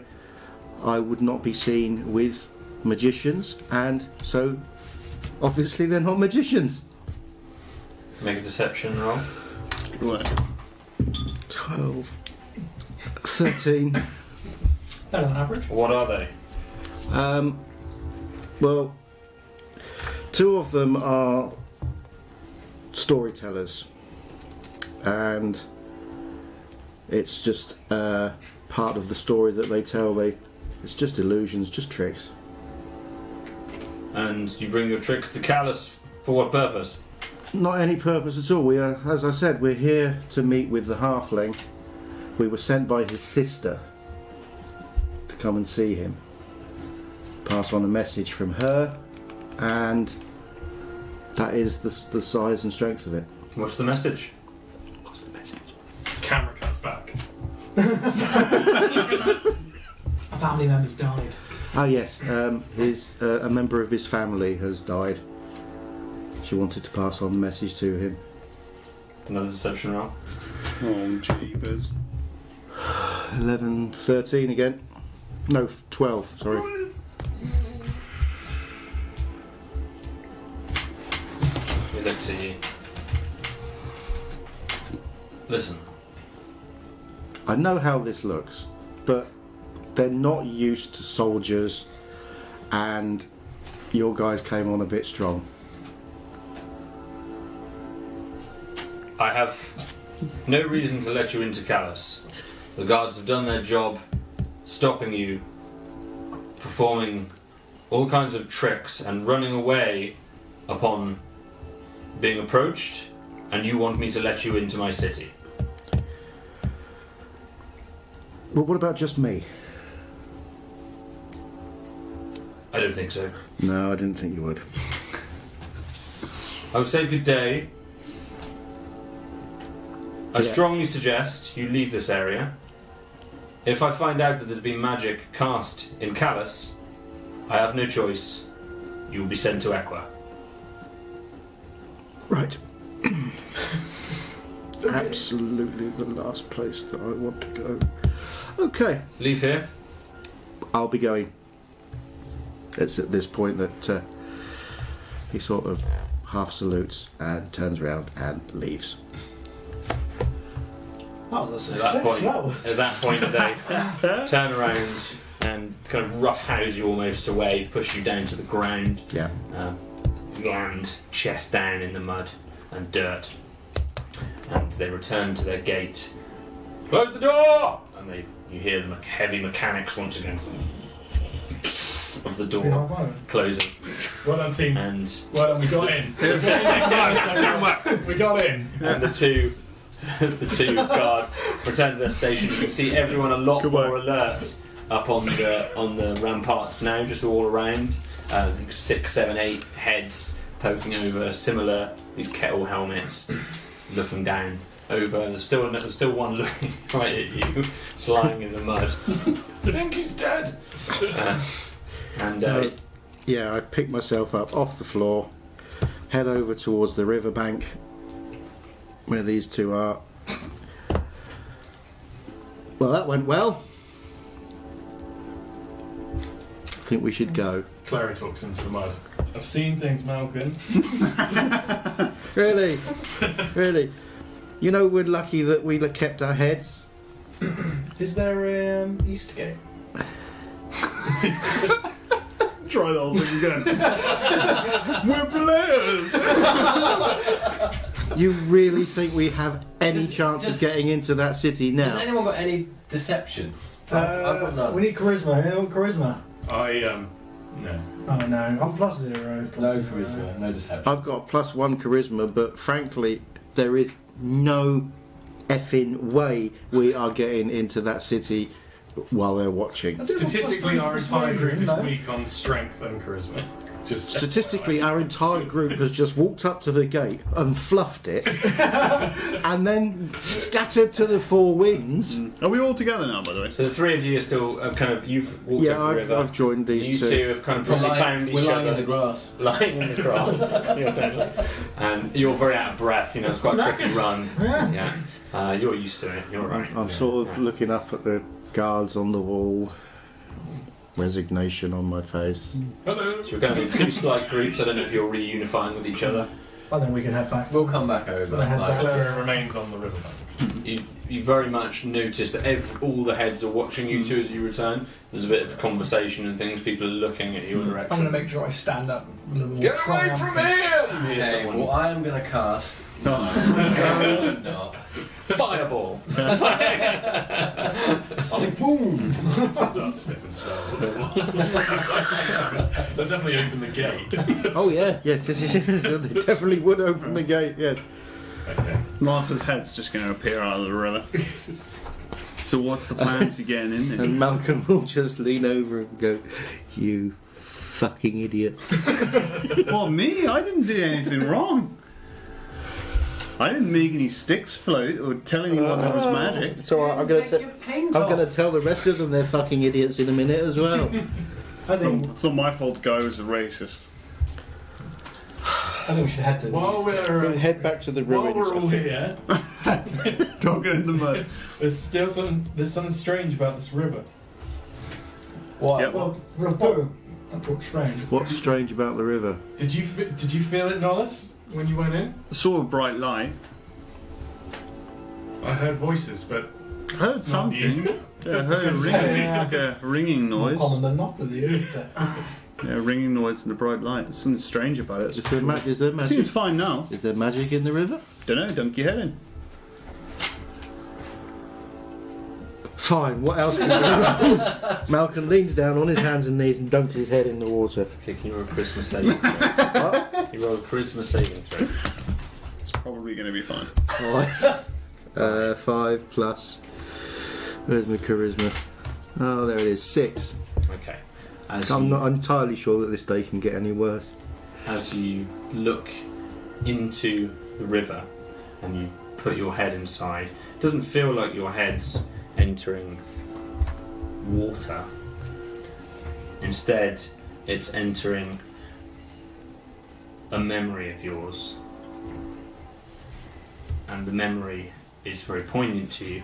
Speaker 5: I would not be seen with magicians, and so obviously they're not magicians.
Speaker 3: Make a deception roll.
Speaker 7: What?
Speaker 5: 12, 13.
Speaker 6: Better than average.
Speaker 3: What are they?
Speaker 5: um, well, two of them are storytellers, and it's just uh, part of the story that they tell. They, it's just illusions, just tricks.
Speaker 3: And you bring your tricks to Callus for what purpose?
Speaker 5: Not any purpose at all. We are, as I said, we're here to meet with the halfling. We were sent by his sister to come and see him. Pass on a message from her, and that is the, the size and strength of it.
Speaker 3: What's the message?
Speaker 5: What's the message?
Speaker 8: Camera cuts back.
Speaker 6: A family member's died.
Speaker 5: Oh yes, um, his uh, a member of his family has died. She wanted to pass on the message to him.
Speaker 3: Another deception roll.
Speaker 7: Oh, jeepers.
Speaker 5: 11, 13 again. No, f- 12, sorry.
Speaker 3: He looks at you. Listen,
Speaker 5: I know how this looks, but they're not used to soldiers, and your guys came on a bit strong.
Speaker 3: I have no reason to let you into Callus. The guards have done their job, stopping you, performing all kinds of tricks and running away upon being approached, and you want me to let you into my city.
Speaker 5: But what about just me?
Speaker 3: I don't think so.
Speaker 5: No, I didn't think you would.
Speaker 3: I would say good day. I
Speaker 5: Yeah.
Speaker 3: strongly suggest you leave this area. If I find out that there's been magic cast in Callus, I have no choice. You will be sent to Equa.
Speaker 5: Right. Absolutely the last place that I want to go. Okay.
Speaker 3: Leave here.
Speaker 5: I'll be going. It's at this point that uh, he sort of half salutes and turns around and leaves.
Speaker 6: That was a
Speaker 3: At that
Speaker 6: success.
Speaker 3: point,
Speaker 6: That was.
Speaker 3: at that point, they turn around and kind of roughhouse you almost away, push you down to the ground,
Speaker 5: Yeah.
Speaker 3: uh, land chest down in the mud and dirt, and they return to their gate. Close the door, and they you hear the me- heavy mechanics once again of the
Speaker 6: Yeah,
Speaker 3: door
Speaker 6: well.
Speaker 3: closing,
Speaker 8: Well done, team.
Speaker 3: and
Speaker 8: Well done, we got in. we got in.
Speaker 3: and the two the two guards return to their station. You can see everyone a lot more alert up on the on the ramparts now, just all around. Uh, six, seven, eight heads poking over, similar these kettle helmets, looking down over. There's still there's still one looking right at you, just lying in the mud. I think he's dead. Uh, and uh,
Speaker 5: Yeah, I pick myself up off the floor, head over towards the riverbank where these two are. Well, that went well. I think we should go.
Speaker 8: Clary talks into the mud. I've seen things, Malcolm.
Speaker 5: Really? really? You know, we're lucky that we kept our heads.
Speaker 9: Is there um, Eastgate?
Speaker 7: Try the whole thing again. We're players!
Speaker 5: You really think we have any
Speaker 9: Does-
Speaker 5: chance
Speaker 9: does-
Speaker 5: of getting into that city
Speaker 9: Has
Speaker 5: now?
Speaker 9: anyone got any deception? I've got
Speaker 6: Uh,
Speaker 9: none.
Speaker 6: we need charisma. Anyone got charisma?
Speaker 8: I um no.
Speaker 6: Oh no, I'm plus zero. Plus
Speaker 9: No
Speaker 6: zero.
Speaker 9: charisma, no deception.
Speaker 5: I've got plus one charisma, but frankly, there is no effing way we are getting into that city while they're watching.
Speaker 6: That's still plus
Speaker 8: Statistically,
Speaker 6: three,
Speaker 8: our
Speaker 6: plus
Speaker 8: entire
Speaker 6: three,
Speaker 8: group is
Speaker 6: no?
Speaker 8: weak on strength and charisma. Just
Speaker 5: Statistically, our entire group has just walked up to the gate and fluffed it, and then scattered to the four winds.
Speaker 3: Mm.
Speaker 7: Are we all together now, by the way?
Speaker 3: so the three of you are still uh, kind of you've walked
Speaker 5: Yeah,
Speaker 3: over the
Speaker 5: I've,
Speaker 3: river.
Speaker 5: I've joined these
Speaker 3: you two have kind of probably
Speaker 9: we're lying,
Speaker 3: found each
Speaker 9: we're lying
Speaker 3: other.
Speaker 9: in the grass.
Speaker 3: lying in the grass. and you're very out of breath, you know, it's quite a tricky run.
Speaker 6: Yeah.
Speaker 3: Yeah. Uh, you're used to it, you're right.
Speaker 5: I'm sort of looking up at the guards on the wall, resignation on my face.
Speaker 8: hello.
Speaker 3: So you're going in two slight groups, I don't know if you're reunifying with each other.
Speaker 6: I think we can head back.
Speaker 9: We'll come back over.
Speaker 6: We'll head
Speaker 9: like-
Speaker 6: back.
Speaker 8: Clara remains on the riverbank.
Speaker 3: You, you very much notice that ev- all the heads are watching
Speaker 5: Mm.
Speaker 3: you two as you return. There's a bit of conversation and things, people are looking
Speaker 5: Mm.
Speaker 3: at your direction.
Speaker 6: I'm gonna make sure I stand up. and then we'll
Speaker 3: Get away
Speaker 6: triumph.
Speaker 3: from here! You hear
Speaker 9: Okay,
Speaker 3: someone,
Speaker 9: well, I am going to cast. No, no, no.
Speaker 3: Fireball!
Speaker 9: Sonic boom!
Speaker 8: Just start spitting spells. at the wall. They'll definitely open the gate.
Speaker 5: Oh yeah, yes, yes, yes, yes. they definitely would open the gate. Yeah.
Speaker 8: Okay.
Speaker 7: Lance's head's just going to appear out of the river. so what's the plan for getting in
Speaker 3: Um,
Speaker 7: there?
Speaker 5: And Malcolm will just lean over and go, "You fucking idiot."
Speaker 7: Well, me? I didn't do anything wrong. I didn't make any sticks float or tell anyone that was magic.
Speaker 5: It's all right. I'm gonna.
Speaker 9: Take
Speaker 5: T-
Speaker 9: your paint
Speaker 5: I'm
Speaker 9: off.
Speaker 5: gonna tell the rest of them they're fucking idiots in a minute as well.
Speaker 6: I
Speaker 7: It's not,
Speaker 6: think
Speaker 7: it's not my fault the guy was a racist.
Speaker 6: I think we should head to the
Speaker 8: While
Speaker 6: east.
Speaker 8: we're, uh,
Speaker 5: Head back to the
Speaker 8: while
Speaker 5: ruins.
Speaker 8: we're
Speaker 5: I
Speaker 8: all
Speaker 5: think.
Speaker 8: here,
Speaker 7: Don't get in the mud.
Speaker 8: there's still some. There's something strange about this river.
Speaker 9: What?
Speaker 7: Yep.
Speaker 6: Well, Rabu, that's what's strange.
Speaker 5: What's strange about the river?
Speaker 8: Did you fe- did you feel it, Nollis, when you went in?
Speaker 7: Saw a bright light.
Speaker 8: I heard voices, but
Speaker 7: Heard
Speaker 8: It's not
Speaker 7: something.
Speaker 8: you.
Speaker 7: Yeah, heard a ringing,
Speaker 6: Yeah.
Speaker 7: yeah, ringing
Speaker 6: More
Speaker 7: noise.
Speaker 6: common than not with you. but-
Speaker 7: Yeah, ringing noise and a bright light. There's something strange about it.
Speaker 5: Is there, ma- is there
Speaker 7: It
Speaker 5: magic?
Speaker 7: seems fine now.
Speaker 5: Is there magic in the river?
Speaker 7: Don't know. Dunk your head in.
Speaker 5: Fine. What else? Can we do? Malcolm leans down on his hands and knees and dunks his head in the water.
Speaker 3: Okay, can you roll a charisma saving throw? you roll a charisma saving throw.
Speaker 7: It's probably going to be fine.
Speaker 5: Five. uh, five plus. Where's my charisma? Oh, there it is. Six.
Speaker 3: Okay. As
Speaker 5: I'm
Speaker 3: you-
Speaker 5: not entirely sure that this day can get any worse.
Speaker 3: as you look into the river and you put your head inside, it doesn't feel like your head's entering water. Instead, it's entering a memory of yours. And the memory is very poignant to you,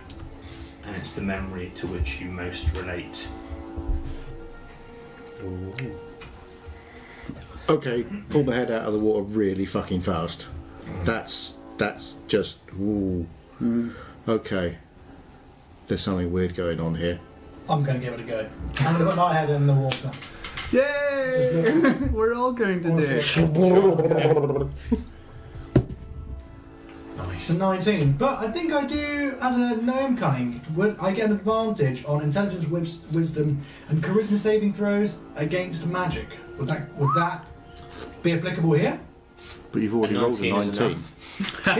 Speaker 3: and it's the memory to which you most relate.
Speaker 5: Okay, pull my head out of the water really fucking fast. That's that's just ooh. Hmm. Okay. There's something weird going on here.
Speaker 6: I'm going to give it a go. I'm going to put my head in the water.
Speaker 7: Yay! We're all going to do it.
Speaker 5: That's
Speaker 6: It's a 19, but I think I do, as a gnome cunning, would I get an advantage on intelligence, wis- wisdom, and charisma saving throws against magic? Would that, would that be applicable here?
Speaker 5: But you've already
Speaker 3: A
Speaker 5: rolled a
Speaker 3: 19 is
Speaker 5: 19.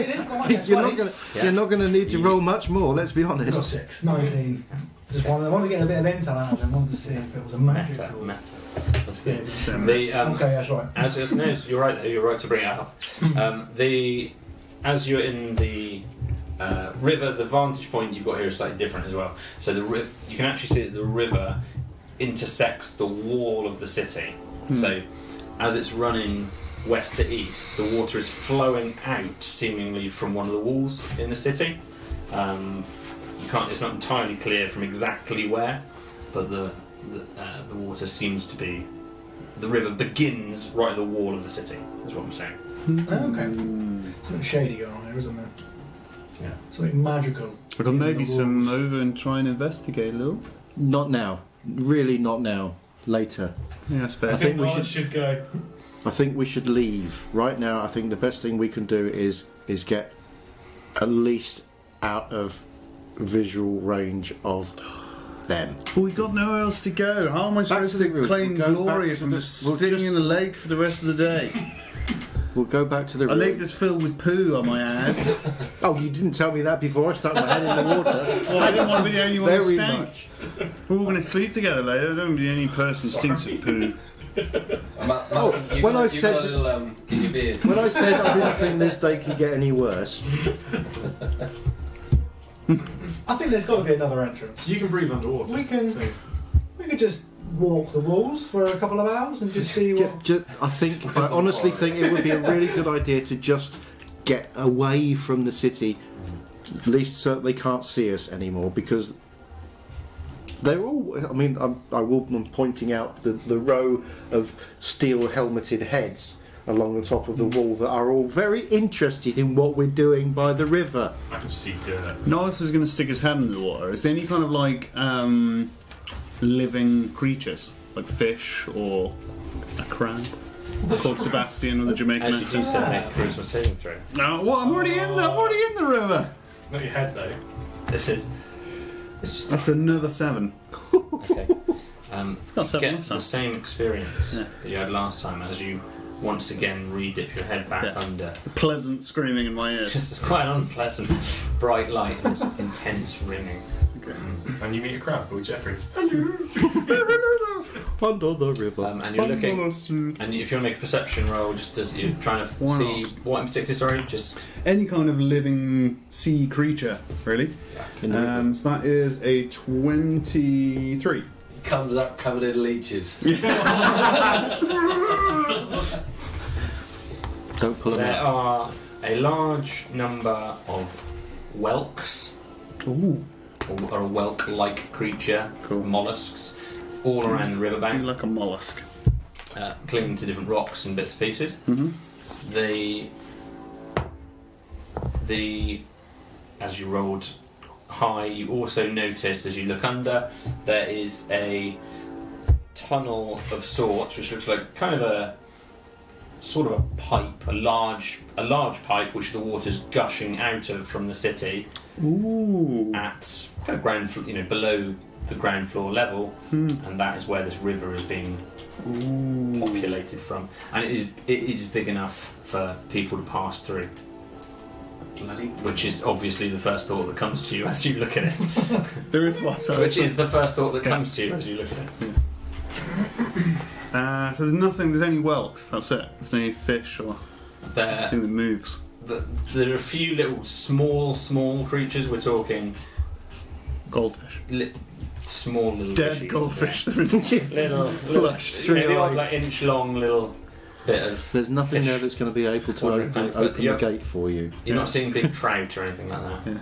Speaker 6: it is, but I get
Speaker 5: You're
Speaker 6: 20.
Speaker 5: not gonna you're not gonna need to roll much more, let's be
Speaker 6: Got
Speaker 5: honest.
Speaker 6: six. 19. Just wanted, I wanted to get a bit of intel out of them. I wanted to see if it was a
Speaker 3: Matter,
Speaker 6: magical.
Speaker 3: matter. That's
Speaker 6: Yeah,
Speaker 3: good. The, um,
Speaker 6: okay, that's right.
Speaker 3: As as no, you're right. though, You're right to bring it up. Um, the as you're in the uh, river, the vantage point you've got here is slightly different as well. So the ri- you can actually see that the river intersects the wall of the city. So as it's running west to east, the water is flowing out seemingly from one of the walls in the city. Um, you can't. It's not entirely clear from exactly where, but the the, uh, the water seems to be the river begins right at the wall of the city. Is what I'm saying.
Speaker 6: Oh, okay. Something shady going on here, isn't there?
Speaker 3: Yeah.
Speaker 6: Something magical.
Speaker 7: I can maybe swim over and try and investigate a little.
Speaker 5: Not now. Really not now. Later.
Speaker 7: Yeah, that's fair.
Speaker 5: I think we
Speaker 8: Nollis should
Speaker 5: should
Speaker 8: go.
Speaker 5: I think we should leave. Right now I think the best thing we can do is is get at least out of visual range of them.
Speaker 7: But we got nowhere else to go. How am I supposed
Speaker 5: to
Speaker 7: to,
Speaker 5: the roots.
Speaker 7: claim
Speaker 5: We'll go
Speaker 7: glory
Speaker 5: back
Speaker 7: if I'm
Speaker 5: to
Speaker 7: just
Speaker 5: the- we'll
Speaker 7: sitting
Speaker 5: just-
Speaker 7: in the lake for the rest of the day?
Speaker 5: We'll go back to the
Speaker 7: A lake
Speaker 5: room.
Speaker 7: that's filled with poo on my hand.
Speaker 5: Oh, you didn't tell me that before I stuck my head in the water.
Speaker 7: I don't want to be the only one that
Speaker 5: Very
Speaker 7: stank.
Speaker 5: much.
Speaker 7: We're all going to sleep together later. I don't want to be the only person that stinks of poo.
Speaker 9: Ma-
Speaker 5: Oh,
Speaker 9: Ma- you
Speaker 5: when
Speaker 9: got,
Speaker 5: I
Speaker 9: you
Speaker 5: said-
Speaker 9: got a little um, in your beard.
Speaker 5: When I said I didn't think this day could get any worse,
Speaker 6: I think there's got to be another entrance.
Speaker 8: So you can breathe underwater.
Speaker 6: We can-
Speaker 8: So,
Speaker 6: We could just walk the walls for a couple of hours and just see
Speaker 5: ju-
Speaker 6: what.
Speaker 5: ju- I think I honestly think it would be a really good idea to just get away from the city, at least so that they can't see us anymore. Because they're all. I mean, I'm, I will. I'm pointing out the, the row of steel helmeted heads along the top of the wall that are all very interested in what we're doing by the river.
Speaker 8: I can see dirt.
Speaker 7: Norris is going to stick his head in the water. Is there any kind of like um, living creatures, like fish or a crab? Called Sebastian with the Jamaican
Speaker 3: As you do
Speaker 7: accent.
Speaker 3: so, make a charisma saving throw.
Speaker 7: No, what? I'm already in the. I'm already in the river.
Speaker 8: Not your head though.
Speaker 3: This is. It's just
Speaker 7: That's another seven.
Speaker 3: okay. Um,
Speaker 7: It's got seven.
Speaker 3: get
Speaker 7: last time.
Speaker 3: the same experience
Speaker 7: Yeah.
Speaker 3: that you had last time as you once again re-dip your head back
Speaker 7: Yeah.
Speaker 3: under.
Speaker 7: Pleasant screaming in my ears.
Speaker 3: This is quite an unpleasant bright light and this intense ringing.
Speaker 8: And you meet a crab called Jeffrey.
Speaker 5: Under the river.
Speaker 3: Um, and you're looking. And if you want to make a perception roll, just as you're trying to
Speaker 7: Why
Speaker 3: see
Speaker 7: not?
Speaker 3: what in particular, sorry, just
Speaker 7: Any kind of living sea creature, really. Um, so that is a twenty-three.
Speaker 9: comes up covered in leeches.
Speaker 5: Don't pull them
Speaker 3: There
Speaker 5: out.
Speaker 3: are a large number of whelks,
Speaker 7: Ooh.
Speaker 3: or, or a whelk-like creature,
Speaker 7: Cool.
Speaker 3: mollusks, all around the
Speaker 7: Do
Speaker 3: riverbank,
Speaker 7: like a mollusk.
Speaker 3: uh, clinging to different rocks and bits and pieces. The the as you rolled high, you also notice as you look under there is a tunnel of sorts, which looks like kind of a sort of a pipe, a large a large pipe which the water's gushing out of from the city
Speaker 7: Ooh.
Speaker 3: at kind of ground, fl- you know, below the ground floor level, and that is where this river is being populated from, and it is it is big enough for people to pass through.
Speaker 9: Bloody.
Speaker 3: Which is obviously the first thought that comes to you as you look at it.
Speaker 7: There is one. So,
Speaker 3: Which is the first thought that comes to you as you look at it.
Speaker 7: uh, so there's nothing. There's only whelks. That's it. There's no fish or
Speaker 3: There,
Speaker 7: anything that moves.
Speaker 3: th there are a few little small, small creatures. We're talking
Speaker 7: Goldfish.
Speaker 3: li- small little
Speaker 7: Dead
Speaker 3: fishies.
Speaker 7: goldfish. They're in-
Speaker 3: Yeah. Little, little
Speaker 7: flushed
Speaker 3: you know, the odd,
Speaker 7: three-eyed.
Speaker 3: like inch long little bit of
Speaker 5: There's nothing
Speaker 3: Fish.
Speaker 5: there that's going to be able to
Speaker 3: Wondering
Speaker 5: open,
Speaker 3: if-
Speaker 5: open
Speaker 3: yeah.
Speaker 5: the gate for you.
Speaker 3: You're not seeing big trout or anything like that.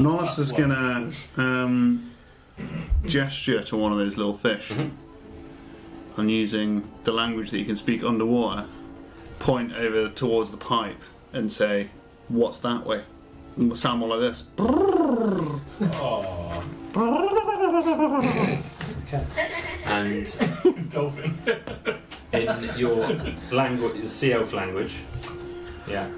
Speaker 7: Nollis is gonna um, gesture to one of those little fish. I'm using the language that you can speak underwater. Point over towards the pipe and say, "What's that way?" And we'll sound more like this.
Speaker 3: And
Speaker 8: Dolphin.
Speaker 3: in your language, the sea elf language, yeah,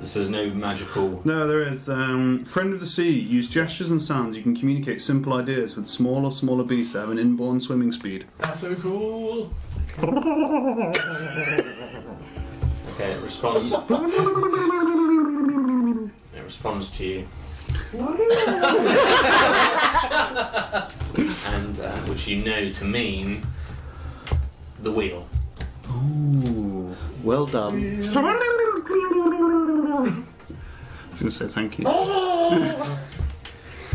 Speaker 3: this is no magical.
Speaker 7: No, there is. Um, friend of the sea, use gestures and sounds. You can communicate simple ideas with small or smaller beasts that have an inborn swimming speed.
Speaker 8: That's so cool.
Speaker 3: Okay, it responds. it responds to you. and uh, which you know to mean the wheel.
Speaker 7: Ooh.
Speaker 5: Well done.
Speaker 7: I was going to say thank you.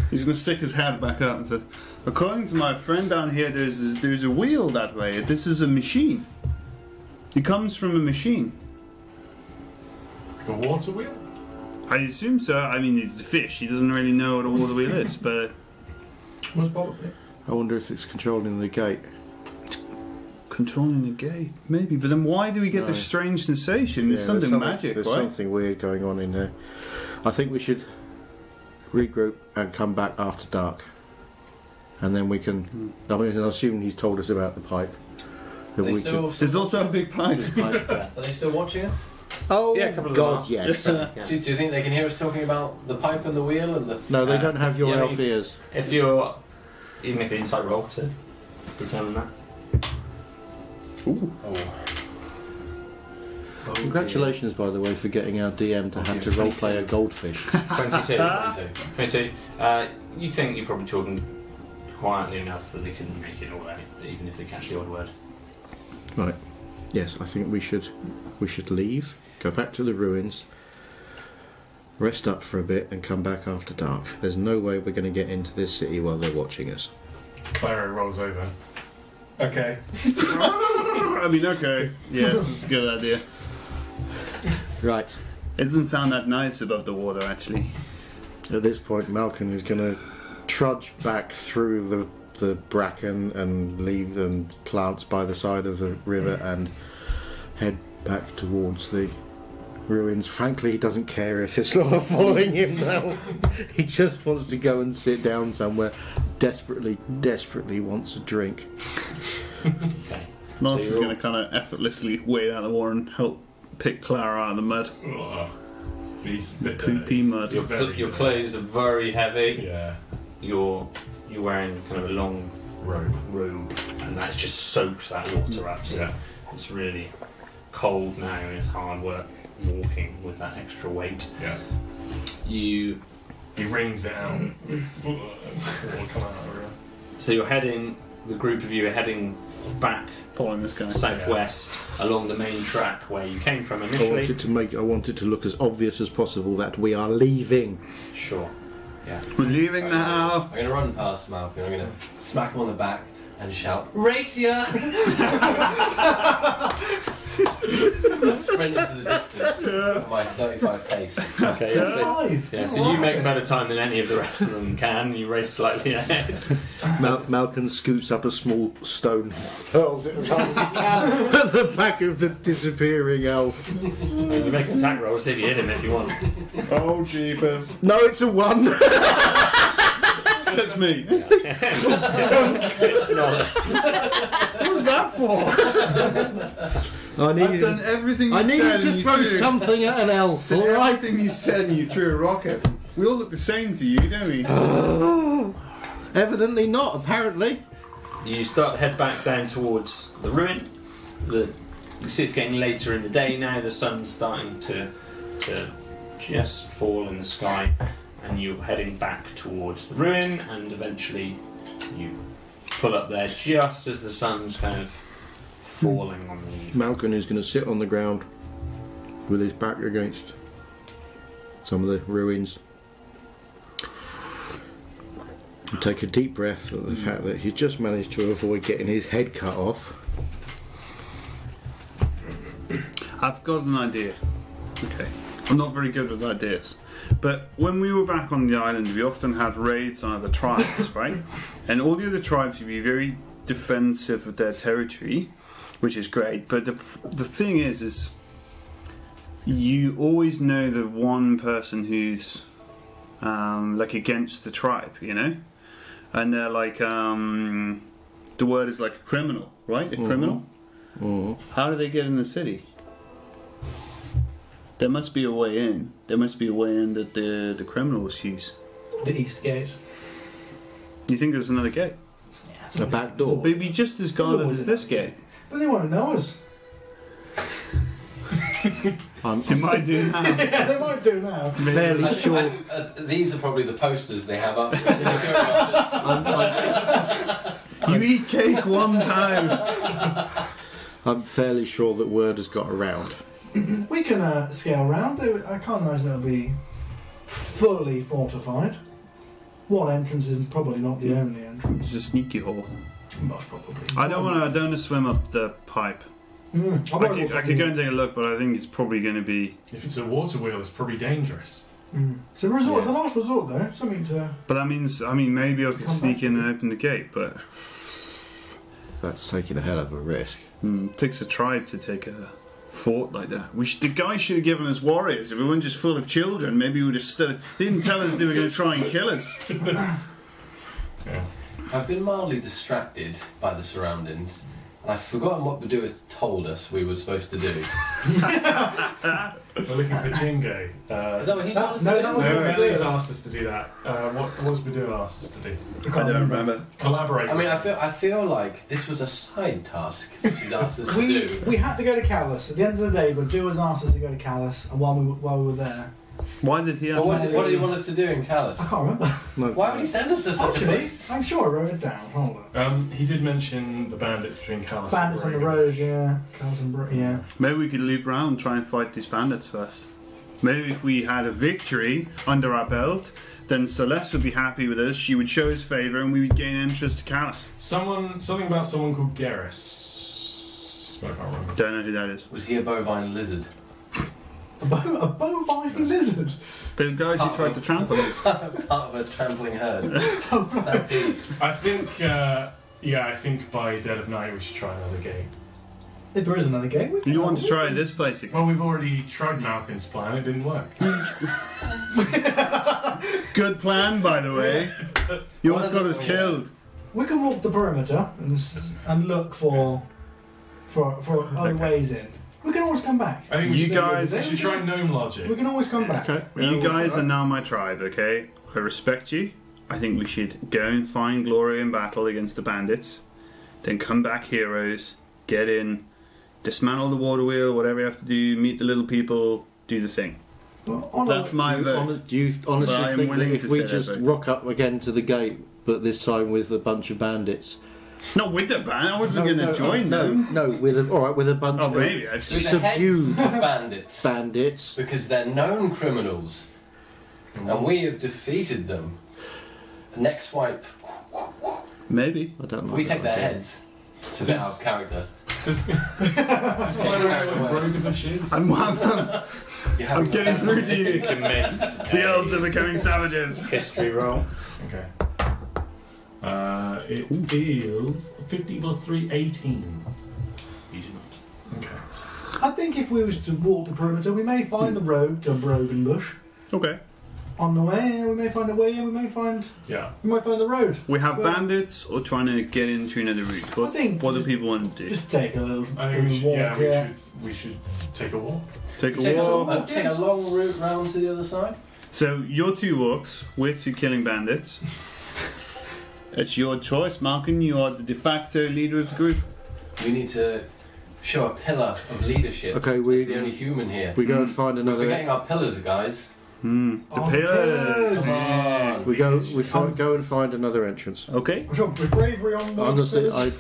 Speaker 7: He's going to stick his head back up and say, According to my friend down here, there's, there's a wheel that way. This is a machine. It comes from a machine.
Speaker 8: Like a water wheel?
Speaker 7: I assume so. I mean, it's a fish. He doesn't really know what a water wheel is, but
Speaker 8: Most probably.
Speaker 5: I wonder if it's controlling the gate.
Speaker 7: controlling the gate, maybe. But then why do we get this
Speaker 5: No.
Speaker 7: strange sensation? There's
Speaker 5: Yeah,
Speaker 7: something magic,
Speaker 5: There's
Speaker 7: right?
Speaker 5: something weird going on in there. I think we should regroup and come back after dark, and then we can.
Speaker 3: Hmm.
Speaker 5: I mean, I assume he's told us about the pipe. That
Speaker 9: Are they
Speaker 5: we
Speaker 9: still,
Speaker 5: could-
Speaker 9: still
Speaker 7: There's also a big pipe.
Speaker 9: Are they still watching us?
Speaker 5: Oh
Speaker 3: Yeah, a couple of them
Speaker 5: God,
Speaker 3: are.
Speaker 5: yes.
Speaker 9: Do, do you think they can hear us talking about the pipe and the wheel and the?
Speaker 5: No, they
Speaker 3: Uh,
Speaker 5: don't have your
Speaker 3: yeah,
Speaker 5: elf
Speaker 3: you-
Speaker 5: ears.
Speaker 3: If you're, you make an inside roll to determine that.
Speaker 9: Oh,
Speaker 5: Congratulations, by the way, for getting our DM to have to roleplay a goldfish.
Speaker 3: 22.
Speaker 9: amazing.
Speaker 3: 22. Uh, you think you're probably talking quietly enough that they can make it all out, even if they catch the odd word.
Speaker 5: Right. Yes, I think we should we should leave, go back to the ruins, rest up for a bit, and come back after dark. There's no way we're going to get into this city while they're watching us.
Speaker 8: Claro rolls over. Okay.
Speaker 7: I mean, okay. Yeah, it's a good idea.
Speaker 5: Right.
Speaker 7: It doesn't sound that nice above the water, actually.
Speaker 5: At this point, Malcolm is going to trudge back through the the bracken and leave and plants by the side of the river and head back towards the ruins. Frankly, he doesn't care if it's not following him now. he just wants to go and sit down somewhere. Desperately, desperately wants a drink.
Speaker 7: Mars
Speaker 3: So
Speaker 7: is
Speaker 3: you're
Speaker 7: going to kind of effortlessly wade out of the water and help pick Clara out of the mud.
Speaker 8: Ugh. These
Speaker 7: The
Speaker 8: bit
Speaker 7: poopy
Speaker 8: dirty.
Speaker 7: mud.
Speaker 8: You're very
Speaker 3: your
Speaker 8: dirty.
Speaker 3: clothes are very heavy.
Speaker 8: Yeah.
Speaker 3: You're you're wearing kind of a long
Speaker 8: Robe.
Speaker 3: robe, and that's just soaked that water up. So
Speaker 8: Yeah.
Speaker 3: it's really cold now, and it's hard work walking with that extra weight.
Speaker 8: Yeah.
Speaker 3: You
Speaker 8: He rings it out. It'll come out of her.
Speaker 3: so you're heading. The group of you are heading back
Speaker 7: Following this guy.
Speaker 3: southwest along the main track where you came from
Speaker 5: I
Speaker 3: initially.
Speaker 5: wanted to make. I wanted to look as obvious as possible that we are leaving.
Speaker 3: Sure.
Speaker 7: We're leaving now.
Speaker 9: I'm gonna run past Malcolm. I'm gonna smack him on the back. and shout, Racia! Sprint into the distance at my 35 pace.
Speaker 3: Okay, yeah, so,
Speaker 6: Five.
Speaker 3: yeah, so you make better time than any of the rest of them can. You race slightly ahead.
Speaker 5: Mal- Malcolm scoots up a small stone, hurls it around the can at the back of the disappearing elf.
Speaker 3: You make an attack roll to see if you hit him if you want.
Speaker 4: Oh, jeepers.
Speaker 5: No, it's a one.
Speaker 7: That's me.
Speaker 3: it's not.
Speaker 4: What was that for?
Speaker 5: I
Speaker 7: I've
Speaker 5: needed,
Speaker 7: done everything you
Speaker 5: I needed
Speaker 7: said. and
Speaker 5: to
Speaker 7: you
Speaker 5: throw
Speaker 7: threw-
Speaker 5: something at an elf.
Speaker 7: Did
Speaker 5: All right.
Speaker 7: Everything you said, and you threw a rocket. We all look the same to you, don't we?
Speaker 5: Evidently not. Apparently.
Speaker 3: You start to head back down towards the ruin. The you see it's getting later in the day now. The sun's starting to to just fall in the sky, and you're heading back towards the ruin. And eventually, you pull up there just as the sun's kind of falling on the evening.
Speaker 5: Malcolm is going to sit on the ground with his back against some of the ruins. And take a deep breath at the fact that he's just managed to avoid getting his head cut off.
Speaker 7: I've got an idea. Okay. I'm not very good with ideas. But when we were back on the island, we often had raids on other tribes, right? And all the other tribes would be very defensive of their territory, which is great. But the, the thing is, is you always know the one person who's um, like against the tribe, you know? And they're like, um, the word is like a criminal, right? A criminal?
Speaker 5: Mm.
Speaker 7: How do they get in the city? There must be a way in. There must be a way in that the the criminals use.
Speaker 6: The East Gate.
Speaker 7: You think there's another gate?
Speaker 5: A back door.
Speaker 7: But we just as guarded as this gate.
Speaker 6: But they won't know us.
Speaker 5: I'm
Speaker 7: It might do now.
Speaker 6: Yeah, they won't do now.
Speaker 5: fairly sure.
Speaker 9: I- uh, these are probably the posters they have up. They go around us.
Speaker 7: you eat cake one time.
Speaker 5: I'm fairly sure that word has got around.
Speaker 6: We can uh, scale round. They- I can't imagine it'll be fully fortified. One entrance is probably not the only entrance.
Speaker 7: It's a sneaky hole.
Speaker 6: Most probably.
Speaker 7: I don't want to. I don't want to swim up the pipe.
Speaker 6: Mm,
Speaker 7: I could, I could go and take a look, but I think it's probably going to be.
Speaker 8: If it's a water wheel, it's probably dangerous.
Speaker 6: Mm. It's a resort.
Speaker 7: Yeah.
Speaker 6: It's a last resort, though. Something to.
Speaker 7: But that means. I mean, maybe I could
Speaker 6: Come
Speaker 7: sneak
Speaker 6: back
Speaker 7: in
Speaker 6: to
Speaker 7: and open the gate, but
Speaker 5: That's taking a hell of a risk.
Speaker 7: mm, it takes a tribe to take a fort like that. We should, the guy should have given us warriors. If we weren't just full of children, maybe we would have stood. They didn't tell us they were going to try and kill us.
Speaker 9: I've been mildly distracted by the surroundings, and I've forgotten what Badua told us we were supposed to do. Is
Speaker 8: We're looking for Jingo. Uh,
Speaker 9: that what he told us
Speaker 6: No, that
Speaker 9: to do?
Speaker 8: no,
Speaker 6: wasn't Badoo.
Speaker 8: Melly's asked us to do that. Uh, what what was Badoo asked us to do?
Speaker 6: I
Speaker 7: remember.
Speaker 8: Collaborate.
Speaker 9: I mean, I feel, I feel like this was a side task that she'd asked us to
Speaker 6: We,
Speaker 9: do.
Speaker 6: we had to go to Callus. At the end of the day, but doers asked us to go to Callus and while we, were- while we were there.
Speaker 7: Why did he
Speaker 9: But
Speaker 7: ask?
Speaker 9: what, did, what did he want us to do in Callus?
Speaker 6: I can't remember.
Speaker 9: Why would he send us to such a
Speaker 6: Actually,
Speaker 9: place?
Speaker 6: I'm sure I wrote it down. Hold on.
Speaker 8: Um, he did mention the bandits between Callus
Speaker 6: Bandits on
Speaker 8: and
Speaker 6: the
Speaker 8: Reagan.
Speaker 6: road, yeah. Callus and Bro- yeah.
Speaker 7: Maybe we could loop round, and try and fight these bandits first. Maybe if we had a victory under our belt, then Celeste would be happy with us. She would show his favour, and we would gain entrance to Callus.
Speaker 8: Someone, something about someone called Garrus. I can't remember.
Speaker 7: Don't know who that is.
Speaker 9: Was he a bovine lizard?
Speaker 6: A, bo- a bovine lizard.
Speaker 7: The guys who tried to trample us.
Speaker 9: Part of a trampling herd. Stampede.
Speaker 8: I think, uh, yeah, I think by dead of night we should try another game.
Speaker 6: If there is another game, we can
Speaker 7: You want to try this place again?
Speaker 8: Well, we've already tried Malkin's plan; it didn't work.
Speaker 7: Good plan, by the way. You almost got us
Speaker 9: Oh, yeah.
Speaker 7: killed.
Speaker 6: We can walk the perimeter and, s- and look for for for other ways in. We can always come back.
Speaker 8: I think we
Speaker 7: You
Speaker 8: should,
Speaker 7: guys-
Speaker 8: we should try gnome
Speaker 6: We
Speaker 8: logic.
Speaker 6: can always come back.
Speaker 7: You guys are now my tribe, okay? I respect you. I think we should go and find glory in battle against the bandits, then come back heroes, get in, dismantle the water wheel, whatever you have to do, meet the little people, do the thing.
Speaker 6: Well, on
Speaker 7: That's
Speaker 6: our-
Speaker 7: my
Speaker 5: Do you,
Speaker 7: vote.
Speaker 5: honest, do you honestly
Speaker 7: But I'm
Speaker 5: think that
Speaker 7: willing
Speaker 5: if
Speaker 7: to
Speaker 5: we
Speaker 7: say that,
Speaker 5: just
Speaker 7: but-
Speaker 5: rock up again to the gate, but this time with a bunch of bandits?
Speaker 7: Not with the band, I wasn't
Speaker 5: No,
Speaker 7: going to
Speaker 5: no,
Speaker 7: join
Speaker 5: no,
Speaker 7: them.
Speaker 5: No, with a, all right, with a bunch
Speaker 7: Oh,
Speaker 5: of
Speaker 7: maybe. I just-
Speaker 9: With the heads
Speaker 5: Subdued.
Speaker 9: of bandits.
Speaker 5: bandits.
Speaker 9: because they're known criminals and we have defeated them. Next swipe.
Speaker 7: Maybe. I don't know.
Speaker 9: We take their heads. It's a bit out of character.
Speaker 8: Just climb around to a rogue of bushes.
Speaker 7: I'm, I'm, I'm,
Speaker 9: You
Speaker 7: I'm
Speaker 9: haven't-
Speaker 7: getting through to you.
Speaker 3: Give me
Speaker 7: The elves are becoming savages.
Speaker 3: history roll. Okay.
Speaker 8: Uh, it deals 50 plus 3, 18.
Speaker 3: You do not.
Speaker 8: Okay.
Speaker 6: I think if we was to walk the perimeter, we may find the road to Brogan Bush.
Speaker 7: Okay.
Speaker 6: On the way, we may find a way, we may find
Speaker 8: Yeah.
Speaker 6: we might find the road.
Speaker 7: We have
Speaker 6: Well-
Speaker 7: bandits or trying to get into another route. What,
Speaker 6: I think-
Speaker 7: what do people want to do?
Speaker 6: Just take a little,
Speaker 8: I think we should,
Speaker 6: walk.
Speaker 8: yeah, we,
Speaker 6: yeah.
Speaker 8: Should, we should take a walk.
Speaker 7: Take a
Speaker 9: Take a,
Speaker 7: walk.
Speaker 9: uh, take a long route round to the other side.
Speaker 7: So your two walks, we're two killing bandits. it's your choice, Malcolm. You are the de facto leader of the group.
Speaker 9: We need to show a pillar of leadership.
Speaker 5: Okay, we-
Speaker 9: As the only human here.
Speaker 5: We go and find
Speaker 9: We're
Speaker 5: another.
Speaker 9: forgetting our pillars, guys.
Speaker 7: Hmm. The
Speaker 6: Oh,
Speaker 7: pillars.
Speaker 9: Come
Speaker 7: Ah.
Speaker 9: on.
Speaker 5: We go.
Speaker 7: Um,
Speaker 5: We find, go and find another entrance.
Speaker 7: Okay.
Speaker 6: I'm sure with bravery on one.
Speaker 5: Honestly, I,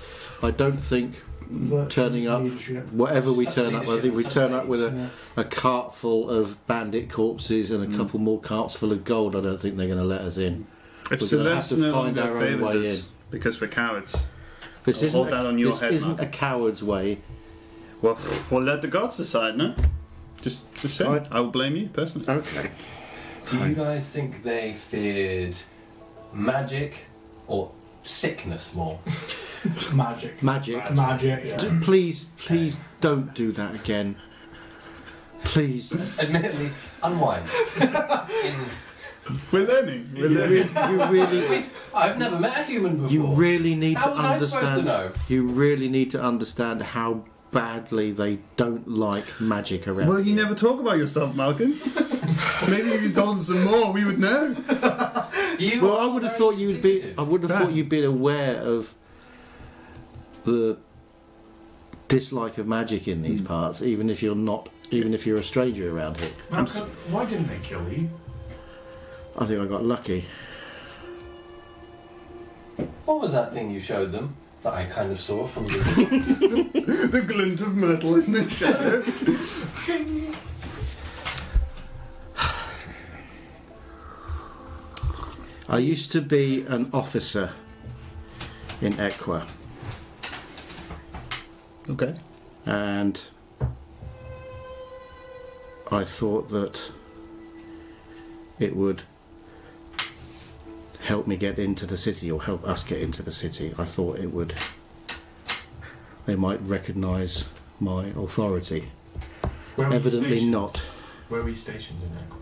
Speaker 5: I don't think
Speaker 6: But
Speaker 5: turning up,
Speaker 6: leadership.
Speaker 5: whatever we
Speaker 9: Such
Speaker 5: turn up, I
Speaker 9: leadership
Speaker 5: think we
Speaker 9: and
Speaker 5: turn
Speaker 9: such
Speaker 5: up with a,
Speaker 6: Yeah.
Speaker 5: a cart full of bandit corpses
Speaker 7: Hmm.
Speaker 5: and a couple more carts full of gold. I don't think they're going to let us in.
Speaker 7: If
Speaker 5: We're gonna have
Speaker 7: Celeste
Speaker 5: to
Speaker 7: no
Speaker 5: find
Speaker 7: longer
Speaker 5: our own
Speaker 7: favours
Speaker 5: way
Speaker 7: us because we're cowards,
Speaker 5: This
Speaker 7: I'll
Speaker 5: isn't,
Speaker 7: hold
Speaker 5: a,
Speaker 7: that on your
Speaker 5: this
Speaker 7: head,
Speaker 5: isn't
Speaker 7: Mark.
Speaker 5: a coward's way.
Speaker 7: well, we'll let the gods decide. No, just just say.
Speaker 5: Right.
Speaker 7: I will blame you personally.
Speaker 5: Okay.
Speaker 9: Do you guys think they feared magic or sickness more?
Speaker 6: Magic.
Speaker 5: Magic.
Speaker 6: Magic. Yeah.
Speaker 5: D- Please, please don't do that again. Please.
Speaker 9: Admittedly, unwise. In,
Speaker 7: We're learning. We're
Speaker 5: You,
Speaker 7: learning.
Speaker 5: re- you really,
Speaker 9: we, I've never met a human before.
Speaker 5: you really need
Speaker 9: How
Speaker 5: to
Speaker 9: was I supposed to
Speaker 5: understand.
Speaker 9: know?
Speaker 5: You really need to understand how badly they don't like magic around.
Speaker 7: Well, you never talk about yourself, Malcolm. Maybe if you told us some more, we would know.
Speaker 9: You
Speaker 5: Well,
Speaker 9: are
Speaker 5: I would have
Speaker 9: very
Speaker 5: thought you'd be.
Speaker 9: secretive.
Speaker 5: I would have
Speaker 7: Yeah.
Speaker 5: thought you'd been aware of the dislike of magic in
Speaker 7: Hmm.
Speaker 5: these parts, even if you're not, even if you're a stranger around here.
Speaker 8: Malcolm, why didn't they kill you?
Speaker 5: I think I got lucky.
Speaker 9: What was that thing you showed them that I kind of saw from the.
Speaker 7: the glint of metal in the shadow.
Speaker 5: I used to be an officer in Equa,
Speaker 7: Okay.
Speaker 5: and I thought that it would help me get into the city or help us get into the city. I thought it would. They might recognise my authority.
Speaker 8: Where were you
Speaker 5: Evidently
Speaker 8: stationed?
Speaker 5: not.
Speaker 8: Where were you stationed in Ecuador?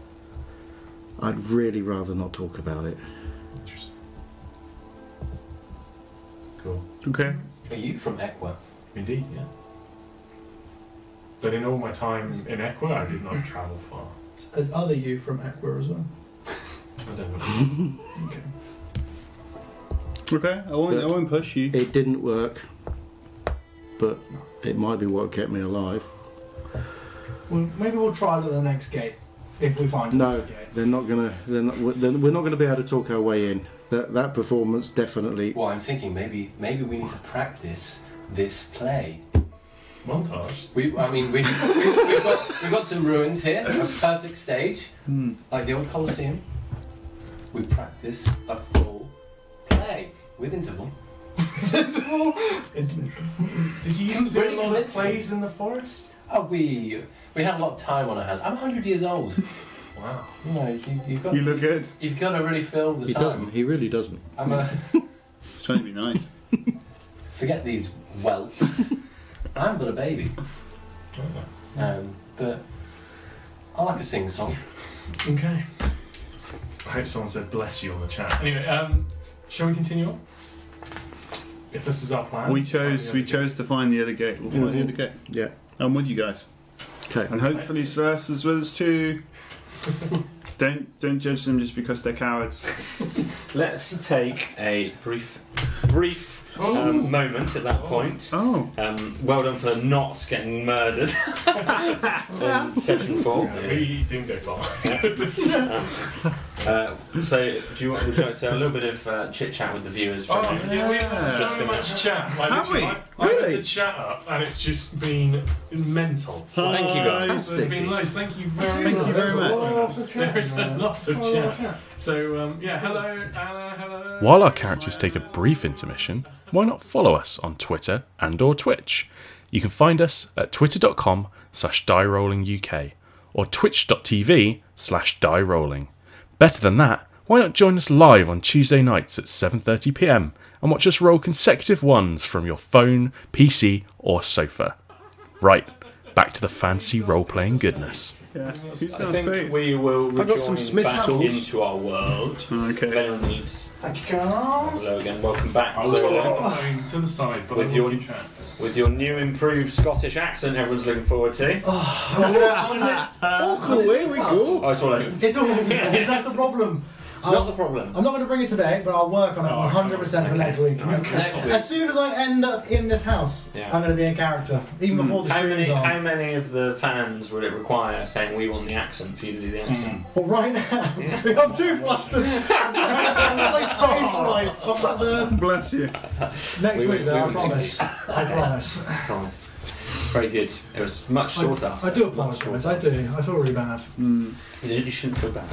Speaker 5: I'd really rather not talk about it.
Speaker 8: Interesting. Cool.
Speaker 7: Okay.
Speaker 9: Are you from Equa?
Speaker 8: Indeed, yeah. But in all my time in Ecuador, I did not travel far.
Speaker 6: There's other you from Equa as well.
Speaker 8: I don't know.
Speaker 6: Okay.
Speaker 7: Okay. I won't. I
Speaker 5: But-
Speaker 7: won't push you.
Speaker 5: It didn't work, but it might be what kept me alive.
Speaker 6: Well, maybe we'll try it at the next gate if we find
Speaker 5: No,
Speaker 6: it.
Speaker 5: they're not gonna. They're not. We're they're- we're not gonna be able to talk our way in. That that performance definitely.
Speaker 9: Well, I'm thinking maybe maybe we need to practice this play.
Speaker 8: Montage.
Speaker 9: We, I mean, we, we, we've, got, we've got some ruins here, a perfect stage,
Speaker 5: Hmm.
Speaker 9: like the old Colosseum. We practice a full play with interval.
Speaker 6: Intermission.
Speaker 8: Did you used to do
Speaker 9: Pretty
Speaker 8: a lot of
Speaker 9: convincing.
Speaker 8: plays in the forest?
Speaker 9: Oh, we we had a lot of time on our hands. I'm 100 years old.
Speaker 8: Wow.
Speaker 9: You know, you, you've got
Speaker 7: You look good.
Speaker 9: You've got to really fill the
Speaker 5: He
Speaker 9: time.
Speaker 5: doesn't. He really doesn't.
Speaker 9: I'm a
Speaker 7: It's trying to be nice.
Speaker 9: forget these whelps. I'm but a baby. Um, but I like a sing song.
Speaker 8: Okay. I hope someone said bless you on the chat. Anyway, um, shall we continue on? If this is our plan.
Speaker 7: We chose. We chose to find the other gate. We'll find the
Speaker 5: Mhm.
Speaker 7: other gate.
Speaker 5: Yeah.
Speaker 7: I'm with you guys,
Speaker 5: Okay.
Speaker 7: and hopefully Celeste is with us too. don't don't judge them just because they're cowards.
Speaker 3: Let's take a brief, brief um, moment at that point.
Speaker 7: Oh,
Speaker 3: Um, well done for not getting murdered in session four.
Speaker 8: Yeah, we didn't go far.
Speaker 3: Um, Uh, so, do you want, would you like to have a little bit of uh, chit chat with the viewers? From
Speaker 8: Oh, yeah, we had
Speaker 3: Just
Speaker 8: so
Speaker 3: gonna-
Speaker 8: much chat. Like,
Speaker 7: Have
Speaker 8: literally,
Speaker 7: we?
Speaker 8: I, I
Speaker 5: Really?
Speaker 8: had the chat up, and it's just been mental.
Speaker 3: Thank you, guys.
Speaker 7: Hi.
Speaker 8: So it's been nice. Thank you very
Speaker 7: Thank
Speaker 8: much.
Speaker 7: you very much.
Speaker 8: There is a lot
Speaker 6: Oh,
Speaker 8: of chat. So um, yeah, hello Anna, hello.
Speaker 1: While our characters take a brief intermission, why not follow us on Twitter and or Twitch? You can find us at twitter.com slash dierollinguk or twitch.tv slash dierolling. Better than that, why not join us live on Tuesday nights at 7.30pm and watch us roll consecutive ones from your phone, PC or sofa. Right, back to the fancy role-playing goodness.
Speaker 7: Yeah. Who's
Speaker 3: I
Speaker 7: going to
Speaker 3: think
Speaker 7: speak?
Speaker 3: we will
Speaker 5: I've got
Speaker 3: rejoin
Speaker 5: some Smith
Speaker 3: back
Speaker 5: tools.
Speaker 3: into our world. If
Speaker 7: Okay.
Speaker 3: anyone needs,
Speaker 6: Thank you, Carl.
Speaker 3: hello again, welcome back.
Speaker 8: I was
Speaker 3: So,
Speaker 8: looking
Speaker 3: uh,
Speaker 8: at the phone to the side, but
Speaker 3: With
Speaker 8: I
Speaker 3: your-
Speaker 8: will keep chat.
Speaker 3: with your new improved Scottish accent, everyone's looking forward to. Oh,
Speaker 5: Oh, away we go.
Speaker 3: I saw it.
Speaker 6: It's all that's the problem.
Speaker 3: It's not the problem.
Speaker 6: I'm not going to bring it today, but I'll work on it
Speaker 8: Oh, okay.
Speaker 6: 100% for next week.
Speaker 9: Next week.
Speaker 6: As soon as I end up in this house,
Speaker 3: Yeah.
Speaker 6: I'm going to be in character, even before the
Speaker 3: How
Speaker 6: stream's
Speaker 3: many,
Speaker 6: on.
Speaker 3: how many of the fans would it require saying we want the accent for you to do the accent?
Speaker 6: Well, right now, I'm too flustered. I'm like stage fright. I'm like the-
Speaker 7: Bless you.
Speaker 6: Next
Speaker 3: We
Speaker 6: week,
Speaker 3: would-
Speaker 6: though,
Speaker 3: we
Speaker 6: I
Speaker 3: would-
Speaker 6: promise. I promise.
Speaker 3: Promise. Very good. It was much sought
Speaker 6: I,
Speaker 3: after.
Speaker 6: I do apologise. I do. I feel really bad.
Speaker 3: You, you shouldn't feel bad.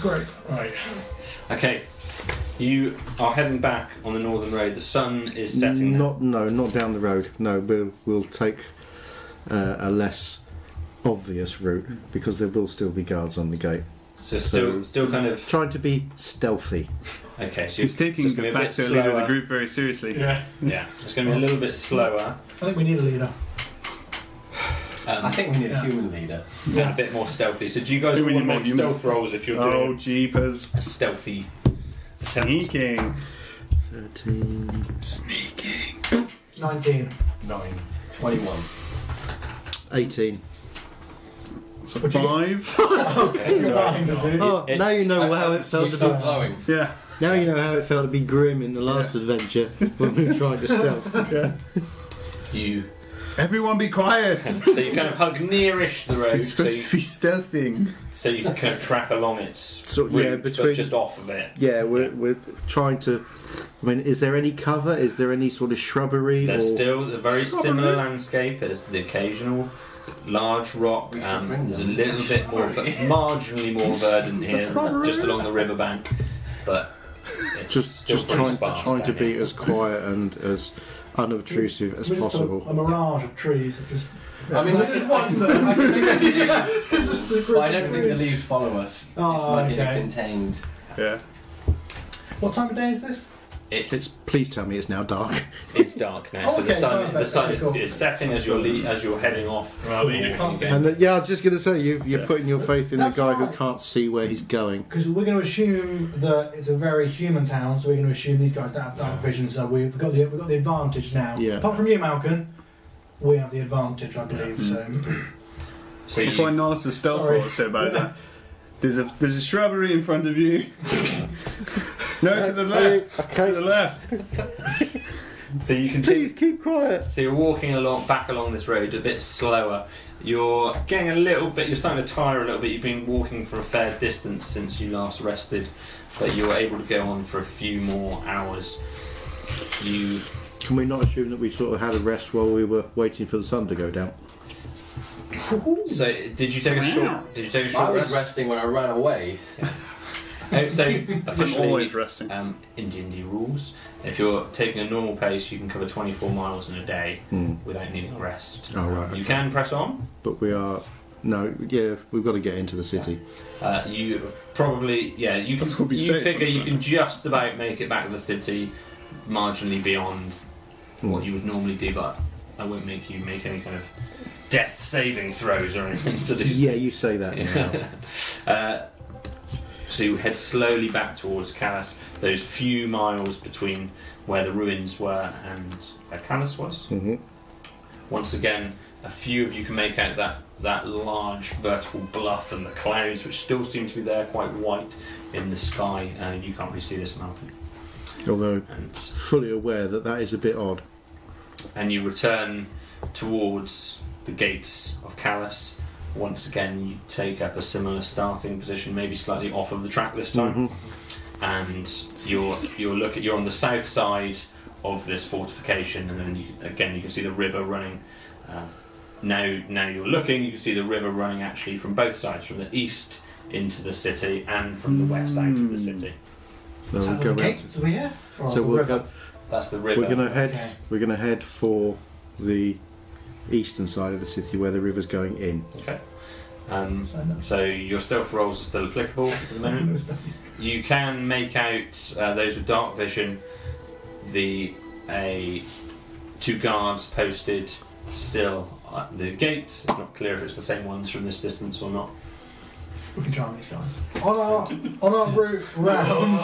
Speaker 6: Great.
Speaker 8: Right.
Speaker 3: Okay, you are heading back on the northern road. The sun is setting. now.
Speaker 5: Not no, not down the road. No, we'll we'll take uh, a less obvious route because there will still be guards on the gate.
Speaker 3: So still,
Speaker 5: so-
Speaker 3: still kind of.
Speaker 5: Trying to be stealthy.
Speaker 3: Okay, so
Speaker 7: He's taking the facto
Speaker 3: factor
Speaker 7: leader of the group very seriously.
Speaker 8: Yeah.
Speaker 3: Yeah, it's going to be a little bit slower
Speaker 6: I think we need a leader.
Speaker 3: um,
Speaker 9: I think we need
Speaker 6: Yeah.
Speaker 9: a human leader.
Speaker 3: and a bit more stealthy. So do you guys
Speaker 7: Who
Speaker 3: want
Speaker 7: will
Speaker 3: to
Speaker 7: you
Speaker 3: make
Speaker 7: make? You
Speaker 3: stealth
Speaker 7: must-
Speaker 3: rolls if you're
Speaker 7: Oh,
Speaker 3: doing
Speaker 7: jeepers.
Speaker 3: a stealthy? attempt?
Speaker 7: Sneaking.
Speaker 5: Thirteen.
Speaker 6: 19.
Speaker 8: Nine.
Speaker 9: 21.
Speaker 5: 18.
Speaker 7: So five.
Speaker 3: Okay, so
Speaker 5: Oh,
Speaker 3: It's-
Speaker 5: now you know
Speaker 9: Uh,
Speaker 5: how it felt
Speaker 9: you
Speaker 5: to
Speaker 9: stop
Speaker 5: be.
Speaker 9: glowing.
Speaker 7: Yeah.
Speaker 5: Now you know how it felt to be grim in the last adventure when we tried to stealth.
Speaker 3: you
Speaker 7: Everyone be quiet.
Speaker 3: so you kind of hug nearish the road,
Speaker 7: It's
Speaker 3: so
Speaker 7: supposed
Speaker 3: you,
Speaker 7: to be stealthing.
Speaker 3: so you can kind of track along its
Speaker 5: So yeah,
Speaker 3: route,
Speaker 5: between
Speaker 3: but just off of it.
Speaker 5: yeah, we're we're trying to. I mean, is there any cover? Is there any sort of shrubbery?
Speaker 3: There's
Speaker 5: or-
Speaker 3: still a very similar landscape as the occasional large rock.
Speaker 9: We should
Speaker 3: Um,
Speaker 9: bring
Speaker 3: there's a
Speaker 9: them.
Speaker 3: little bit more, ver- marginally more verdant here, just along the riverbank, but it's
Speaker 5: just
Speaker 3: still
Speaker 5: just
Speaker 3: pretty
Speaker 5: trying
Speaker 3: sparse
Speaker 5: trying to
Speaker 3: down
Speaker 5: be
Speaker 3: here.
Speaker 5: as quiet and as unobtrusive as
Speaker 6: We just got A,
Speaker 7: uh,
Speaker 5: possible.
Speaker 6: mirage of trees. that Just,
Speaker 9: I mean,
Speaker 6: There's one
Speaker 9: I,
Speaker 6: thing.
Speaker 9: can think of the leaves,
Speaker 6: This is the
Speaker 9: but
Speaker 6: group
Speaker 9: I don't
Speaker 6: of
Speaker 9: think the
Speaker 6: trees.
Speaker 9: leaves follow us.
Speaker 6: Oh,
Speaker 9: it's like in
Speaker 6: okay.
Speaker 9: a contained.
Speaker 7: Yeah.
Speaker 6: What time of day is this?
Speaker 3: It's,
Speaker 5: It's please tell me it's now dark.
Speaker 3: it's dark now,
Speaker 6: Oh,
Speaker 3: so the
Speaker 6: okay,
Speaker 3: sun
Speaker 6: perfect,
Speaker 3: the sun is,
Speaker 6: cool.
Speaker 3: is setting as you're le- as you're heading off.
Speaker 8: Well, the leader can't see.
Speaker 5: And uh, yeah, I was just going to say you, you're
Speaker 7: Yeah.
Speaker 5: putting your faith in
Speaker 6: That's
Speaker 5: the guy
Speaker 6: right.
Speaker 5: who can't see where he's going.
Speaker 6: Because we're going to assume that it's a very human town, so we're going to assume these guys don't have dark vision, so we've got the, we've got the advantage now.
Speaker 5: Yeah.
Speaker 6: Apart from you, Malcolm, we have the advantage, I believe.
Speaker 5: Mm.
Speaker 6: So
Speaker 3: So
Speaker 7: That's why
Speaker 3: you,
Speaker 7: Nala's stealth
Speaker 6: Sorry.
Speaker 7: roll is so bad. then. There's a there's a shrubbery in front of you. no, to the left. To the
Speaker 5: Okay,
Speaker 7: left.
Speaker 3: so you continue.
Speaker 5: please keep quiet.
Speaker 3: So you're walking along back along this road a bit slower. You're getting a little bit. You're starting to tire a little bit. You've been walking for a fair distance since you last rested, but you were able to go on for a few more hours. You
Speaker 5: Can we not assume that we sort of had a rest while we were waiting for the sun to go down?
Speaker 3: so did you take a short? Did you take a
Speaker 9: I
Speaker 3: short
Speaker 9: was
Speaker 3: rest?
Speaker 9: resting when I ran away.
Speaker 3: Oh, so
Speaker 7: I'm
Speaker 3: officially,
Speaker 7: always resting.
Speaker 3: um, in D&D rules, if you're taking a normal pace, you can cover 24 miles in a day without needing a rest.
Speaker 5: Oh, right,
Speaker 3: You can press on.
Speaker 5: But we are. No, yeah, we've got to get into the city.
Speaker 3: Uh, you probably, yeah, you can.
Speaker 7: That's what we
Speaker 3: you
Speaker 7: say,
Speaker 3: figure you
Speaker 7: isn't it?
Speaker 3: can just about make it back to the city, marginally beyond what you would normally do, but I won't make you make any kind of death saving throws or anything to do.
Speaker 5: Yeah, you say that. now.
Speaker 3: Uh, so you head slowly back towards Calais. Those few miles between where the ruins were and where Calais was.
Speaker 5: Mhm.
Speaker 3: Once again, a few of you can make out that, that large vertical bluff and the clouds, which still seem to be there, quite white in the sky. Uh, you can't really see this mountain.
Speaker 5: Although
Speaker 3: And,
Speaker 5: fully aware that that is a bit odd.
Speaker 3: and you return towards the gates of Calais, Once again, you take up a similar starting position, maybe slightly off of the track this time,
Speaker 5: Mm-hmm.
Speaker 3: and you're you're look at you're on the south side of this fortification, and then you, again you can see the river running. Uh, now, now you're looking, you can see the river running actually from both sides, from the east into the city and from the west out of the
Speaker 5: Hmm.
Speaker 3: city.
Speaker 5: So we'll
Speaker 6: that
Speaker 5: go
Speaker 6: the
Speaker 5: round-
Speaker 6: gate that we have? Or
Speaker 5: So
Speaker 6: the
Speaker 5: we'll
Speaker 6: river?
Speaker 5: go,
Speaker 3: That's the river.
Speaker 5: we're gonna head.
Speaker 6: Okay.
Speaker 5: We're gonna head for the eastern side of the city where the river's going in.
Speaker 3: Okay. Um, so your stealth rolls are still applicable at the moment. You can make out uh, those with dark vision. The a two guards posted still at the gate. It's not clear if it's the same ones from this distance or not.
Speaker 6: We can charm these guys. On our on our route round,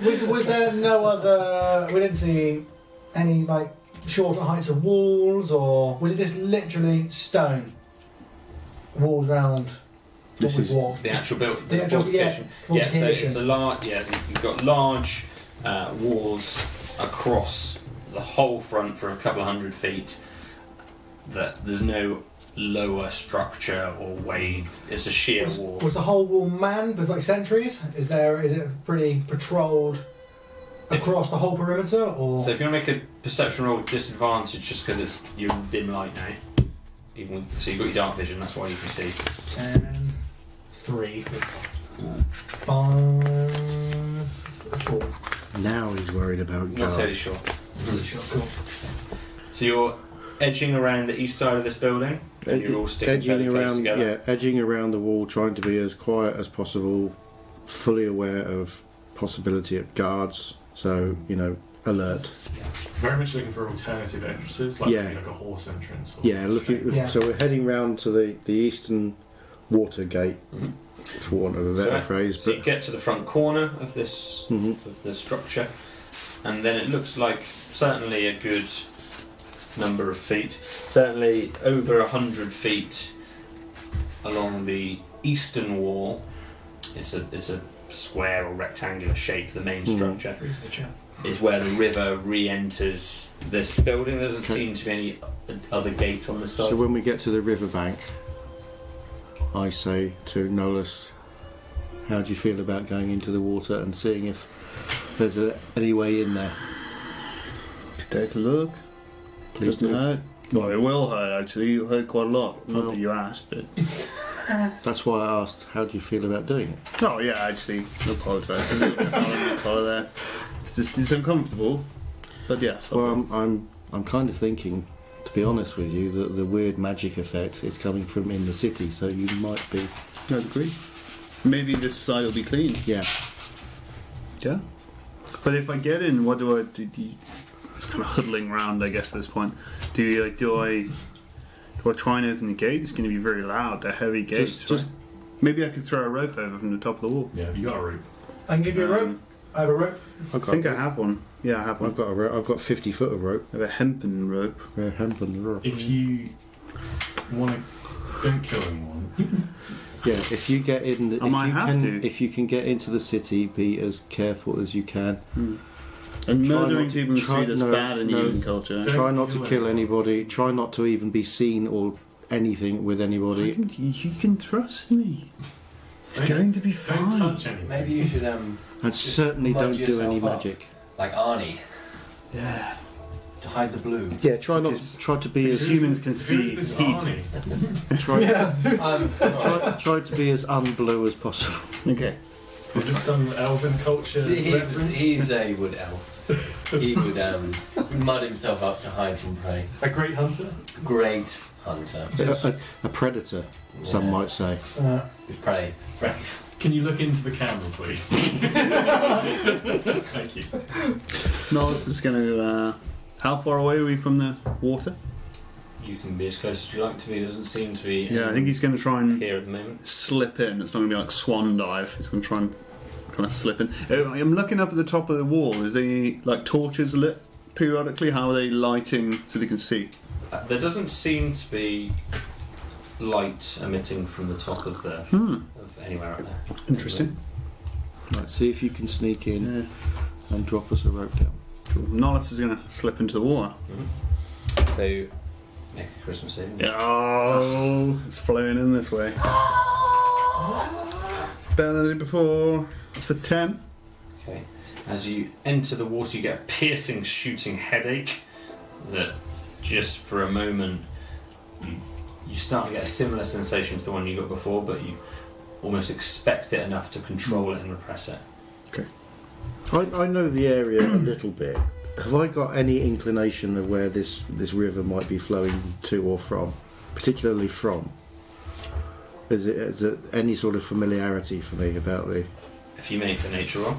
Speaker 6: was, was there no other? We didn't see any like shorter heights of walls, or was it just literally stone walls round what
Speaker 5: This
Speaker 6: we
Speaker 5: is-
Speaker 6: walked?
Speaker 3: The actual build, the,
Speaker 6: The actual-
Speaker 3: fortification.
Speaker 6: yeah,
Speaker 3: so it's a
Speaker 6: fortification.
Speaker 3: large. Yeah, you've got large uh, walls across the whole front for a couple of hundred feet. That there's no lower structure or way. It's a sheer
Speaker 6: Was,
Speaker 3: wall.
Speaker 6: was the whole wall manned with like sentries? Is there is it pretty patrolled
Speaker 3: If-
Speaker 6: across the whole perimeter, or
Speaker 3: So if you want to make a perception roll with disadvantage, just because it's you're in dim light now, even with, so you've got your dark vision, that's why you can see.
Speaker 6: ten, three, five, four?
Speaker 5: Now he's worried about
Speaker 3: Not totally
Speaker 5: guard.
Speaker 3: sure.
Speaker 6: Really sure, cool.
Speaker 3: So you're edging around the east side of this building, and you're all sticking fairly
Speaker 5: edging
Speaker 3: close
Speaker 5: around,
Speaker 3: together.
Speaker 5: yeah, edging around the wall, trying to be as quiet as possible, fully aware of possibility of guards. So you know, alert.
Speaker 8: Very much looking for alternative entrances, like
Speaker 5: Yeah.
Speaker 8: maybe like a horse entrance. Or
Speaker 5: Yeah, looking.
Speaker 8: something.
Speaker 6: Yeah.
Speaker 5: So we're heading round to the the eastern water gate,
Speaker 3: Mhm.
Speaker 5: for want of a
Speaker 3: So
Speaker 5: better
Speaker 3: that-
Speaker 5: phrase.
Speaker 3: So you
Speaker 5: But
Speaker 3: get to the front corner of this
Speaker 5: Mhm.
Speaker 3: of the structure, and then it looks like certainly a good number of feet, certainly over a hundred feet along the eastern wall. It's a it's a square or rectangular shape. The main
Speaker 7: Hmm.
Speaker 5: Mhm.
Speaker 3: structure
Speaker 6: Three for the chair.
Speaker 3: is where the river re-enters this building. There doesn't seem to be any o- other gate on this side.
Speaker 5: so when we get to the riverbank, I say to Nolus, "How do you feel about going into the water and seeing if there's a, any way in there?
Speaker 7: Take a look.
Speaker 5: Please
Speaker 7: Doesn't
Speaker 5: do."
Speaker 7: hurt. Well, it will hurt actually. You hurt quite a lot. Not that you asked, but
Speaker 5: That's why I asked, "How do you feel about doing it?"
Speaker 7: oh yeah, actually, I apologise. A little bit of colour there. It's just it's uncomfortable, but yes.
Speaker 5: Well, I'm I'm, I'm kind of thinking. To be honest with you, that the weird magic effect is coming from in the city, so you might be.
Speaker 7: I agree. Maybe this side will be clean.
Speaker 5: Yeah,
Speaker 7: Yeah. But if I get in, what do I do? do you, it's kind of huddling round, I guess, at this point. Do you like? Do I? Do I try and open the gate? It's going to be very loud. They're heavy gates.
Speaker 5: Just-
Speaker 7: Just,
Speaker 5: just-
Speaker 7: maybe I could throw a rope over from the top of the wall.
Speaker 8: Yeah, you got a rope.
Speaker 6: I can give you a rope. I have a rope.
Speaker 5: I've
Speaker 7: I think I have one. Yeah, I have one.
Speaker 5: I've got a rope. I've got fifty foot of rope.
Speaker 7: I have a hempen rope.
Speaker 5: Uh, Hampton rope.
Speaker 8: If you want to, don't kill anyone.
Speaker 5: Yeah, if you get in, the,
Speaker 7: I
Speaker 5: if
Speaker 7: might
Speaker 5: you
Speaker 7: have
Speaker 5: can,
Speaker 7: to.
Speaker 5: if you can get into the city, be as careful as you can.
Speaker 7: And
Speaker 5: Try
Speaker 7: murdering
Speaker 5: not to-
Speaker 7: people in the
Speaker 5: try-
Speaker 7: street is
Speaker 5: no,
Speaker 7: bad in
Speaker 5: no.
Speaker 7: human culture.
Speaker 8: Don't
Speaker 5: try not
Speaker 8: kill
Speaker 5: to kill
Speaker 8: anyone.
Speaker 5: anybody. Try not to even be seen or anything with
Speaker 7: You
Speaker 5: anybody.
Speaker 7: can, you can trust me. It's
Speaker 8: Don't-
Speaker 7: going to be
Speaker 8: Don't
Speaker 7: fine.
Speaker 8: touch anything.
Speaker 9: Maybe you should, um,
Speaker 5: And certainly
Speaker 9: Budge
Speaker 5: don't do any
Speaker 9: yourself up.
Speaker 5: magic.
Speaker 9: like Arnie,
Speaker 7: Yeah.
Speaker 9: to hide the blue.
Speaker 5: Yeah, try not.
Speaker 7: Because-
Speaker 5: Try to be
Speaker 8: Who's
Speaker 5: as
Speaker 7: humans can
Speaker 8: this-
Speaker 7: see
Speaker 8: Who's this
Speaker 7: heat.
Speaker 8: Arnie?
Speaker 5: try,
Speaker 9: Um, sorry.
Speaker 5: try, try to be as unblue as possible.
Speaker 7: Okay.
Speaker 8: Is this some elven culture
Speaker 9: He was,
Speaker 8: reference?
Speaker 9: he's a wood elf. He would um, mud himself up to hide from prey.
Speaker 8: A great hunter?
Speaker 9: Great hunter.
Speaker 5: A, a- a predator, some
Speaker 9: Yeah.
Speaker 5: might say.
Speaker 6: Uh,
Speaker 9: With prey. Brave.
Speaker 8: Can you look into the camera, please? Thank you.
Speaker 7: No, this is going to. Uh, how far away are we from the water?
Speaker 3: You can be as close as you like to be. There doesn't seem to be.
Speaker 7: Yeah, I think he's going to try and
Speaker 3: here at the moment.
Speaker 7: slip in. It's not going to be like swan dive. It's going to try and kind of slip in. Uh, I'm looking up at the top of the wall. Is the like torches lit periodically? How are they lighting so they can see?
Speaker 3: Uh, There doesn't seem to be light emitting from the top of the
Speaker 7: Hmm.
Speaker 3: of anywhere up there.
Speaker 7: Interesting.
Speaker 5: Right, see if you can sneak in
Speaker 7: Yeah.
Speaker 5: and drop us a rope down.
Speaker 7: Cool. Nollis is going to slip into the water.
Speaker 3: So Make a Christmas Eve.
Speaker 7: Oh, it's flowing in this way. Better than I did before. That's a 10.
Speaker 3: Okay. As you enter the water, you get a piercing, shooting headache that just for a moment you, you start to get a similar sensation to the one you got before, but you almost expect it enough to control it and repress it.
Speaker 5: I, I know the area a little bit. Have I got any inclination of where this, this river might be flowing to or from? Particularly from? Is it, is it any sort of familiarity for me about the.
Speaker 3: If you make a nature roll,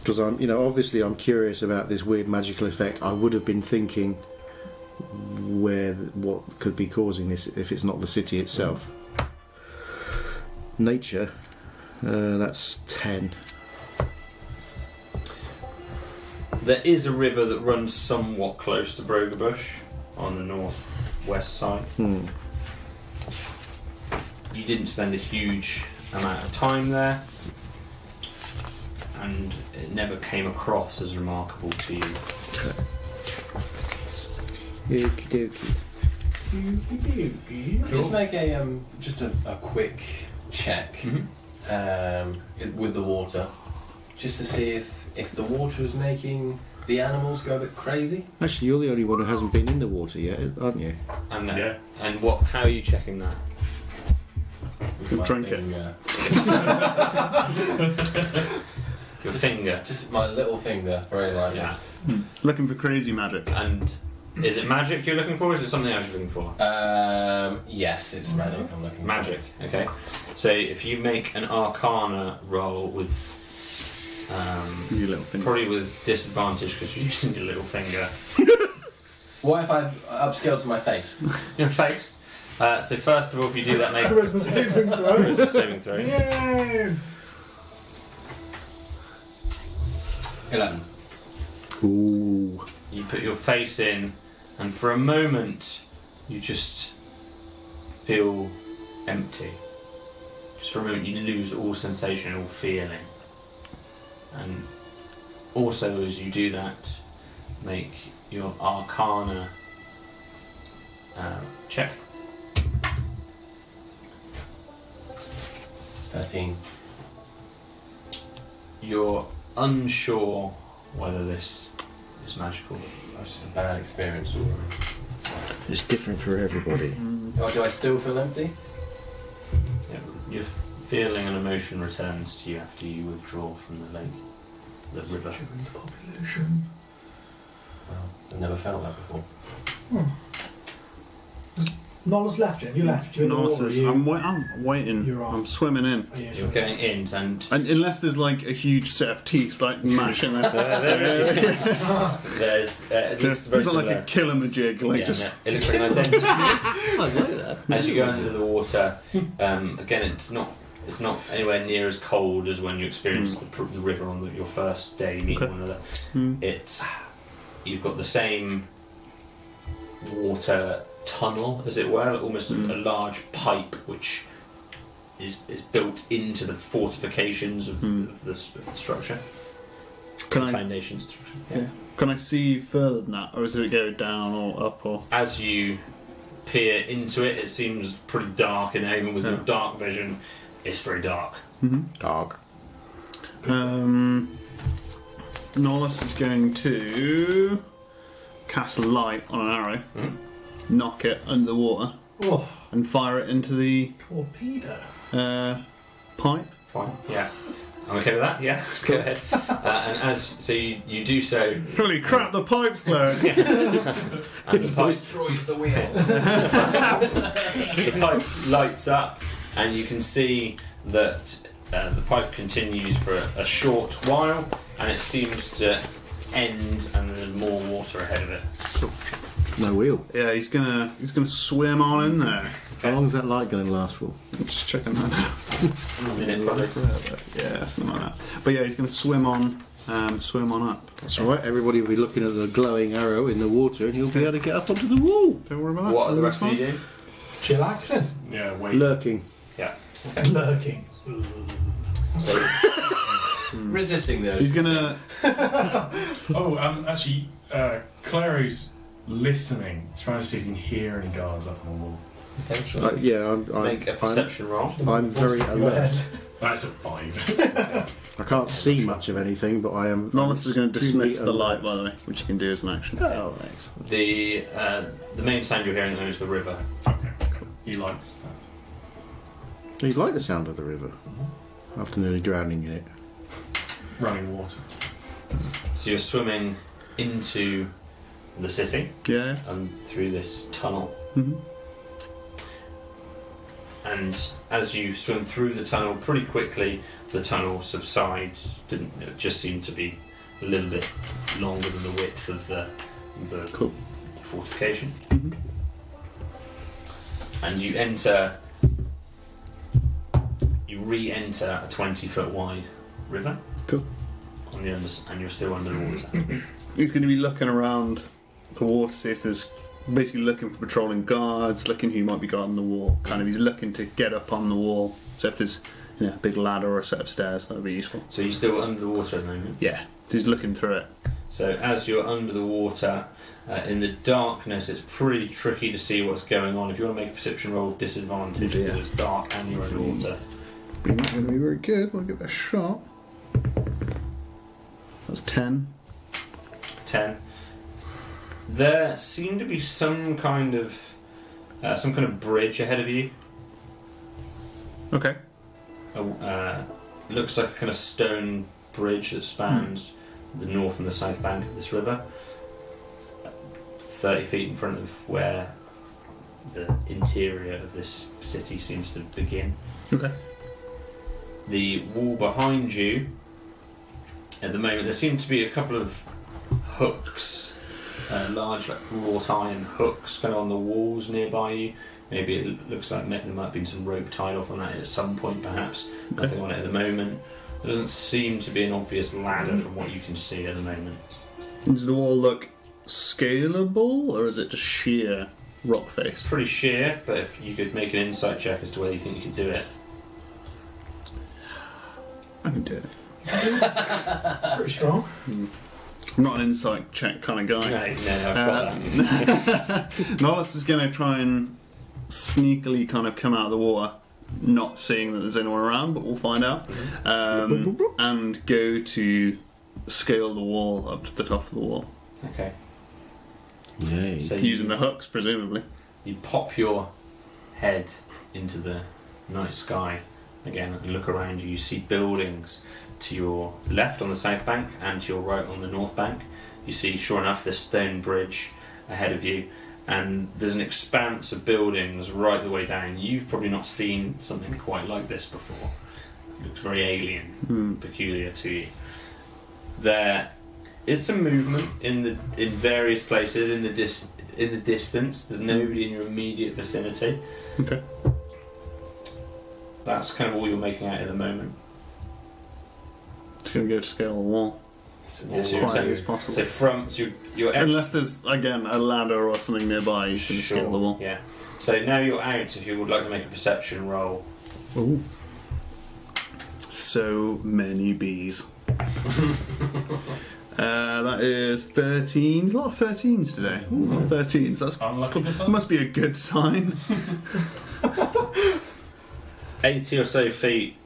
Speaker 5: Because I'm, you know, obviously I'm curious about this weird magical effect. I would have been thinking where th- what could be causing this if it's not the city itself. Nature, uh, that's ten.
Speaker 3: there is a river that runs somewhat close to Brogerbush on the northwest side.
Speaker 5: Hmm.
Speaker 3: you didn't spend a huge amount of time there, and it never came across as remarkable to you.
Speaker 5: Okie dokie.
Speaker 9: Just make a um, just a, a quick check
Speaker 3: Mm-hmm.
Speaker 9: um, i- with the water, just to see if if the water is making the animals go a bit crazy.
Speaker 5: Actually, you're the only one who hasn't been in the water yet, aren't you?
Speaker 3: And no.
Speaker 8: Yeah.
Speaker 3: And what? How are you checking that?
Speaker 9: With
Speaker 7: Who
Speaker 9: my uh,
Speaker 7: drank it?
Speaker 9: finger.
Speaker 3: Your finger.
Speaker 9: Just my little finger, very lightly.
Speaker 3: Yeah.
Speaker 7: Looking for crazy magic.
Speaker 3: And is it magic you're looking for? Or is it something else you're looking for?
Speaker 9: Um, yes, it's magic. I'm looking.
Speaker 3: Mm-hmm. Magic. Okay. So if you make an Arcana roll with. Um,
Speaker 7: You little thing.
Speaker 3: Probably with disadvantage because you're using your little finger.
Speaker 9: What if I upscale to my face?
Speaker 3: Your face. Uh, so first of all, if you do that, make a
Speaker 6: Christmas saving throw.
Speaker 3: charisma saving throw.
Speaker 6: Yay!
Speaker 9: Eleven.
Speaker 5: Ooh.
Speaker 3: You put your face in, and for a moment, you just feel empty. Just for a moment, you lose all sensation, all feeling. And also, as you do that, make your arcana uh, check.
Speaker 9: Thirteen.
Speaker 3: You're unsure whether this is magical.
Speaker 9: That was just a bad experience.
Speaker 5: It's different for everybody.
Speaker 9: Oh, do I still feel empty?
Speaker 3: Yeah, your feeling and emotion returns to you after you withdraw from the lake, the river.
Speaker 9: Well, I've never felt that before.
Speaker 6: Nollis left, Jim. You left. You're in the water.
Speaker 7: Nonsense.
Speaker 6: You,
Speaker 7: I'm, wai- I'm waiting.
Speaker 6: You're off.
Speaker 7: I'm swimming in.
Speaker 6: Oh, Yeah,
Speaker 3: You're going in, and
Speaker 7: And unless there's like a huge set of teeth like mashing there.
Speaker 3: there's uh, it looks
Speaker 7: It's
Speaker 3: very
Speaker 7: not like
Speaker 3: similar.
Speaker 7: a killer majig, like
Speaker 3: Yeah,
Speaker 7: just
Speaker 3: no, it looks like an identical. As you go under the water, um, again, it's not it's not anywhere near as cold as when you experienced
Speaker 7: Hmm.
Speaker 3: the pr the, river on the, your first day meeting one another.
Speaker 7: Mm.
Speaker 3: It's you've got the same water tunnel, as it were, almost
Speaker 7: Hmm.
Speaker 3: a, a large pipe which is, is built into the fortifications of,
Speaker 7: Hmm.
Speaker 3: of, the, s- of the structure,
Speaker 7: can I
Speaker 3: foundations. of the structure. Yeah.
Speaker 7: can I see further than that, or does it go down or up or?
Speaker 3: as you peer into it, it seems pretty dark, and even with your dark vision, it's very dark.
Speaker 5: Dark.
Speaker 7: Um, Nolus is going to cast light on an arrow,
Speaker 3: Hmm?
Speaker 7: knock it under the water,
Speaker 6: Oh,
Speaker 7: and fire it into the
Speaker 6: torpedo.
Speaker 7: uh, pipe.
Speaker 3: Fine. Yeah. I'm okay with that. Yeah. Go ahead. Uh, and as so you, you do so,
Speaker 7: Holy crap! The pipe's glowing.
Speaker 3: and the pipe,
Speaker 9: Destroys the wheel.
Speaker 3: the pipe lights up, and you can see that uh, the pipe continues for a, a short while, and it seems to end, and there's more water ahead of it.
Speaker 5: No wheel.
Speaker 7: yeah, he's gonna he's gonna swim on in there.
Speaker 5: How long is that light going to last for?
Speaker 7: I'm just checking that out.
Speaker 3: A minute, probably.
Speaker 7: Yeah, something like that. But yeah, he's gonna swim on, um, swim on up.
Speaker 5: That's all right. Everybody will be looking at the glowing arrow in the water, and you'll be able to get up onto the wall.
Speaker 7: Don't worry about that.
Speaker 3: What are the
Speaker 7: That's
Speaker 3: rest of
Speaker 7: fine.
Speaker 3: you doing?
Speaker 6: Chillaxing.
Speaker 8: Yeah, wait.
Speaker 5: Lurking.
Speaker 3: Yeah.
Speaker 6: Lurking.
Speaker 3: So
Speaker 9: Resisting those.
Speaker 7: He's gonna
Speaker 8: Oh, um, actually, uh, Claro's listening, trying to see if you can hear any guards up on the wall.
Speaker 3: Okay.
Speaker 5: Uh, yeah, I'm, I'm,
Speaker 3: Make a
Speaker 5: I'm,
Speaker 3: perception roll.
Speaker 5: I'm very alert.
Speaker 8: That's a five.
Speaker 5: I can't see much of anything, but I am.
Speaker 7: Lawless is going to
Speaker 5: extremely
Speaker 7: dismiss the
Speaker 5: alert.
Speaker 7: light, by the way, which you can do as an action.
Speaker 5: Oh, thanks.
Speaker 3: The uh, the main sound you're hearing at the moment is the river.
Speaker 8: okay, cool. He likes that.
Speaker 5: You like the sound of the river after nearly drowning in it.
Speaker 8: Running water.
Speaker 3: So you're swimming into the city
Speaker 7: Yeah.
Speaker 3: and um, through this tunnel.
Speaker 7: Mm-hmm.
Speaker 3: And as you swim through the tunnel, pretty quickly the tunnel subsides. Didn't it just seemed to be a little bit longer than the width of the the
Speaker 7: Cool.
Speaker 3: fortification.
Speaker 7: Mhm.
Speaker 3: And you enter. You re-enter a twenty-foot wide river.
Speaker 7: Cool.
Speaker 3: On the under, and you're still underwater.
Speaker 7: He's going to be looking around the water, see if there's basically looking for patrolling guards, looking who might be guarding the wall. Kind of, he's looking to get up on the wall. So if there's you know, a big ladder or a set of stairs, that would be useful.
Speaker 3: so you're still under the water at the moment.
Speaker 7: Yeah. So he's looking through it.
Speaker 3: So as you're under the water, uh, in the darkness, it's pretty tricky to see what's going on. If you want to make a perception roll, with disadvantage
Speaker 7: Yeah.
Speaker 3: because it's dark and you're underwater.
Speaker 7: You're not going to be
Speaker 5: Mm-hmm.
Speaker 7: very good. I'll give it a shot. That's 10.
Speaker 3: Ten. There seem to be some kind of uh, some kind of bridge ahead of you.
Speaker 7: Okay.
Speaker 3: A- Uh, looks like a kind of stone bridge that spans the north and the south bank of this river. Thirty feet in front of where the interior of this city seems to begin.
Speaker 7: Okay.
Speaker 3: the wall behind you at the moment there seem to be a couple of hooks uh, large like wrought iron hooks kind of on the walls nearby you maybe it l- looks like ma- there might have been some rope tied off on that at some point perhaps nothing on it at the moment there doesn't seem to be an obvious ladder from what you can see at the moment
Speaker 7: Does the wall look scalable or is it just sheer rock
Speaker 3: it's
Speaker 7: face?
Speaker 3: pretty sheer but if you could make an insight check as to whether you think you could do it
Speaker 7: I can do it.
Speaker 6: Pretty strong.
Speaker 7: I'm not an insight check kind of guy.
Speaker 3: no no i've got
Speaker 7: Uh,
Speaker 3: that
Speaker 7: Norris is going to try and sneakily kind of come out of the water, not seeing that there's anyone around, but we'll find out. Um, and go to scale the wall up to the top of the wall
Speaker 3: okay
Speaker 5: Yay.
Speaker 3: so you-
Speaker 7: using the hooks, presumably.
Speaker 3: You pop your head into the night sky again and look around you. You see buildings to your left on the south bank and to your right on the north bank. You see, sure enough, this stone bridge ahead of you, and there's an expanse of buildings right the way down. You've probably not seen something quite like this before. It looks very alien, peculiar to you. There is some movement in the in various places in the dis in the distance. There's nobody in your immediate vicinity.
Speaker 7: Mm. Okay.
Speaker 3: That's kind of all you're making out at the moment.
Speaker 7: Just going to go to scale the wall
Speaker 3: Yes,
Speaker 7: as
Speaker 3: you're
Speaker 7: quietly
Speaker 3: saying-
Speaker 7: as possible.
Speaker 3: So from so you're, you're ex-
Speaker 7: Unless there's again a ladder or something nearby, you can scale the wall.
Speaker 3: Yeah. So now you're out. If you would like to make a perception roll,
Speaker 7: Ooh. So many bees. uh, that is 13. A lot of 13s today. Ooh, a lot of 13s. That's
Speaker 8: Unlucky for some.
Speaker 7: must be a good sign.
Speaker 3: eighty or so feet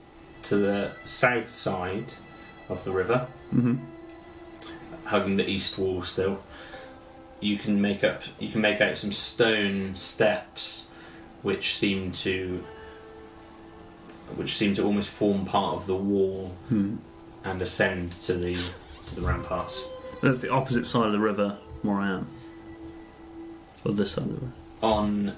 Speaker 3: to the south side of the river,
Speaker 7: Mm-hmm.
Speaker 3: hugging the east wall still. You can make up. You can make out some stone steps, which seem to, which seem to almost form part of the wall
Speaker 7: Hmm.
Speaker 3: and ascend to the to the ramparts.
Speaker 7: That's the opposite side of the river where I am. Or this side of the river.
Speaker 3: On,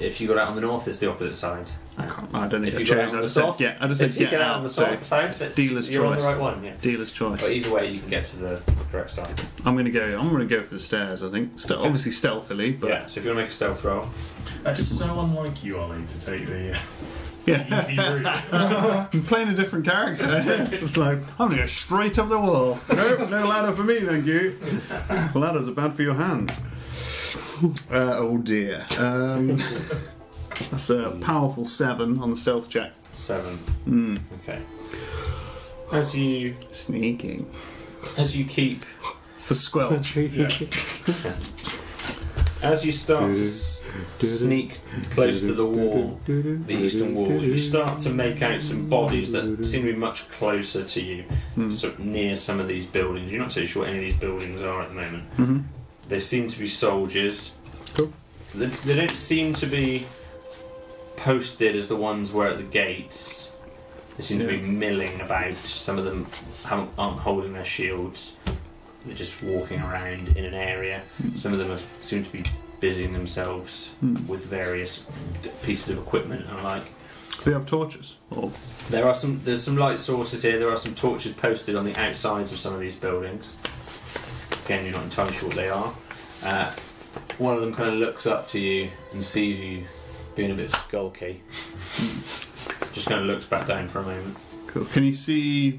Speaker 3: if you got out on the north, it's the opposite side.
Speaker 7: I, can't, I don't think
Speaker 3: If
Speaker 7: I
Speaker 3: you got out
Speaker 7: chose. I
Speaker 3: on the
Speaker 7: just said,
Speaker 3: south,
Speaker 7: yeah, I just
Speaker 3: if
Speaker 7: said
Speaker 3: you
Speaker 7: get
Speaker 3: get out,
Speaker 7: out.
Speaker 3: on the
Speaker 7: so
Speaker 3: south, south it's,
Speaker 7: dealer's
Speaker 3: you're on the
Speaker 7: choice.
Speaker 3: right one. Yeah.
Speaker 7: dealer's choice.
Speaker 3: But either way, you can get to the correct side.
Speaker 7: I'm gonna go. I'm gonna go for the stairs. I think, Ste- obviously stealthily, but
Speaker 3: yeah. So if you want to make a stealth roll,
Speaker 8: That's so unlike you, Ollie, to take the uh,
Speaker 7: yeah.
Speaker 8: easy route.
Speaker 7: I'm playing a different character. It's just like, I'm going to go straight up the wall. No, no ladder for me, thank you. Ladders are bad for your hands. Uh, oh dear. Um, that's a powerful seven on the stealth check.
Speaker 3: seven.
Speaker 7: Mm.
Speaker 3: Okay. As you
Speaker 7: Sneaking.
Speaker 3: as you keep
Speaker 7: for squelch.
Speaker 3: As you start to s- sneak close to the wall, the eastern wall, you start to make out some bodies that seem to be much closer to you,
Speaker 7: Hmm.
Speaker 3: sort of near some of these buildings. You're not so sure what any of these buildings are at the moment.
Speaker 7: Mhm.
Speaker 3: They seem to be soldiers.
Speaker 5: Cool.
Speaker 3: They, they don't seem to be posted as the ones were at the gates. They seem to be milling about. Some of them haven't, aren't holding their shields. They're just walking around in an area. Some of them have, seem to be busying themselves
Speaker 7: Hmm.
Speaker 3: with various d- pieces of equipment and the like.
Speaker 7: They have torches. Or
Speaker 3: There are some. There's some light sources here. There are some torches posted on the outsides of some of these buildings. Again, you're not entirely sure what they are. Uh, one of them kind of looks up to you and sees you being a bit skulky. Just kind of looks back down for a moment.
Speaker 7: cool. Can you see?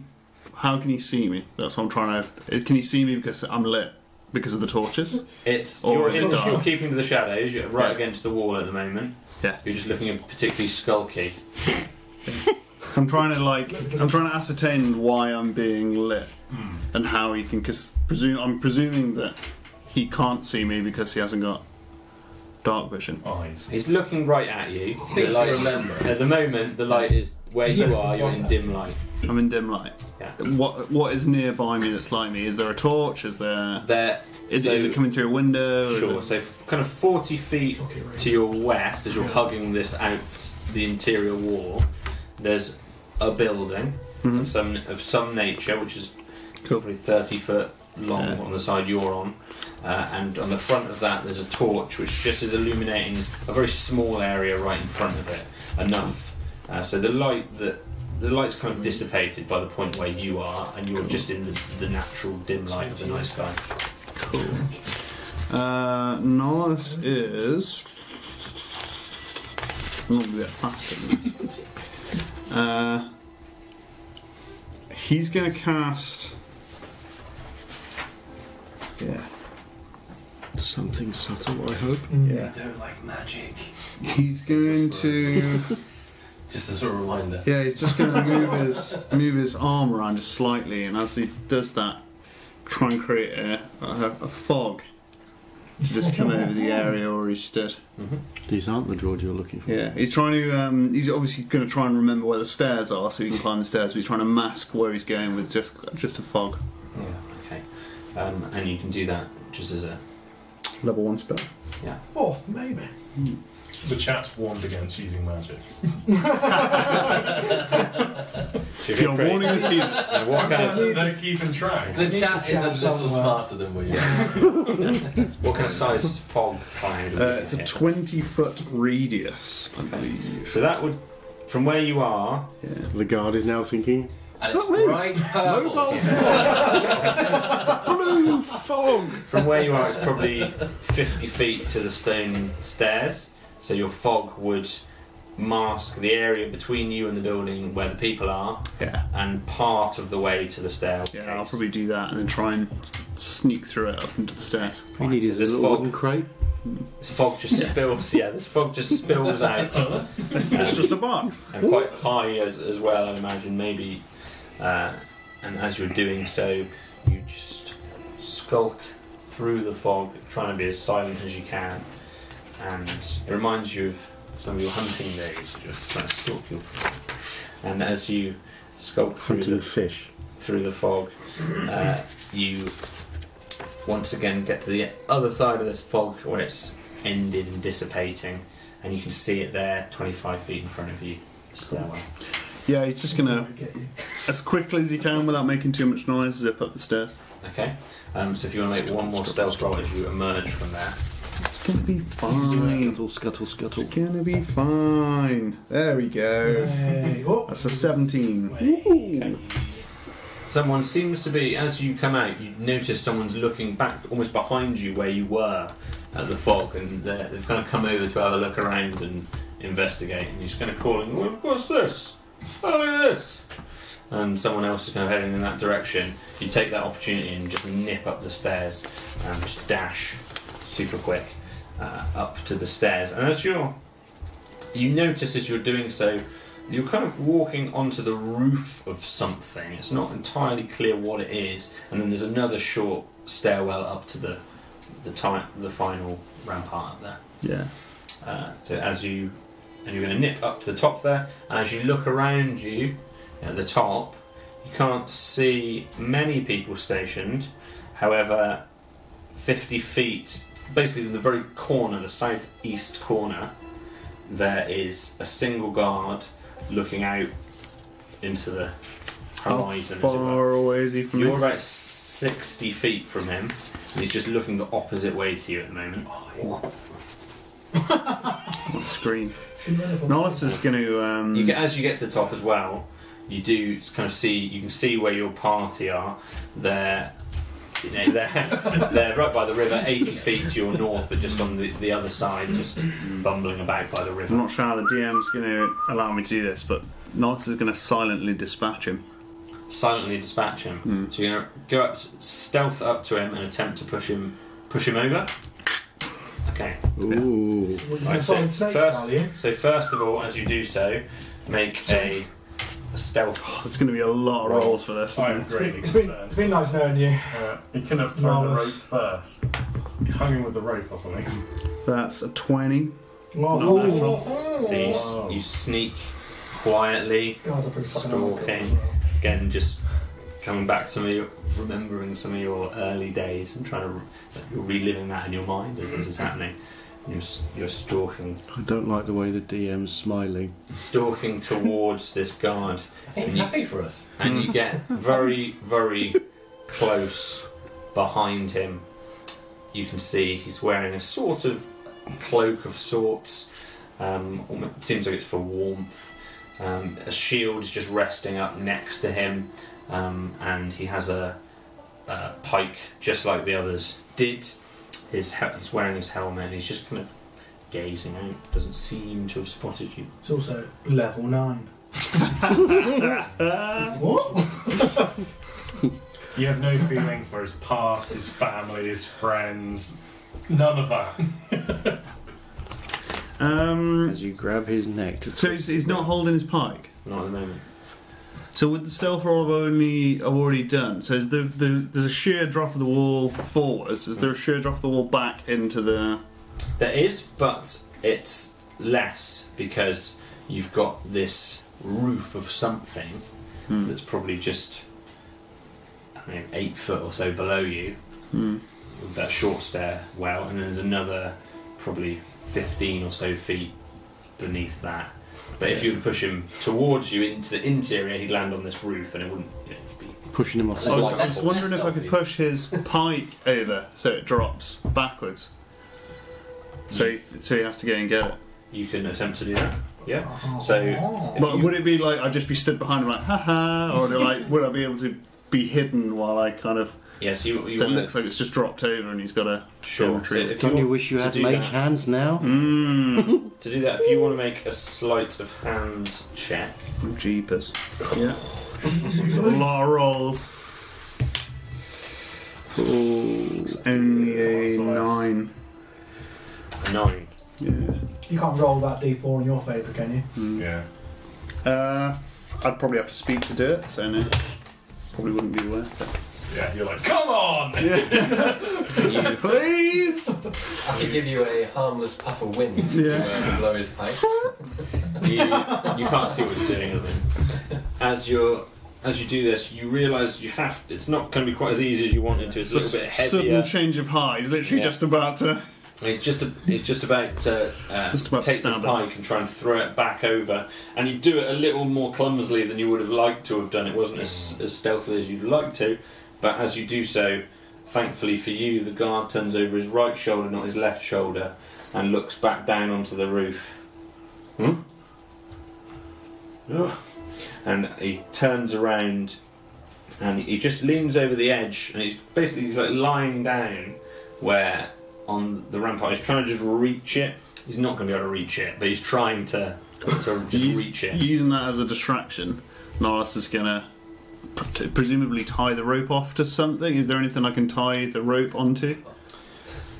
Speaker 7: How can you see me? That's what I'm trying to. eh, Can you see me because I'm lit because of the torches?
Speaker 3: It's
Speaker 7: Or
Speaker 3: you're,
Speaker 7: is it
Speaker 3: in,
Speaker 7: dark?
Speaker 3: you're keeping to the shadows. You're right
Speaker 7: Yeah.
Speaker 3: against the wall at the moment.
Speaker 7: Yeah.
Speaker 3: You're just looking particularly skulky.
Speaker 7: I'm trying to like. I'm trying to ascertain why I'm being lit
Speaker 3: Hmm.
Speaker 7: and how he can. Because presume I'm presuming that he can't see me because he hasn't got dark vision.
Speaker 3: Oh.
Speaker 8: Eyes.
Speaker 3: He's looking right at you. The
Speaker 9: Things to
Speaker 3: light,
Speaker 9: remember.
Speaker 3: at the moment, the light is where you are. You're in dim light.
Speaker 7: I'm in dim light.
Speaker 3: Yeah.
Speaker 7: What What is nearby me that's like me? Is there a torch? Is there?
Speaker 3: There.
Speaker 7: Is,
Speaker 3: so-
Speaker 7: it, is it coming through a window? Is
Speaker 3: Sure.
Speaker 7: it-
Speaker 3: So, f- kind of forty feet to your west, as you're hugging this out the interior wall, there's a building of some of some nature, which is
Speaker 7: Cool.
Speaker 3: probably thirty foot long
Speaker 7: Yeah.
Speaker 3: on the side you're on, uh, and on the front of that there's a torch which just is illuminating a very small area right in front of it enough. Uh, so the light that the light's kind of dissipated by the point where you are, and you're just in the, the natural dim light of the night sky.
Speaker 7: Uh, Nolus is. I'm not gonna be that fast at this. Uh, he's gonna cast. Yeah.
Speaker 5: Something subtle, I hope.
Speaker 6: Mm.
Speaker 7: Yeah.
Speaker 9: don't like magic.
Speaker 7: He's going to.
Speaker 9: Just as a reminder.
Speaker 7: Yeah, he's just going to move his move his arm around just slightly, and as he does that, try and create a, a, a fog to just come over the area where he stood.
Speaker 5: These aren't the drawers you're looking for.
Speaker 7: Yeah, he's trying to. Um, he's obviously going to try and remember where the stairs are, so he can climb the stairs. But he's trying to mask where he's going with just just a fog.
Speaker 3: Yeah, okay. Um, and you can do that just as a.
Speaker 7: Level one spell.
Speaker 6: Oh, maybe.
Speaker 8: The chat's warned against using magic.
Speaker 7: Your warning is here.
Speaker 3: And what, kind of,
Speaker 8: They're keeping track.
Speaker 9: The chat
Speaker 6: chat
Speaker 9: is a little
Speaker 6: somewhere.
Speaker 9: smarter than we are.
Speaker 3: what kind of size fog cloud? would
Speaker 7: Uh,
Speaker 3: you
Speaker 7: it's a
Speaker 3: get?
Speaker 7: twenty foot radius, I believe.
Speaker 3: so that would, from where you are,
Speaker 5: The guard is now thinking,
Speaker 9: And it's bright purple.
Speaker 5: blue fog!
Speaker 3: from where you are, it's probably 50 feet to the stone stairs. So your fog would mask the area between you and the building where the people are,
Speaker 7: Yeah.
Speaker 3: and part of the way to the staircase.
Speaker 7: Yeah, I'll probably do that and then try and s- sneak through it up into the stairs.
Speaker 5: We
Speaker 3: Right,
Speaker 5: needed
Speaker 3: so
Speaker 5: a
Speaker 3: there's
Speaker 5: little
Speaker 3: fog.
Speaker 5: wooden crate.
Speaker 3: This fog just spills. Yeah, this fog just spills out. Um,
Speaker 7: It's just a box.
Speaker 3: and quite high as, as well, I imagine, maybe. Uh, and as you're doing so, you just skulk through the fog, trying to be as silent as you can. And it reminds you of some of your hunting days, just trying to stalk your. And as you skulk through
Speaker 5: Hunting
Speaker 3: the,
Speaker 5: fish.
Speaker 3: through the fog, uh, you once again get to the other side of this fog where it's ended and dissipating, and you can see it there, 25 feet in front of you. Stairwell.
Speaker 7: Yeah, he's just gonna
Speaker 6: Get you.
Speaker 7: as quickly as he can without making too much noise zip up the stairs.
Speaker 3: Okay. Um, so if you want to make one more stealth roll as you emerge from there,
Speaker 7: It's gonna be fine.
Speaker 5: Scuttle, scuttle, scuttle.
Speaker 7: It's gonna be fine. There we go.
Speaker 6: Hey, oh.
Speaker 7: That's a seventeen.
Speaker 3: someone seems to be as you come out. You notice someone's looking back, almost behind you where you were at the fog, and they're- they've kind of come over to have a look around and investigate. And he's kind of calling, "Wha- "What's this? Oh, look at this!" And someone else is kind of heading in that direction. You take that opportunity and just nip up the stairs and just dash super quick uh, up to the stairs. And as you're, you notice as you're doing so, You're kind of walking onto the roof of something. It's not entirely clear what it is, and then there's another short stairwell up to the the time the final rampart up there.
Speaker 7: Yeah.
Speaker 3: Uh, so as you and you're going to nip up to the top there, and as you look around you at the top, you can't see many people stationed. However, 50 feet, basically the very corner, the southeast corner, there is a single guard looking out into the
Speaker 7: How
Speaker 3: horizon. as it were.
Speaker 7: far away is he from
Speaker 3: You're
Speaker 7: me?
Speaker 3: about 60 feet from him, and he's just looking the opposite way to you at the moment.
Speaker 7: Screen.
Speaker 6: Irrelevant.
Speaker 7: Nollis is going to. Um,
Speaker 3: You get, as you get to the top as well, you do kind of see you can see where your party are. They're you know, they're, they're right by the river, 80 feet to your north, but just on the, the other side, just bumbling about by the
Speaker 7: I'm
Speaker 3: river.
Speaker 7: not sure how the DM's going to allow me to do this, but Nollis is going to silently dispatch him.
Speaker 3: Silently dispatch him. So you're gonna go up, stealth up to him, and attempt to push him, push him over. Okay.
Speaker 5: Ooh.
Speaker 6: What, you
Speaker 3: Right,
Speaker 6: right,
Speaker 3: so,
Speaker 6: find snakes, are you?
Speaker 3: first, so first of all, as you do so, make a, a stealth.
Speaker 7: There's going to be a lot of rolls for this.
Speaker 8: I'm
Speaker 7: Isn't
Speaker 8: greatly
Speaker 6: It's been, it's
Speaker 8: concerned.
Speaker 6: been nice knowing you.
Speaker 8: Uh, you can have thrown the rope
Speaker 6: Marvellous.
Speaker 8: first. You hung him with the rope or something.
Speaker 7: there? That's a 20.
Speaker 6: Oh,
Speaker 7: Not
Speaker 6: oh,
Speaker 7: natural.
Speaker 6: oh,
Speaker 3: So you, s-
Speaker 8: Wow.
Speaker 3: you sneak quietly.
Speaker 6: God, I pretty fucking
Speaker 3: Stalking.
Speaker 6: like it as well.
Speaker 3: Again, just coming back to some of your, remembering some of your early days and trying to, re- like, you're reliving that in your mind as this is happening. You're, s- you're stalking,
Speaker 5: I don't like the way the DM's smiling.
Speaker 3: stalking towards this guard,
Speaker 9: I think he's happy for us.
Speaker 3: and you get very, very close behind him. You can see he's wearing a sort of cloak of sorts. Um, almo- it seems like it's for warmth. Um, a shield is just resting up next to him, um, and he has a, a pike just like the others did. His he- he's wearing his helmet, and he's just kind of gazing out. Doesn't seem to have spotted you.
Speaker 6: It's also level 9. what?
Speaker 8: You have no feeling for his past, his family, his friends. None of that.
Speaker 7: Um,
Speaker 5: As you grab his neck.
Speaker 7: so he's, he's not holding his pike.
Speaker 3: Not at the moment.
Speaker 7: So with the stealth roll I've only I've already done. So is the, the there's a sheer drop of the wall forwards. Is there a sheer drop of the wall back into the?
Speaker 3: There is, but it's less because you've got this roof of something
Speaker 7: Hmm.
Speaker 3: that's probably just I mean, eight foot or so below you.
Speaker 7: Hmm.
Speaker 3: with That short stair well, and then there's another probably 15 or so feet beneath that. But if you were to push him towards you into the interior, he'd land on this roof, and it wouldn't you know, be.
Speaker 5: Pushing him off.
Speaker 7: I
Speaker 9: Oh,
Speaker 7: was,
Speaker 9: like-
Speaker 7: I was wondering if I could
Speaker 9: stealthy.
Speaker 7: push his pike over so it drops backwards. So he, so he has to go and get it.
Speaker 3: You can attempt to do that. Yeah. So if
Speaker 7: But
Speaker 3: you-
Speaker 7: would it be like I'd just be stood behind him like haha, or like would I be able to be hidden while I kind of?
Speaker 3: yeah, so you, you
Speaker 7: So it
Speaker 3: wanna-
Speaker 7: looks like it's just dropped over and he's got a
Speaker 3: sure. So
Speaker 7: retrieve it.
Speaker 3: if
Speaker 5: Don't you
Speaker 3: want
Speaker 5: wish you
Speaker 3: to
Speaker 5: had
Speaker 3: do
Speaker 5: mage
Speaker 3: that-
Speaker 5: hands now?
Speaker 7: mmm.
Speaker 3: To do that, if you want to make a sleight of hand check,
Speaker 7: Jeepers. Yeah. a lot of rolls. It's only a nine.
Speaker 3: nine.
Speaker 7: Yeah.
Speaker 6: You can't roll that d4 in your favour, can you?
Speaker 8: Yeah.
Speaker 7: Uh, I'd probably have to speak to do it, so no. Probably wouldn't be worth
Speaker 8: Yeah, you're like, come on!
Speaker 7: it. Please!
Speaker 9: I could give you a harmless puff of wind
Speaker 7: Yeah.
Speaker 9: to uh, blow his pipe.
Speaker 3: You, you can't see what he's doing other than as you're as you do this, you realise you have. It's not going to be quite as easy as you wanted to. It's a little bit heavier.
Speaker 7: Sudden change of heart. He's literally
Speaker 3: Yeah.
Speaker 7: just about to.
Speaker 3: And He's just a, he's just about to uh,
Speaker 7: Just about to
Speaker 3: take this
Speaker 7: stab it.
Speaker 3: pike and try and throw it back over, and you do it a little more clumsily than you would have liked to have done. It wasn't as, as stealthily as you'd like to, but as you do so, thankfully for you, the guard turns over his right shoulder, not his left shoulder, and looks back down onto the roof. Hmm. Ugh. And he turns around, and he just leans over the edge, and he's basically he's like lying down where on the rampart. He's trying to just reach it. He's not going to be able to reach it, but he's trying to to just
Speaker 7: Use-
Speaker 3: reach it.
Speaker 7: Using that as a distraction, Norris is gonna pre- presumably tie the rope off to something. Is there anything I can tie the rope onto?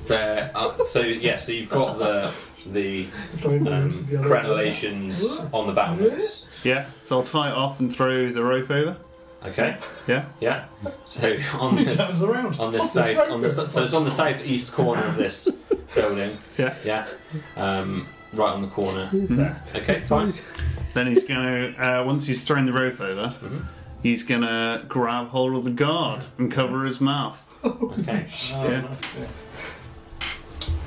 Speaker 3: There, uh, so yeah, so you've got the the
Speaker 6: Sorry,
Speaker 3: um,
Speaker 6: the other-
Speaker 3: crenellations on the battlements.
Speaker 7: Yeah, so I'll tie it off and throw the rope over.
Speaker 3: Okay.
Speaker 7: Yeah.
Speaker 3: Yeah. So on this
Speaker 6: Turns around.
Speaker 3: on
Speaker 6: Off
Speaker 3: this
Speaker 6: the
Speaker 3: south
Speaker 6: rope.
Speaker 3: on this so it's on the southeast corner of this building.
Speaker 7: Yeah.
Speaker 3: Yeah. Um, right on the corner there. Okay. Fine.
Speaker 7: Then he's going to, uh, once he's thrown the rope over,
Speaker 3: Mm-hmm.
Speaker 7: he's going to grab hold of the guard and cover his mouth.
Speaker 3: Okay.
Speaker 7: Yeah.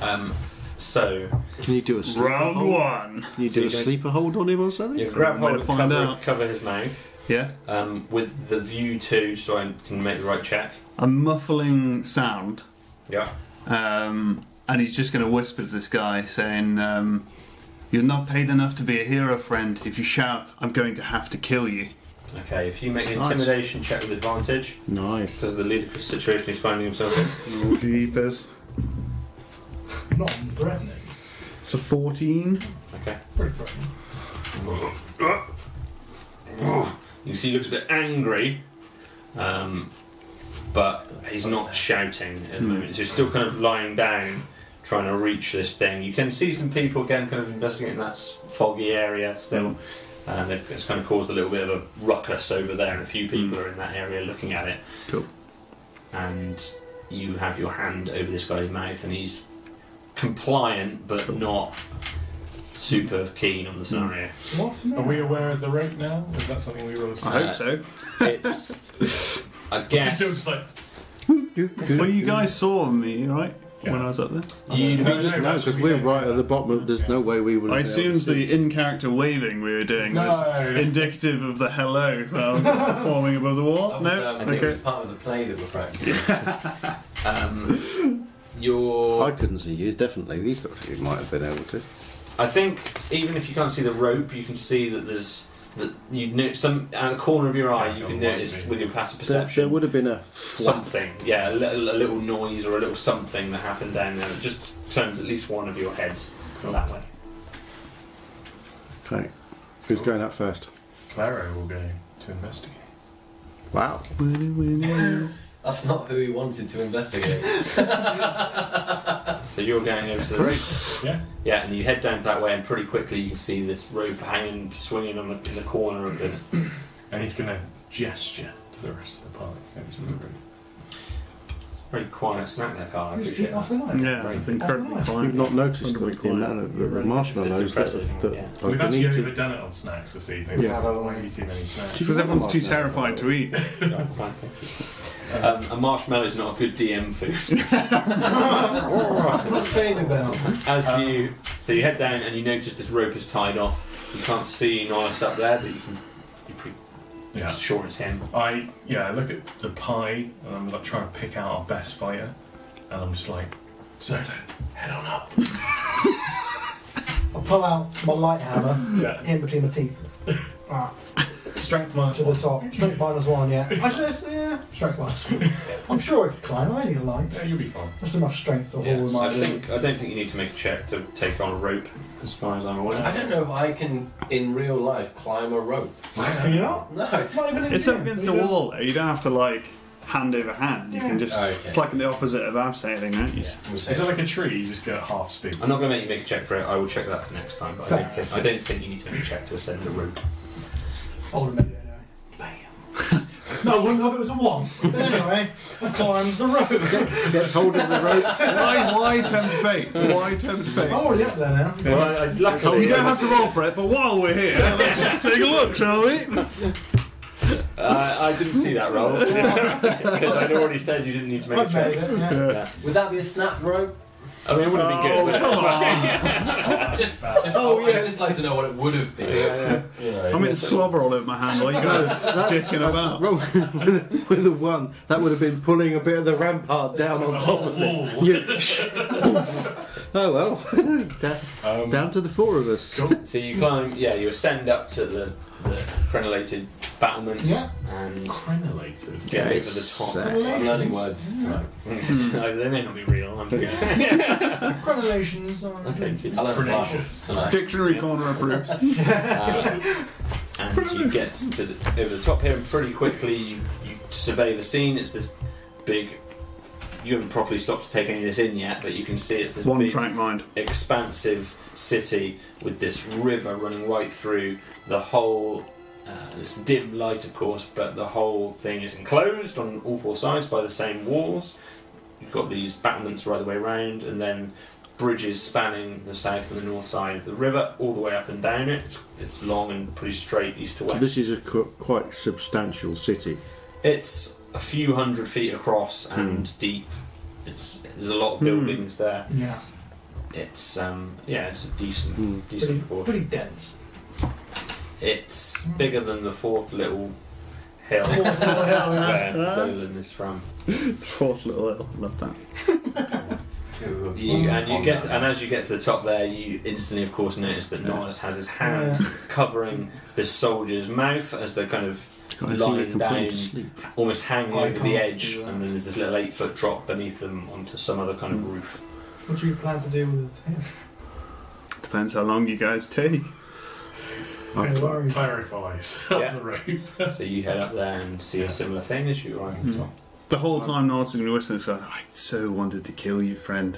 Speaker 3: Um, so
Speaker 5: Can you do a sleeper
Speaker 7: Round
Speaker 5: hold?
Speaker 7: one.
Speaker 5: Can you do
Speaker 3: So you
Speaker 5: a
Speaker 3: don't-
Speaker 5: sleeper hold on him or something?
Speaker 3: you grab hold of
Speaker 7: Better find
Speaker 3: cover,
Speaker 7: out.
Speaker 3: cover his mouth
Speaker 7: Yeah.
Speaker 3: um, with the view to so I can make the right check.
Speaker 7: A muffling sound.
Speaker 3: Yeah.
Speaker 7: Um, and he's just going to whisper to this guy, saying, um, You're not paid enough to be a hero, friend. If you shout, I'm going to have to kill you.
Speaker 3: Okay. If you make an
Speaker 7: Nice.
Speaker 3: intimidation check with advantage
Speaker 5: Nice.
Speaker 3: because of the ludicrous situation he's finding himself in.
Speaker 7: Oh, Jeepers.
Speaker 6: Non-threatening.
Speaker 7: It's a 14.
Speaker 3: Okay.
Speaker 6: Pretty threatening.
Speaker 3: You see, he looks a bit angry, um, but he's not shouting at the moment. So he's still kind of lying down, trying to reach this thing. You can see some people again, kind of investigating that s- foggy area still. And it- it's kind of caused a little bit of a ruckus over there, and a few people are in that area looking at it.
Speaker 7: Cool.
Speaker 3: And you have your hand over this guy's mouth, and he's compliant but not super keen on the scenario.
Speaker 8: What? Are we aware of the rope now? Is that something we will have
Speaker 7: I
Speaker 8: seen?
Speaker 7: hope so.
Speaker 3: It's, I guess.
Speaker 8: Still just like,
Speaker 7: Well, you guys saw me, right? When I was up there.
Speaker 3: You'd be-
Speaker 8: no, no,
Speaker 5: No,
Speaker 8: that's
Speaker 5: because
Speaker 8: what we
Speaker 5: we're
Speaker 8: do.
Speaker 5: right at the bottom. Of, there's no way we would.
Speaker 7: I
Speaker 5: have been able
Speaker 7: assumed
Speaker 5: to see.
Speaker 7: the in character waving we were doing was
Speaker 8: No.
Speaker 7: indicative of the hello um, forming above the wall.
Speaker 9: That was,
Speaker 7: no?
Speaker 9: um, I think it was
Speaker 7: okay.
Speaker 9: part of the play that we're practicing.
Speaker 3: Um, your,
Speaker 5: I couldn't see you. Definitely, these sort of you might have been able to.
Speaker 3: I think even if you can't see the rope, you can see that there's that you know some out of the corner of your eye, you can notice with your passive
Speaker 5: There,
Speaker 3: perception
Speaker 5: there would have been a flap.
Speaker 3: something. Yeah, a little, a little noise or a little something that happened down there. It just turns at least one of your heads that way.
Speaker 5: Okay, who's going up first?
Speaker 8: Claro will go to investigate.
Speaker 5: Wow.
Speaker 9: That's not who he wanted to investigate.
Speaker 3: So you're going over to the rope.
Speaker 8: Yeah.
Speaker 3: Yeah, and you head down that way, and pretty quickly you can see this rope hanging, swinging on the, in the corner of this.
Speaker 8: And he's going to gesture to the rest of the party. Over to the rope.
Speaker 3: Very quiet snack that guy. I
Speaker 6: You just eat
Speaker 3: appreciate
Speaker 6: off
Speaker 3: that.
Speaker 6: the line.
Speaker 7: Yeah, I think perfectly
Speaker 6: Oh,
Speaker 5: You've
Speaker 7: fine.
Speaker 5: not noticed the,
Speaker 7: Underwood
Speaker 5: the,
Speaker 7: Court.
Speaker 5: amount of the uh, marshmallows that,
Speaker 3: impressive,
Speaker 5: that
Speaker 3: yeah.
Speaker 5: I've
Speaker 8: We've
Speaker 5: been
Speaker 8: actually
Speaker 5: eating.
Speaker 8: overdone it on snacks this evening.
Speaker 5: Yeah.
Speaker 8: so I don't want to eat too many snacks.
Speaker 7: It's because everyone's too terrified to eat.
Speaker 3: Yeah, fine, thank you. Um, a marshmallow's not a good DM food.
Speaker 6: What's saying about?
Speaker 3: As you so you head down and you notice this rope is tied off. You can't see Nihilus up there, but you can. You're pretty
Speaker 8: Yeah.
Speaker 3: sure it's him.
Speaker 8: I yeah, I look at the pie and I'm like trying to pick out our best fighter, and I'm just like, Zolo, head on up.
Speaker 6: I pull out my light hammer
Speaker 8: Yeah.
Speaker 6: in between my teeth. Ah,
Speaker 8: Strength minus
Speaker 6: to the
Speaker 8: one.
Speaker 6: top. Strength minus one, yeah. I just, yeah. Strength minus one. I'm sure I could climb. I need a light.
Speaker 8: Yeah, you'll be fine.
Speaker 6: That's enough strength to haul
Speaker 3: Yeah,
Speaker 6: yeah,
Speaker 3: so
Speaker 6: my
Speaker 3: I think I don't think you need to make a check to take on a rope, as far as I'm
Speaker 9: I
Speaker 3: aware.
Speaker 9: don't know if I can, in real life, climb a rope.
Speaker 6: Can you not?
Speaker 9: No,
Speaker 6: It's
Speaker 9: it's
Speaker 6: not even in
Speaker 7: It's
Speaker 6: the
Speaker 7: up
Speaker 6: air.
Speaker 7: against the
Speaker 6: You know?
Speaker 7: wall, though. You don't have to, like, hand over hand. You can just.
Speaker 9: Okay.
Speaker 7: It's like the opposite of abseiling, right? You just-
Speaker 8: Is it like a tree? You just go at half speed.
Speaker 3: I'm not going to make you make a check for it. I will check that for next time. But I don't
Speaker 6: Fair.
Speaker 3: think I don't think you need to make a check to ascend the rope.
Speaker 6: I would have made it anyway. Bam. no, I wouldn't have. It was a one. But anyway, I climbed the road.
Speaker 5: Gets hold of the rope.
Speaker 7: Why, why tempt fate? Why
Speaker 6: I'm
Speaker 7: tempt fate?
Speaker 6: already up there now.
Speaker 3: Well, I, I, luckily,
Speaker 7: You don't have to roll for it, but while we're here, let's take a look, shall we?
Speaker 3: Uh, I, I didn't see that roll because I'd already said you didn't need to make a
Speaker 6: I've made
Speaker 3: check.
Speaker 6: it. Yeah.
Speaker 9: Would that be a snap rope?
Speaker 3: I mean, it would have been good.
Speaker 7: Oh,
Speaker 3: wouldn't it?
Speaker 7: come on.
Speaker 9: Just, just oh, yeah. I'd just like to know what it would have been.
Speaker 7: I'm in slobber all over my hand while you guys are dicking about.
Speaker 5: Roll with, with a one. That would have been pulling a bit of the rampart down on top of
Speaker 3: Oh.
Speaker 5: it. Yeah. oh well. down, down to the four of us.
Speaker 3: So you climb, yeah, you ascend up to the, the crenellated battlements
Speaker 6: Yeah.
Speaker 3: and
Speaker 8: Crenulated.
Speaker 3: get over the
Speaker 5: Yes,
Speaker 3: top.
Speaker 5: uh,
Speaker 9: I'm learning words tonight.
Speaker 3: no, they may not be real. I'm pretty sure.
Speaker 6: Congratulations on
Speaker 3: Okay, good.
Speaker 9: I learned
Speaker 8: Pernicious.
Speaker 9: Bibles tonight.
Speaker 7: Dictionary corner approves.
Speaker 3: Uh, and you get to the, over the top here, and pretty quickly you, you survey the scene. It's this big you haven't properly stopped to take any of this in yet, but you can see it's this
Speaker 7: One
Speaker 3: big,
Speaker 7: track mind.
Speaker 3: expansive city with this river running right through the whole. Uh, it's dim light, of course, but the whole thing is enclosed on all four sides by the same walls. You've got these battlements right the way round, and then bridges spanning the south and the north side of the river, all the way up and down it. It's, it's long and pretty straight east to
Speaker 5: So
Speaker 3: west.
Speaker 5: this is a qu- quite substantial city.
Speaker 3: It's a few hundred feet across
Speaker 5: Hmm.
Speaker 3: and deep. It's there's a lot of
Speaker 7: Hmm.
Speaker 3: buildings there.
Speaker 6: Yeah.
Speaker 3: It's um yeah, it's a decent
Speaker 5: Mm.
Speaker 3: decent
Speaker 6: Pretty,
Speaker 3: proportion.
Speaker 6: pretty dense.
Speaker 3: It's bigger than the fourth little hill
Speaker 6: Fourth little hill,
Speaker 3: where
Speaker 6: yeah.
Speaker 3: Zolan is from.
Speaker 7: Fourth little hill. Love that.
Speaker 9: Who-
Speaker 3: You, and you
Speaker 9: on
Speaker 3: get
Speaker 9: that.
Speaker 3: and as you get to the top there, you instantly, of course, notice that Nihilus has his hand covering the soldier's mouth as they're kind of
Speaker 5: God, I see
Speaker 3: Lying
Speaker 5: you're completely
Speaker 3: down.
Speaker 5: asleep.
Speaker 3: almost hanging
Speaker 6: I
Speaker 3: over the
Speaker 6: can't
Speaker 3: edge,
Speaker 6: do that.
Speaker 3: and then there's this little eight foot drop beneath them onto some other kind
Speaker 6: Mm.
Speaker 3: of roof.
Speaker 6: What do you plan to do with him?
Speaker 7: Depends how long you guys take.
Speaker 6: No
Speaker 5: I've,
Speaker 6: worries.
Speaker 8: Clarifies
Speaker 3: Yeah.
Speaker 8: up the rope.
Speaker 3: So you head up there and see a similar thing as you arrive as well.
Speaker 7: The whole time Nala's going to be whistling, it's like, I so wanted to kill you, friend.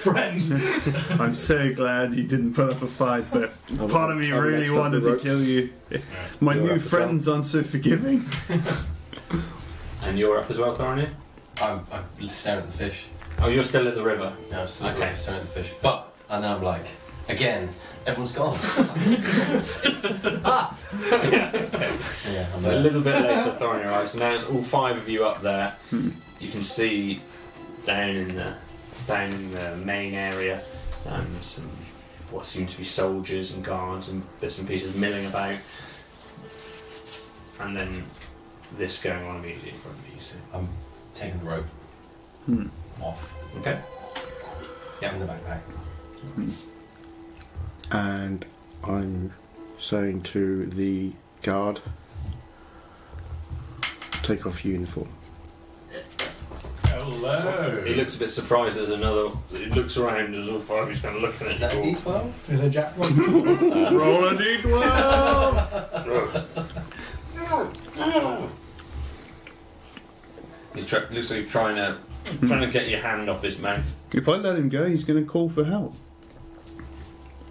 Speaker 6: Friend!
Speaker 7: I'm so glad you didn't put up a fight, but
Speaker 5: I've-
Speaker 7: part of me
Speaker 5: I've
Speaker 7: really
Speaker 5: messed up
Speaker 7: wanted
Speaker 5: the
Speaker 7: to
Speaker 5: ropes.
Speaker 7: kill you. My
Speaker 5: You're
Speaker 7: new
Speaker 5: up for
Speaker 7: friends aren't so forgiving.
Speaker 3: And you're up as well, Thorny?
Speaker 9: I'm, I'm staring at the fish.
Speaker 3: Oh, you're still in the river.
Speaker 9: No, I'm still
Speaker 3: Okay.
Speaker 9: staring at the fish. But, and then I'm like, again, everyone's gone. ah! yeah, I'm
Speaker 3: A
Speaker 9: there.
Speaker 3: little bit later, Thorny arrives. And now it's all five of you up there. You can see down in the down in the main area um, some what seem to be soldiers and guards and bits and pieces milling about. And then this going on immediately in front of you. So.
Speaker 9: I'm taking the rope
Speaker 7: Hmm.
Speaker 9: off
Speaker 3: Okay.
Speaker 9: in the backpack.
Speaker 5: and I'm saying to the guard, take off your uniform.
Speaker 3: He
Speaker 8: Hello.
Speaker 3: looks a bit surprised. There's another. He looks around. There's all five of you kind of looking
Speaker 9: Is
Speaker 3: at
Speaker 9: that a
Speaker 3: you.
Speaker 9: D12?
Speaker 6: So is that Jack Rock?
Speaker 7: Roll a d12!
Speaker 3: He's try- looks like he's trying to trying to get your hand off his mouth.
Speaker 7: if I let him go, he's going to call for help.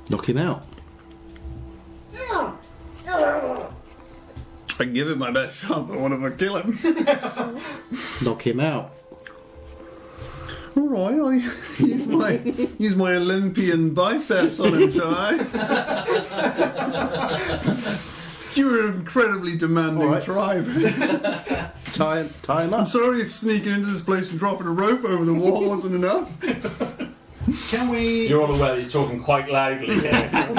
Speaker 5: Knock him out.
Speaker 7: I give it my best shot, but what if I kill him?
Speaker 5: Knock him out.
Speaker 7: All right, I use my use my Olympian biceps on him, shall I? You're an incredibly demanding
Speaker 5: All right.
Speaker 7: tribe.
Speaker 5: Tie him. Tie him
Speaker 7: I'm
Speaker 5: up.
Speaker 7: sorry if sneaking into this place and dropping a rope over the wall wasn't enough.
Speaker 6: Can we,
Speaker 3: You're all aware that he's talking quite loudly.
Speaker 6: can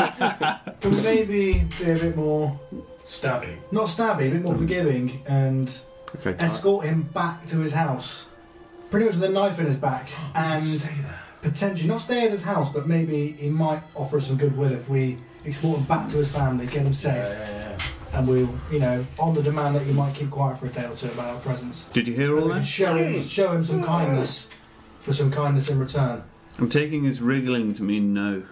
Speaker 6: we maybe be a bit more,
Speaker 8: Stabbing.
Speaker 6: not stabby, a bit more forgiving and
Speaker 5: Okay. Tie.
Speaker 6: escort him back to his house? Pretty much with a knife in his back and potentially not stay at his house, but maybe he might offer us some goodwill if we export him back to his family, get him safe, and we'll, you know, on the demand that he might keep quiet for a day or two about our presence.
Speaker 7: Did you hear all
Speaker 6: We can
Speaker 7: that?
Speaker 6: show him, show him some kindness for some kindness in return.
Speaker 7: I'm taking his wriggling to mean no,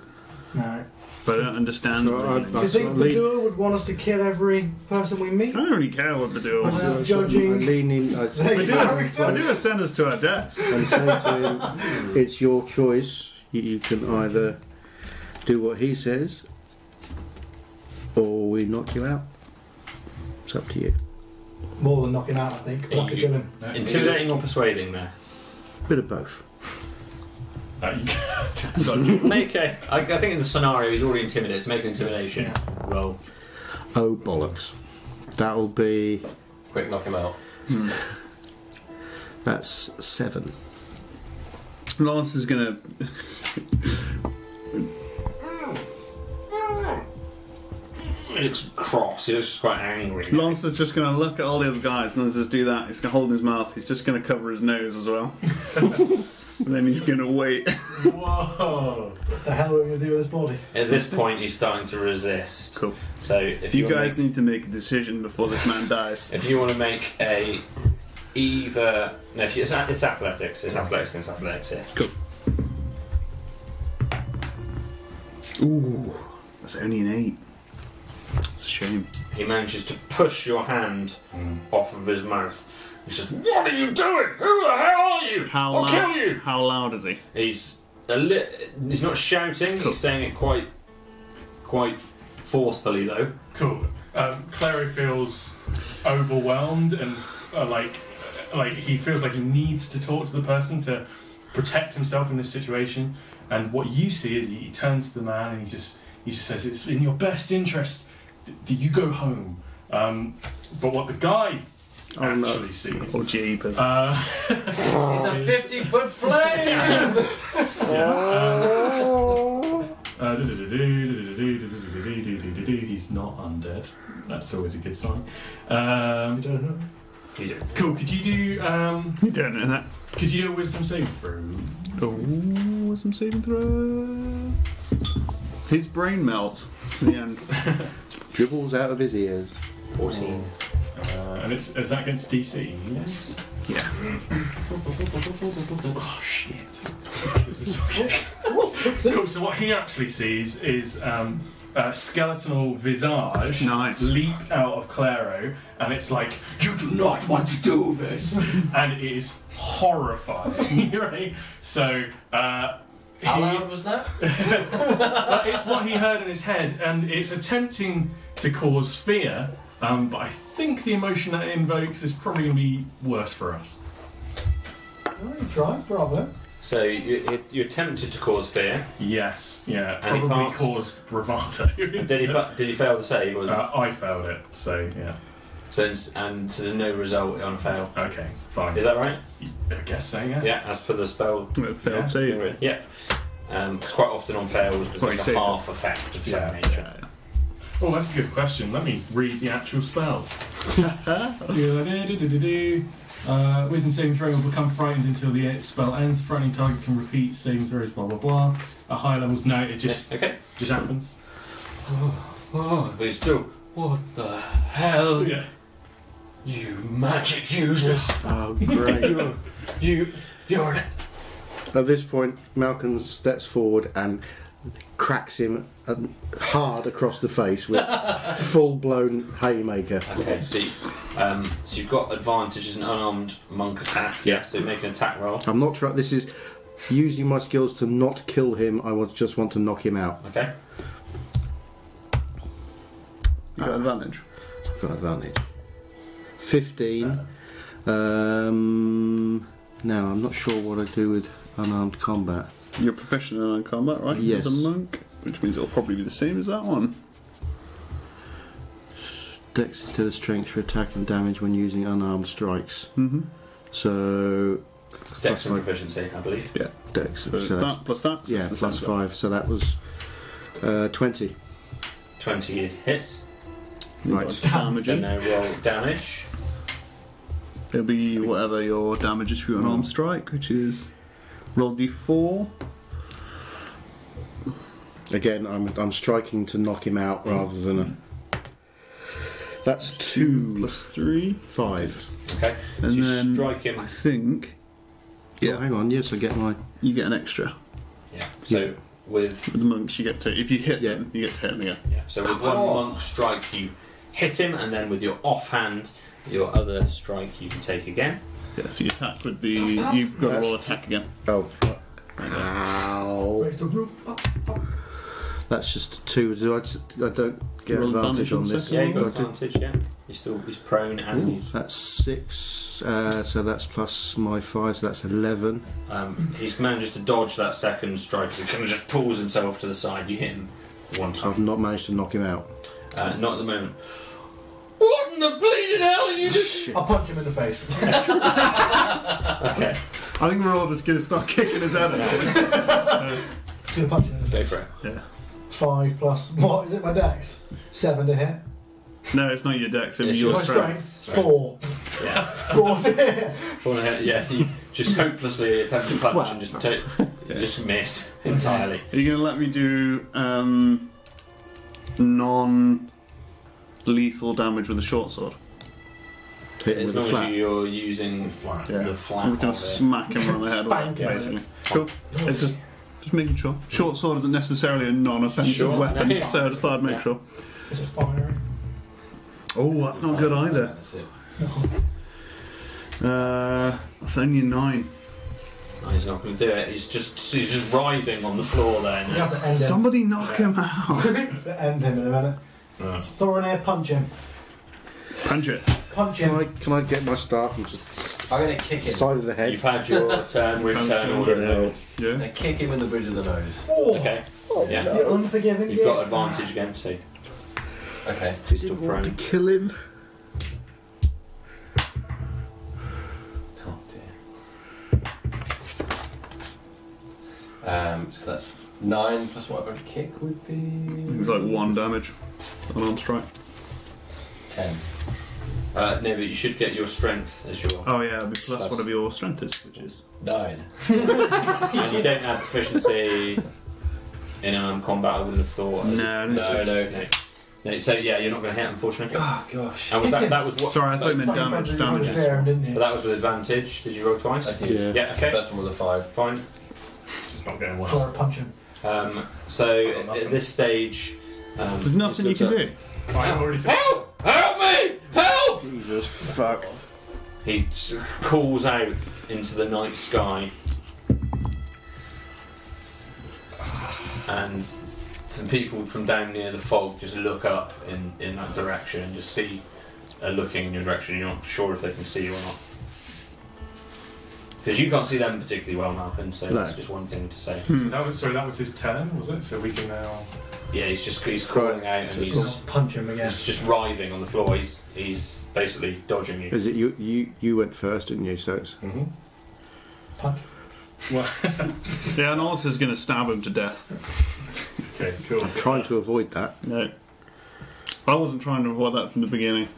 Speaker 6: No.
Speaker 7: but I don't understand.
Speaker 5: No, I-
Speaker 7: wriggling.
Speaker 6: Do you think
Speaker 5: Absolutely.
Speaker 6: Badua would want us to kill every person we meet?
Speaker 7: I don't really care what to do.
Speaker 5: I
Speaker 6: Well,
Speaker 5: sort of-
Speaker 6: judging-
Speaker 5: I lean in. I,
Speaker 6: There
Speaker 7: They
Speaker 6: you
Speaker 7: do,
Speaker 6: go.
Speaker 7: us- they do send us to our deaths.
Speaker 5: and say to him, "It's your choice. You, you can either do what he says, or we knock you out. It's up to you."
Speaker 6: More than knocking out, I think. We'll have to kill him.
Speaker 3: Intimidating or persuading there?
Speaker 5: Bit of both.
Speaker 8: No, you can't.
Speaker 3: Make a. I, I think in the scenario he's already intimidated. So make an intimidation roll.
Speaker 5: Oh bollocks! That'll be
Speaker 9: Quick, knock him out.
Speaker 5: that's seven.
Speaker 7: Lance is gonna.
Speaker 3: He looks cross. He looks quite angry.
Speaker 7: Lance is just gonna look at all the other guys and then just do that. He's gonna hold his mouth. He's just gonna cover his nose as well. and then he's gonna wait.
Speaker 8: Whoa.
Speaker 6: What the hell are we going to do with his body?
Speaker 3: At this point, he's starting to resist.
Speaker 7: Cool.
Speaker 3: So if
Speaker 7: You
Speaker 3: wanna
Speaker 7: guys need to make a decision before this man dies.
Speaker 3: If you want to make a either no, if you, it's, a- it's athletics, it's athletics against athletics. Here.
Speaker 7: Ooh, that's only an eight. It's a shame.
Speaker 3: he manages to push your hand
Speaker 8: Mm.
Speaker 3: off of his mouth. He says, "What are you doing? Who the hell are you?
Speaker 7: How
Speaker 3: I'll
Speaker 7: loud?
Speaker 3: kill you!"
Speaker 7: How loud is he?
Speaker 3: He's a li- He's not shouting. He's saying it quite, quite forcefully though.
Speaker 8: Cool. Um, Clary feels overwhelmed and uh, like like he feels like he needs to talk to the person to protect himself in this situation. And what you see is he, he turns to the man and he just he just says it's in your best interest th- that you go home. Um, but what the guy
Speaker 7: Oh,
Speaker 8: actually
Speaker 7: no.
Speaker 8: sees.
Speaker 7: Oh, jeepers.
Speaker 8: Uh,
Speaker 9: It's a 50 foot flame!
Speaker 8: Uh, He's not undead. That's always a good sign.
Speaker 6: We
Speaker 8: Um,
Speaker 6: don't know.
Speaker 3: You do.
Speaker 8: cool. Could you do? Um,
Speaker 7: you don't know that.
Speaker 8: could you do a wisdom saving throw?
Speaker 7: Oh, wisdom saving throw. His brain melts in the end.
Speaker 5: Dribbles out of his ears.
Speaker 3: Fourteen.
Speaker 7: Mm.
Speaker 8: Uh, and it's is that against DC? Yes.
Speaker 7: Yeah.
Speaker 8: oh shit. This is okay. cool. So what he actually sees is um, a skeletal visage
Speaker 7: Nice.
Speaker 8: leap out of Claro, and it's like you do not want to do this, and it is horrifying. right? So. Uh,
Speaker 9: How
Speaker 8: he-
Speaker 9: loud was that?
Speaker 8: but it's what he heard in his head, and it's attempting to cause fear. Um, but I think the emotion that it invokes is probably going to be worse for us.
Speaker 6: Oh, you tried, bravo.
Speaker 3: So you, you- you're tempted to cause fear.
Speaker 8: Yes, yeah,
Speaker 3: And he
Speaker 8: probably
Speaker 3: passed.
Speaker 8: caused bravado.
Speaker 3: Did he? fa- Did he fail the save? Or,
Speaker 8: uh, I failed it, so yeah.
Speaker 3: so it's- and so there's no result on a fail.
Speaker 8: Okay, fine.
Speaker 3: Is that right?
Speaker 8: I guess so. Yeah.
Speaker 3: Yeah, as per the spell.
Speaker 7: It failed
Speaker 8: Yeah.
Speaker 7: save.
Speaker 3: Yeah. Um, it's quite often on fails. There's
Speaker 7: Well,
Speaker 3: like
Speaker 7: you
Speaker 3: a
Speaker 7: saved it.
Speaker 3: half effect of some
Speaker 8: Yeah.
Speaker 3: nature.
Speaker 8: Oh, that's a good question. Let me read the actual spell. uh, wisdom saving throw will become frightened until the spell ends. Frightening target can repeat saving throws. Blah blah blah. At higher levels, no, it just
Speaker 3: Okay.
Speaker 8: just happens.
Speaker 9: Oh,
Speaker 3: But it's still.
Speaker 9: what the hell?
Speaker 8: Yeah.
Speaker 9: You magic users!
Speaker 5: Oh, great.
Speaker 9: You're, you, you're an
Speaker 5: At this point, Malcolm steps forward and cracks him um, hard across the face with full blown haymaker.
Speaker 3: Okay. So, you- um, so you've got advantage as an unarmed monk attack.
Speaker 5: Yeah.
Speaker 3: So make an attack roll.
Speaker 5: I'm not trying. This is using my skills to not kill him. I was, just want to knock him out.
Speaker 3: Okay.
Speaker 7: You got advantage.
Speaker 5: I've got advantage. 15. Um, now, I'm not sure what I do with unarmed combat.
Speaker 7: You're proficient in unarmed combat, right?
Speaker 5: Yes.
Speaker 7: As a monk, which means it'll probably be the same as that one.
Speaker 5: Dex is still a strength for attack and damage when using unarmed strikes.
Speaker 7: Mm-hmm.
Speaker 5: So,
Speaker 3: Dex and
Speaker 5: my-
Speaker 3: proficiency, I believe.
Speaker 7: Yeah.
Speaker 5: Dex.
Speaker 7: So, it's
Speaker 5: so that's,
Speaker 7: that plus that. So
Speaker 5: yeah,
Speaker 7: it's the
Speaker 5: plus
Speaker 7: same.
Speaker 5: 5. So that was uh, 20.
Speaker 3: Twenty hits.
Speaker 7: You've got
Speaker 5: Right.
Speaker 7: Damage.
Speaker 3: So
Speaker 7: in.
Speaker 3: no roll damage.
Speaker 7: It'll be whatever your damage is through an arm strike, which is roll d4.
Speaker 5: Again, I'm, I'm striking to knock him out rather than a. That's 2.
Speaker 7: plus three.
Speaker 5: 5.
Speaker 3: Okay.
Speaker 7: And
Speaker 3: so you
Speaker 7: then
Speaker 3: strike him.
Speaker 7: I think
Speaker 5: Yeah, Oh, hang on. Yes, I get my.
Speaker 7: you get an extra.
Speaker 3: Yeah. So
Speaker 5: Yeah.
Speaker 3: with
Speaker 7: With the monks, you get to if you hit
Speaker 5: Yeah.
Speaker 7: them, you get to hit them again.
Speaker 3: yeah. So with one monk strike, you hit him, and then with your offhand, your other strike, you can take again.
Speaker 7: Yeah, so you attack with the you've got to roll attack again.
Speaker 5: Oh. Ow.
Speaker 6: Raise the roof
Speaker 3: Oh,
Speaker 6: up.
Speaker 5: That's just two. Do I, just- I don't get
Speaker 7: Roll advantage
Speaker 5: advantage on
Speaker 7: on
Speaker 5: this.
Speaker 7: second
Speaker 3: Yeah, you got
Speaker 5: I do-
Speaker 3: advantage. Yeah. He's still he's prone and he's
Speaker 5: That's six. Uh, so that's plus my five. So that's eleven.
Speaker 3: Um, he manages to dodge that second strike as he kind of just pulls himself to the side. You hit him one
Speaker 5: So I've
Speaker 3: time.
Speaker 5: not managed to knock him out.
Speaker 3: Uh, not at the moment. What in the bleeding hell are you doing?
Speaker 6: I'll punch him in the face.
Speaker 3: okay,
Speaker 7: I think we're all just gonna start kicking his head in.
Speaker 6: Just gonna punch him in the
Speaker 3: go
Speaker 6: face.
Speaker 3: for it.
Speaker 6: Five plus what is it? My dex seven to hit.
Speaker 7: No, it's not your dex,
Speaker 3: It's
Speaker 7: it's your
Speaker 6: My
Speaker 3: your
Speaker 7: strength.
Speaker 6: strength, four.
Speaker 3: Yeah,
Speaker 6: Four to hit.
Speaker 3: Full head, yeah. You just hopelessly attempt to punch and just take, just miss entirely.
Speaker 7: Are you gonna let me do um, non lethal damage with a short sword?
Speaker 5: Hit him
Speaker 3: As
Speaker 5: with a
Speaker 3: long as
Speaker 5: flat.
Speaker 3: you're using flat,
Speaker 7: Yeah.
Speaker 3: the flat.
Speaker 7: I'm
Speaker 3: of
Speaker 7: gonna
Speaker 3: it.
Speaker 7: smack him around the head with
Speaker 6: Spank
Speaker 7: it,
Speaker 6: him.
Speaker 7: basically. Cool. It's just just making sure. Short sword isn't necessarily a non offensive
Speaker 3: Sure.
Speaker 7: weapon,
Speaker 3: Yeah.
Speaker 7: so I just thought I'd make
Speaker 3: Yeah.
Speaker 7: sure.
Speaker 6: It's a fire.
Speaker 7: Oh, that's not good either.
Speaker 9: That's it.
Speaker 7: Uh, that's only a nine.
Speaker 3: No, he's not going to do it. He's just he's just writhing on the floor there
Speaker 6: You
Speaker 3: now.
Speaker 6: have to end him.
Speaker 7: Somebody knock him out.
Speaker 6: end him in a minute.
Speaker 3: Yeah.
Speaker 6: Thorinir, punch him.
Speaker 7: Punch it.
Speaker 6: Punch
Speaker 5: Can I,
Speaker 6: him.
Speaker 5: can I get my staff and just
Speaker 9: I'm gonna kick him.
Speaker 5: side of the head?
Speaker 3: You've had your turn with turn order.
Speaker 9: I'm
Speaker 7: Yeah.
Speaker 9: gonna kick him in the bridge of the nose.
Speaker 6: Oh,
Speaker 3: Okay. Yeah.
Speaker 6: You're unforgiving.
Speaker 3: You've got advantage again, so
Speaker 9: Okay.
Speaker 3: he's still prone.
Speaker 5: To kill him.
Speaker 9: Oh dear. Um, so that's nine plus whatever a kick would
Speaker 7: It was
Speaker 9: be.
Speaker 7: like one damage. An arm strike.
Speaker 9: Ten.
Speaker 3: Uh, no, but you should get your strength as your.
Speaker 7: Oh yeah, it'd be plus whatever your strength is, which is
Speaker 9: Nine.
Speaker 3: And you don't have proficiency in armed combat. I wouldn't have thought.
Speaker 7: No, I don't
Speaker 3: no, no, no, no. So yeah, you're not going to hit, unfortunately.
Speaker 9: Oh gosh.
Speaker 3: And was
Speaker 6: Hit
Speaker 3: that,
Speaker 6: him.
Speaker 3: that was what?
Speaker 7: Sorry, I thought you meant damage. Damages.
Speaker 6: Him, didn't
Speaker 3: But
Speaker 6: you?
Speaker 3: that was with advantage. Did you roll twice?
Speaker 9: I did.
Speaker 3: Yeah. Okay.
Speaker 9: First one was a five.
Speaker 3: Fine.
Speaker 8: This is not going well.
Speaker 6: Thor, punch him.
Speaker 3: Um, so at this stage, um,
Speaker 7: There's nothing you can do.
Speaker 8: I have already said.
Speaker 3: Help! Help me! Help!
Speaker 5: Jesus fuck.
Speaker 3: He s- calls out into the night sky. And some people from down near the fog just look up in, in that direction and just see are looking in your direction. You're not sure if they can see you or not. Because you can't see them particularly well, Malcolm, so
Speaker 5: No. Hmm.
Speaker 3: that's just one thing to say.
Speaker 8: So that was, sorry, that was his turn, was it? So we can now.
Speaker 3: Yeah, he's just he's crawling out and he's,
Speaker 6: Punch him again.
Speaker 3: he's just writhing on the floor. He's, he's basically dodging you.
Speaker 5: Is it you? You you went first, didn't you? So it's
Speaker 8: Mm-hmm.
Speaker 6: Punch.
Speaker 7: Yeah, and Alistair's gonna stab him to death.
Speaker 8: Okay, cool.
Speaker 5: I'm trying to avoid that.
Speaker 7: No. I wasn't trying to avoid that from the beginning.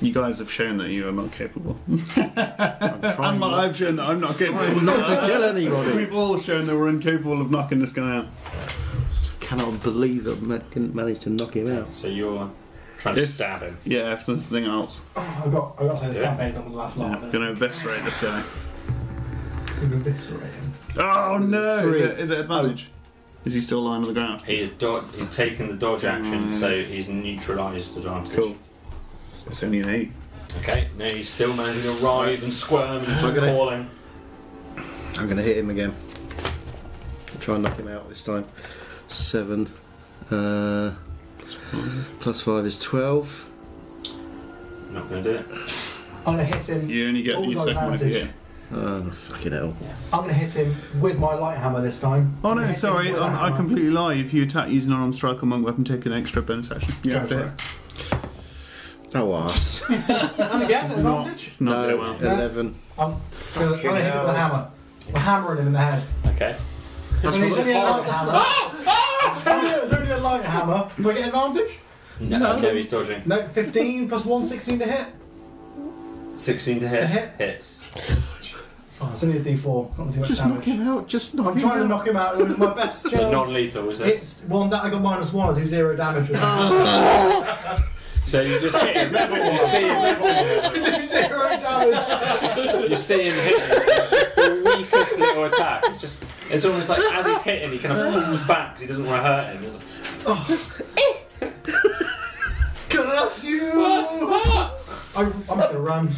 Speaker 7: You guys have shown that you are not capable.
Speaker 5: I'm trying
Speaker 7: And
Speaker 5: not,
Speaker 7: I've shown that I'm not capable.
Speaker 5: not to kill anybody.
Speaker 7: We've all shown that we're incapable of knocking this guy out.
Speaker 5: Cannot believe that I didn't manage to knock him out.
Speaker 3: So you're trying to
Speaker 7: If-
Speaker 3: stab him.
Speaker 7: Yeah, if there's nothing else,
Speaker 6: I got. I got to say this
Speaker 3: Yeah.
Speaker 6: campaign's not going to last long.
Speaker 7: I'm gonna eviscerate this guy.
Speaker 6: Gonna eviscerate him.
Speaker 7: Oh no!
Speaker 5: Three.
Speaker 7: Is it, is it advantage? Is he still lying on the ground?
Speaker 3: He is do- he's taken the dodge action, so he's neutralised advantage.
Speaker 7: Cool. It's only an eight.
Speaker 3: Okay, now he's still managing to writhe and squirm and just
Speaker 5: gonna-
Speaker 3: calling.
Speaker 5: I'm going to hit him again. Try and knock him out this time. Seven. Uh, plus five is twelve.
Speaker 3: Not going to do it.
Speaker 6: I'm going to hit him.
Speaker 7: You only get
Speaker 6: All
Speaker 7: the
Speaker 6: got
Speaker 7: second one if you
Speaker 6: advantage.
Speaker 7: hit.
Speaker 5: Oh, fucking hell.
Speaker 6: I'm going to hit him with my light hammer this time.
Speaker 7: Oh
Speaker 6: I'm gonna
Speaker 7: no,
Speaker 6: hit him
Speaker 7: sorry,
Speaker 6: with that
Speaker 7: I, I
Speaker 6: hammer.
Speaker 7: completely lie. If you attack using an armed strike or monk weapon, take an extra bonus action. You
Speaker 6: Go
Speaker 7: have to
Speaker 6: for
Speaker 7: hit.
Speaker 5: Oh, ass.
Speaker 6: And again, advantage.
Speaker 7: It's not
Speaker 5: No,
Speaker 7: very well.
Speaker 5: 11.
Speaker 6: I'm, I'm going to hit him with a hammer. I'm hammering him in the head.
Speaker 3: Okay.
Speaker 6: And it's only a light hammer. It's only- it's only a light hammer. Do I get advantage?
Speaker 3: No, no. he's dodging.
Speaker 6: No, 15 plus 1, 16 to hit.
Speaker 3: 16 to hit.
Speaker 6: To hit.
Speaker 3: Hits.
Speaker 6: It's only a d4. It's not gonna do much
Speaker 5: Just knock
Speaker 6: damage.
Speaker 5: him out. Just knock
Speaker 6: I'm
Speaker 5: him
Speaker 6: trying to
Speaker 5: out.
Speaker 6: knock him out. It was my best
Speaker 3: So
Speaker 6: chance.
Speaker 3: non lethal, is it?
Speaker 6: It's one that I got minus one. I do zero damage with that.
Speaker 3: So you just hit him. you, see him
Speaker 6: I do zero damage.
Speaker 3: you see him hit him. It's just the weakest little attack. It's just. It's almost like as he's hitting, he kind of pulls back 'cause he doesn't want to hurt him. Does he?
Speaker 6: Curse you! I, I'm going to run.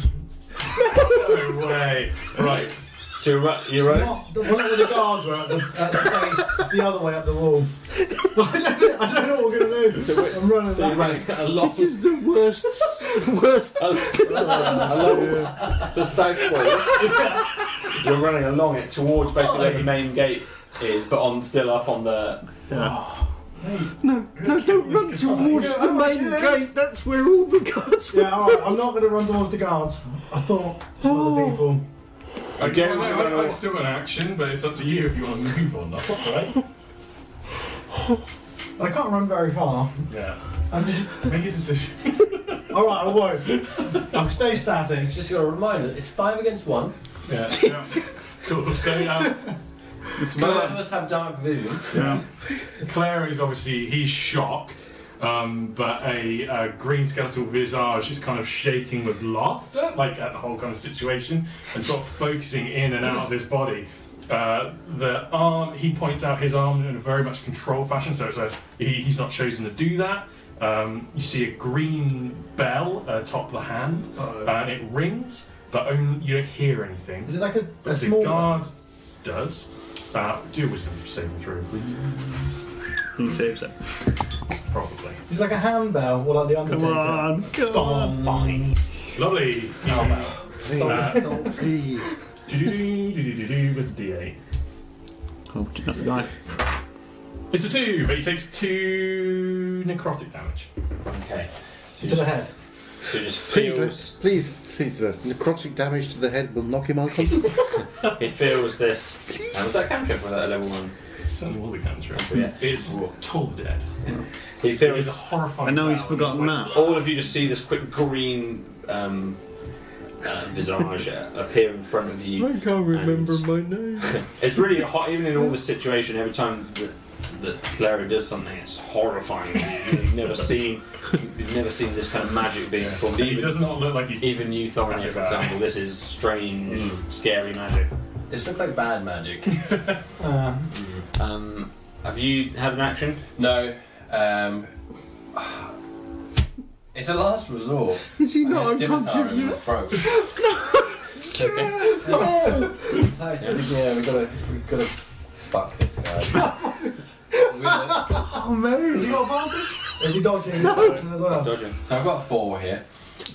Speaker 8: No way. Right.
Speaker 3: So you're right. You're right.
Speaker 6: Not the one where the guards were at the, at the base. It's the other way up the wall. I don't know, I don't know what we're going to do. I'm running
Speaker 3: So
Speaker 6: that
Speaker 3: you're
Speaker 6: way.
Speaker 3: right. A lot.
Speaker 5: This is the worst, worst
Speaker 3: along the south wall. You're running along it towards basically where the main gate is, but on still up on the.
Speaker 5: No, no, don't run towards the main gate. That's where all the guards were.
Speaker 6: Yeah, alright, I'm not going to run towards the guards. I thought some other people.
Speaker 3: Again,
Speaker 8: Well,
Speaker 3: you're
Speaker 8: I,
Speaker 3: gonna-
Speaker 8: have still got an action, but it's up to you if you want to move or not, right?
Speaker 6: I can't run very far.
Speaker 8: Yeah.
Speaker 6: I'm just.
Speaker 8: Make a decision.
Speaker 6: Alright, I won't. I'll stay static.
Speaker 9: Just got a reminder. It's five against one.
Speaker 8: Yeah. Cool. So um,
Speaker 7: It's
Speaker 9: Most
Speaker 7: still
Speaker 9: of us have dark vision.
Speaker 7: yeah.
Speaker 8: Claire is obviously he's shocked, um, but a, uh green skeletal visage is kind of shaking with laughter, like at the whole kind of situation, and sort of focusing in and out of his body. Uh, the arm he points out his arm in a very much controlled fashion, so it's a, he, he's not chosen to do that. Um, you see a green bell atop the hand,
Speaker 6: Uh-oh.
Speaker 8: and it rings, but only, you don't hear anything.
Speaker 6: Is it like a, a
Speaker 8: the
Speaker 6: small one?
Speaker 8: guard does. Uh, do a wisdom saving throw, please.
Speaker 7: He saves it.
Speaker 8: Probably.
Speaker 6: It's like a handbell, or like the Undertaker.
Speaker 7: come
Speaker 6: Dong.
Speaker 8: Lovely.
Speaker 5: Please, don't, please.
Speaker 8: Do-do-do-do-do-do with D8.
Speaker 7: Oh, that's the guy.
Speaker 8: It's a two, but he takes two necrotic damage.
Speaker 3: Okay. So
Speaker 6: To the head.
Speaker 3: So just
Speaker 5: Please,
Speaker 3: feels,
Speaker 5: let- please, please, let- necrotic damage to the head will knock him unconscious.
Speaker 3: he feels this. And was that a cantrip? Was that a level one?
Speaker 8: It's certainly all the cantrip.
Speaker 3: Yeah.
Speaker 8: It's tall dead.
Speaker 3: He
Speaker 8: There is
Speaker 3: feels.
Speaker 8: a horrifying.
Speaker 7: And now he's
Speaker 8: cloud,
Speaker 7: forgotten
Speaker 8: and
Speaker 7: that.
Speaker 3: All of you just see this quick green um, uh, visage uh, appear in front of you.
Speaker 5: can't
Speaker 3: remember
Speaker 5: my name.
Speaker 3: It's really hot, even in all this situation. Every time that, that Clara does something, it's horrifying. You've never seen, you've never seen this kind of magic being performed.
Speaker 8: He does
Speaker 3: Even,
Speaker 8: not look like he's.
Speaker 3: even you, Thorin, for example, this is strange, scary magic.
Speaker 9: This looks like bad magic.
Speaker 6: Uh,
Speaker 3: Um, have you had an action?
Speaker 9: no. Um, it's a last resort.
Speaker 5: Is he
Speaker 9: I
Speaker 5: not
Speaker 9: just sip a tire
Speaker 5: unconscious
Speaker 9: in the
Speaker 5: yet?
Speaker 9: throat. Okay. No, it's really- Yeah, we gotta, we gotta fuck this guy. With it.
Speaker 5: Oh, man.
Speaker 6: has he got advantage? Or is he dodging his action as well?
Speaker 3: Dodging.
Speaker 9: So I've got four here.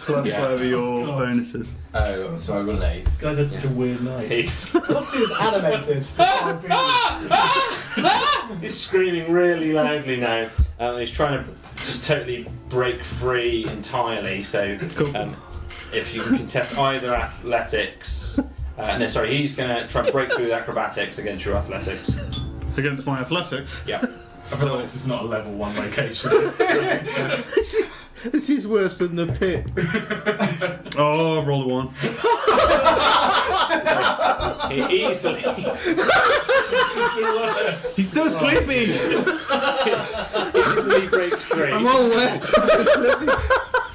Speaker 7: Plus
Speaker 3: Yeah.
Speaker 7: whatever your
Speaker 8: God.
Speaker 7: bonuses.
Speaker 9: Oh, so I rolled an eight.
Speaker 8: Guys, that's such a weird night.
Speaker 3: He's,
Speaker 6: Plus he was animated. I've
Speaker 3: he's screaming really loudly now. Um, he's trying to just totally break free entirely. So,
Speaker 7: Cool.
Speaker 3: um, if you can contest either athletics, uh, no, sorry, he's going to try and break through the acrobatics against your athletics.
Speaker 7: Against my athletics.
Speaker 3: Yeah.
Speaker 8: I feel like this is not a level one location. It's
Speaker 5: This is worse than the pit.
Speaker 7: Oh, roll a one.
Speaker 3: He, he still, he
Speaker 8: the worst.
Speaker 7: He's so sleepy.
Speaker 3: easily breaks through.
Speaker 5: I'm all wet.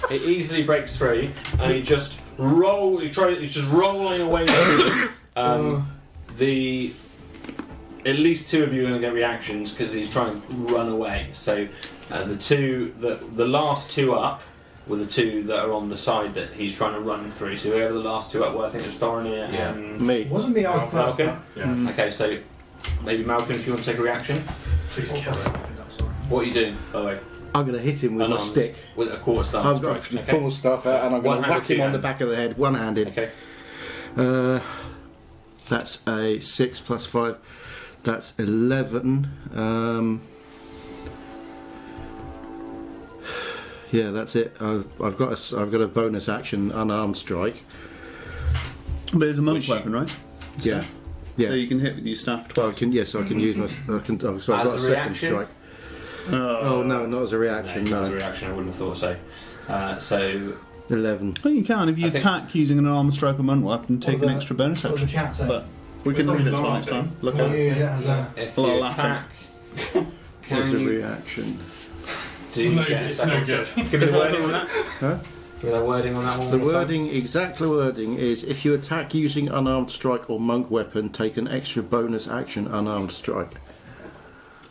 Speaker 3: He easily breaks through, and he just roll. He try. He's just rolling away. through them.
Speaker 5: Oh.
Speaker 3: um, the at least two of you are going to get reactions because he's trying to run away. So uh, the two, the the last two up were the two that are on the side that he's trying to run through. So whoever the last two up were, I think it was Thorinir
Speaker 9: Yeah.
Speaker 3: and
Speaker 6: It
Speaker 5: Me.
Speaker 6: wasn't me, I was first.
Speaker 3: Malcolm.
Speaker 8: Yeah.
Speaker 3: Okay, so maybe Malcolm, if you want to take a reaction.
Speaker 8: Please kill him.
Speaker 3: What are you doing, by the way?
Speaker 5: I'm going to hit him with my
Speaker 3: Unarmed.
Speaker 5: stick.
Speaker 3: With a quarter staff.
Speaker 5: I've got to
Speaker 3: strike.
Speaker 5: pull stuff out and I'm going to
Speaker 3: One-handed,
Speaker 5: whack him on the
Speaker 3: two-handed.
Speaker 5: back of the head, one handed.
Speaker 3: Okay.
Speaker 5: Uh, that's a 6 plus 5. That's 11. Um, yeah, that's it. I've, I've, got a, s- I've got a bonus action unarmed strike.
Speaker 7: But it's a monk
Speaker 3: Which-
Speaker 7: weapon, right?
Speaker 5: Yeah. Yeah.
Speaker 7: So you can hit with your staff
Speaker 5: Well, I
Speaker 7: twice.
Speaker 5: can, yes, I can use my. I can, oh, so I've
Speaker 3: As
Speaker 5: got a
Speaker 3: a
Speaker 5: second
Speaker 3: reaction?
Speaker 5: strike. Oh, no, not as a reaction,
Speaker 3: No,
Speaker 5: no.
Speaker 3: that's a reaction. I wouldn't have thought so. Uh, so
Speaker 5: 11.
Speaker 7: Well, you can if you
Speaker 3: I think-
Speaker 7: attack using an armor stroke or monk weapon, take
Speaker 6: Well,
Speaker 7: an
Speaker 6: the-
Speaker 7: extra bonus
Speaker 6: What was the
Speaker 7: action.
Speaker 6: chat saying?
Speaker 7: But we can
Speaker 8: Well,
Speaker 7: leave it
Speaker 8: the
Speaker 7: till next
Speaker 8: last
Speaker 7: time. Look
Speaker 6: We'll
Speaker 7: at
Speaker 6: use it as a...
Speaker 3: If
Speaker 7: Well,
Speaker 3: you
Speaker 7: I'll
Speaker 3: attack,
Speaker 5: As
Speaker 3: can
Speaker 5: a
Speaker 3: you
Speaker 5: reaction.
Speaker 3: do
Speaker 8: It's no-
Speaker 3: get a
Speaker 8: it's
Speaker 3: second
Speaker 8: no good.
Speaker 3: attack? Give me the wording on that.
Speaker 5: Huh?
Speaker 3: Give me the wording on that one.
Speaker 5: The
Speaker 3: more time.
Speaker 5: wording, exact wording, is if you attack using unarmed strike or monk weapon, take an extra bonus action unarmed strike.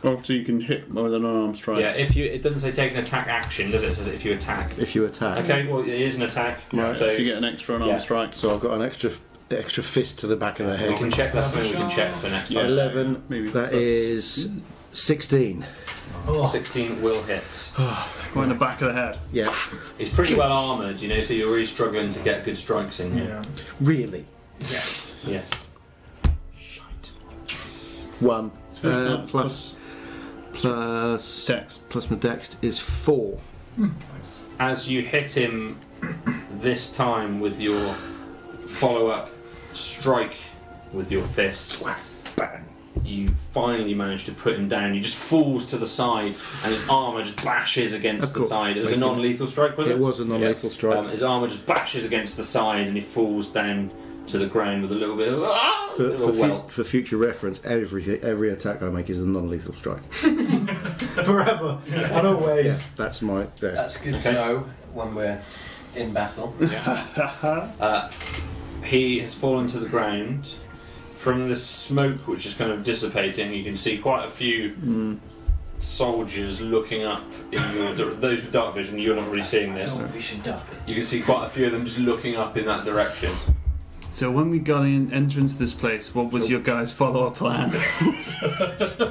Speaker 7: Oh, so you can hit with an unarmed strike.
Speaker 3: Yeah, if you it doesn't say take an attack action, does it? It says if you attack.
Speaker 5: If you attack.
Speaker 3: Okay, well it is an attack.
Speaker 7: Right, so,
Speaker 3: So
Speaker 7: you
Speaker 3: we
Speaker 7: get an extra unarmed
Speaker 3: Yeah.
Speaker 7: strike.
Speaker 5: So I've got an extra extra fist to the back of the head.
Speaker 3: can check. That's something we can check for next time.
Speaker 5: 11,
Speaker 7: Maybe
Speaker 5: that
Speaker 7: that's-
Speaker 5: is 16.
Speaker 6: Oh,
Speaker 3: Sixteen will hit.
Speaker 7: Right in the back of the head.
Speaker 5: Yeah,
Speaker 3: He's pretty well armoured, you know, so you're really struggling to get good strikes in here.
Speaker 6: yeah.
Speaker 5: really.
Speaker 8: Yes.
Speaker 3: Yes.
Speaker 5: One.
Speaker 7: plus
Speaker 5: Uh,
Speaker 7: that,
Speaker 5: plus, plus,
Speaker 7: Dex.
Speaker 5: plus my dex is four.
Speaker 8: Nice.
Speaker 3: as you hit him this time with your follow up strike with your fist, you finally manage to put him down. He just falls to the side and his armour just bashes against
Speaker 5: Of
Speaker 3: the
Speaker 5: course.
Speaker 3: side. It was a
Speaker 5: Thank you.
Speaker 3: non lethal strike, was it?
Speaker 5: It was a non lethal strike.
Speaker 3: Um, his armour just bashes against the side and he falls down to the ground with a little bit of, ah,
Speaker 5: for,
Speaker 3: little
Speaker 5: for, fu-
Speaker 3: whelp.
Speaker 5: for future reference, every, every attack I make is a non lethal strike.
Speaker 6: Forever. And always.
Speaker 5: That's my. There.
Speaker 9: That's good
Speaker 3: Okay.
Speaker 9: to know when we're in battle.
Speaker 3: Uh, he has fallen to the ground.
Speaker 7: Mm.
Speaker 3: From the smoke, which is kind of dissipating, you can see quite a few soldiers looking up in your dir- those with dark vision. You're not really seeing this.
Speaker 9: we should duck.
Speaker 3: You can see quite a few of them just looking up in that direction.
Speaker 7: So when we got in entrance to this place, what was your guys' follow-up plan?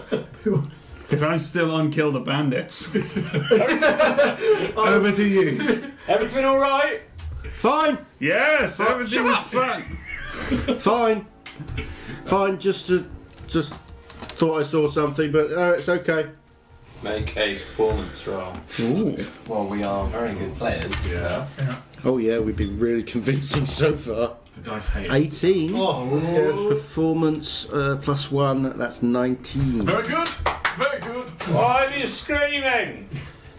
Speaker 7: Because I'm still on kill the bandits. Over to you.
Speaker 3: Everything all right?
Speaker 5: Fine,
Speaker 7: Yes, everything was fun.
Speaker 5: fine, fine. Just to, just thought I saw something, but uh, it's okay.
Speaker 3: Make a performance roll.
Speaker 9: Well, we are very good players. Yeah.
Speaker 5: Oh yeah, we've been really convincing so far.
Speaker 8: The dice hate. us.
Speaker 5: 18.
Speaker 6: Oh, let's go.
Speaker 5: Performance uh, plus one, that's 19.
Speaker 8: Very good. Very good.
Speaker 3: Why are you screaming?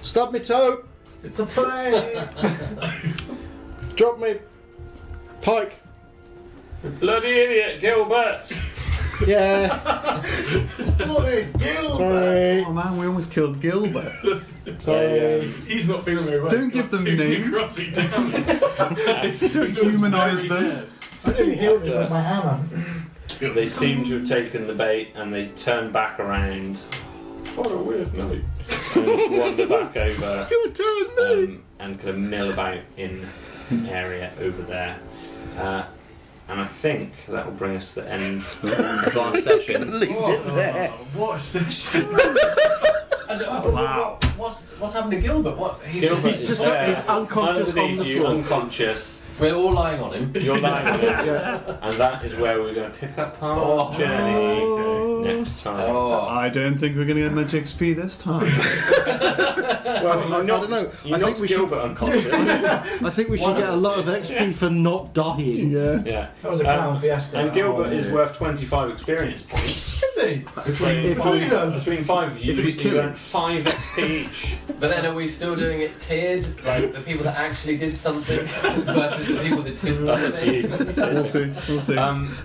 Speaker 5: Stub me toe!
Speaker 6: It's a play.
Speaker 5: Drop me! Pike!
Speaker 3: Bloody idiot, Gilbert!
Speaker 5: Yeah!
Speaker 6: Bloody Gilbert.
Speaker 5: Sorry!
Speaker 7: Oh man, we almost killed Gilbert.
Speaker 5: Sorry!
Speaker 8: He's not feeling very well.
Speaker 7: Don't
Speaker 8: He's
Speaker 7: give
Speaker 8: got
Speaker 7: them
Speaker 8: two
Speaker 7: names.
Speaker 8: necrotic damage.
Speaker 7: Don't
Speaker 8: He feels
Speaker 7: humanise
Speaker 8: very
Speaker 7: them.
Speaker 8: dead.
Speaker 6: I nearly healed him with my hammer.
Speaker 3: They seem to have taken the bait and they turn back around. What a weird night. And just wander back over
Speaker 5: Your turn, mate!
Speaker 3: um, and kind of mill about in an area over there. Uh, and I think that will bring us to the end
Speaker 5: Oh
Speaker 3: of our session.
Speaker 5: Leave it there!
Speaker 8: Oh, what a session.
Speaker 9: I don't- what-
Speaker 7: Wow.
Speaker 9: what- what's, what's happened to Gilbert? What? He's
Speaker 3: Gilbert
Speaker 9: just,
Speaker 5: He's just-
Speaker 3: there,
Speaker 5: he's unconscious on
Speaker 3: underneath
Speaker 5: the
Speaker 3: you,
Speaker 5: floor.
Speaker 3: Unconscious.
Speaker 9: we're all lying on him.
Speaker 3: You're lying on it.
Speaker 5: Yeah.
Speaker 3: And that is where we're going to pick up our
Speaker 9: Oh.
Speaker 3: journey next time.
Speaker 9: Oh.
Speaker 7: I don't think we're gonna get much XP this time.
Speaker 3: Well,
Speaker 5: I-
Speaker 3: you
Speaker 5: I don't
Speaker 3: knocked-
Speaker 5: know.
Speaker 3: You
Speaker 5: I think
Speaker 3: knocked
Speaker 5: we should-
Speaker 3: Gilbert unconscious.
Speaker 5: I think we should get a lot of XP for not dying.
Speaker 7: yeah.
Speaker 3: yeah.
Speaker 6: That was a
Speaker 3: Um,
Speaker 6: clown fiesta.
Speaker 3: And Gilbert
Speaker 6: Oh,
Speaker 3: is worth 25 experience points.
Speaker 6: Is he?
Speaker 3: Between,
Speaker 5: if
Speaker 3: five,
Speaker 6: we- does.
Speaker 3: between five of you,
Speaker 5: If we
Speaker 3: you,
Speaker 5: kill
Speaker 3: you
Speaker 5: him.
Speaker 3: earn 5 XP each.
Speaker 9: But then are we still doing it tiered? Like the people that actually did something versus the people that didn't.
Speaker 3: That's up to you.
Speaker 7: We'll see. We'll see.
Speaker 3: Um,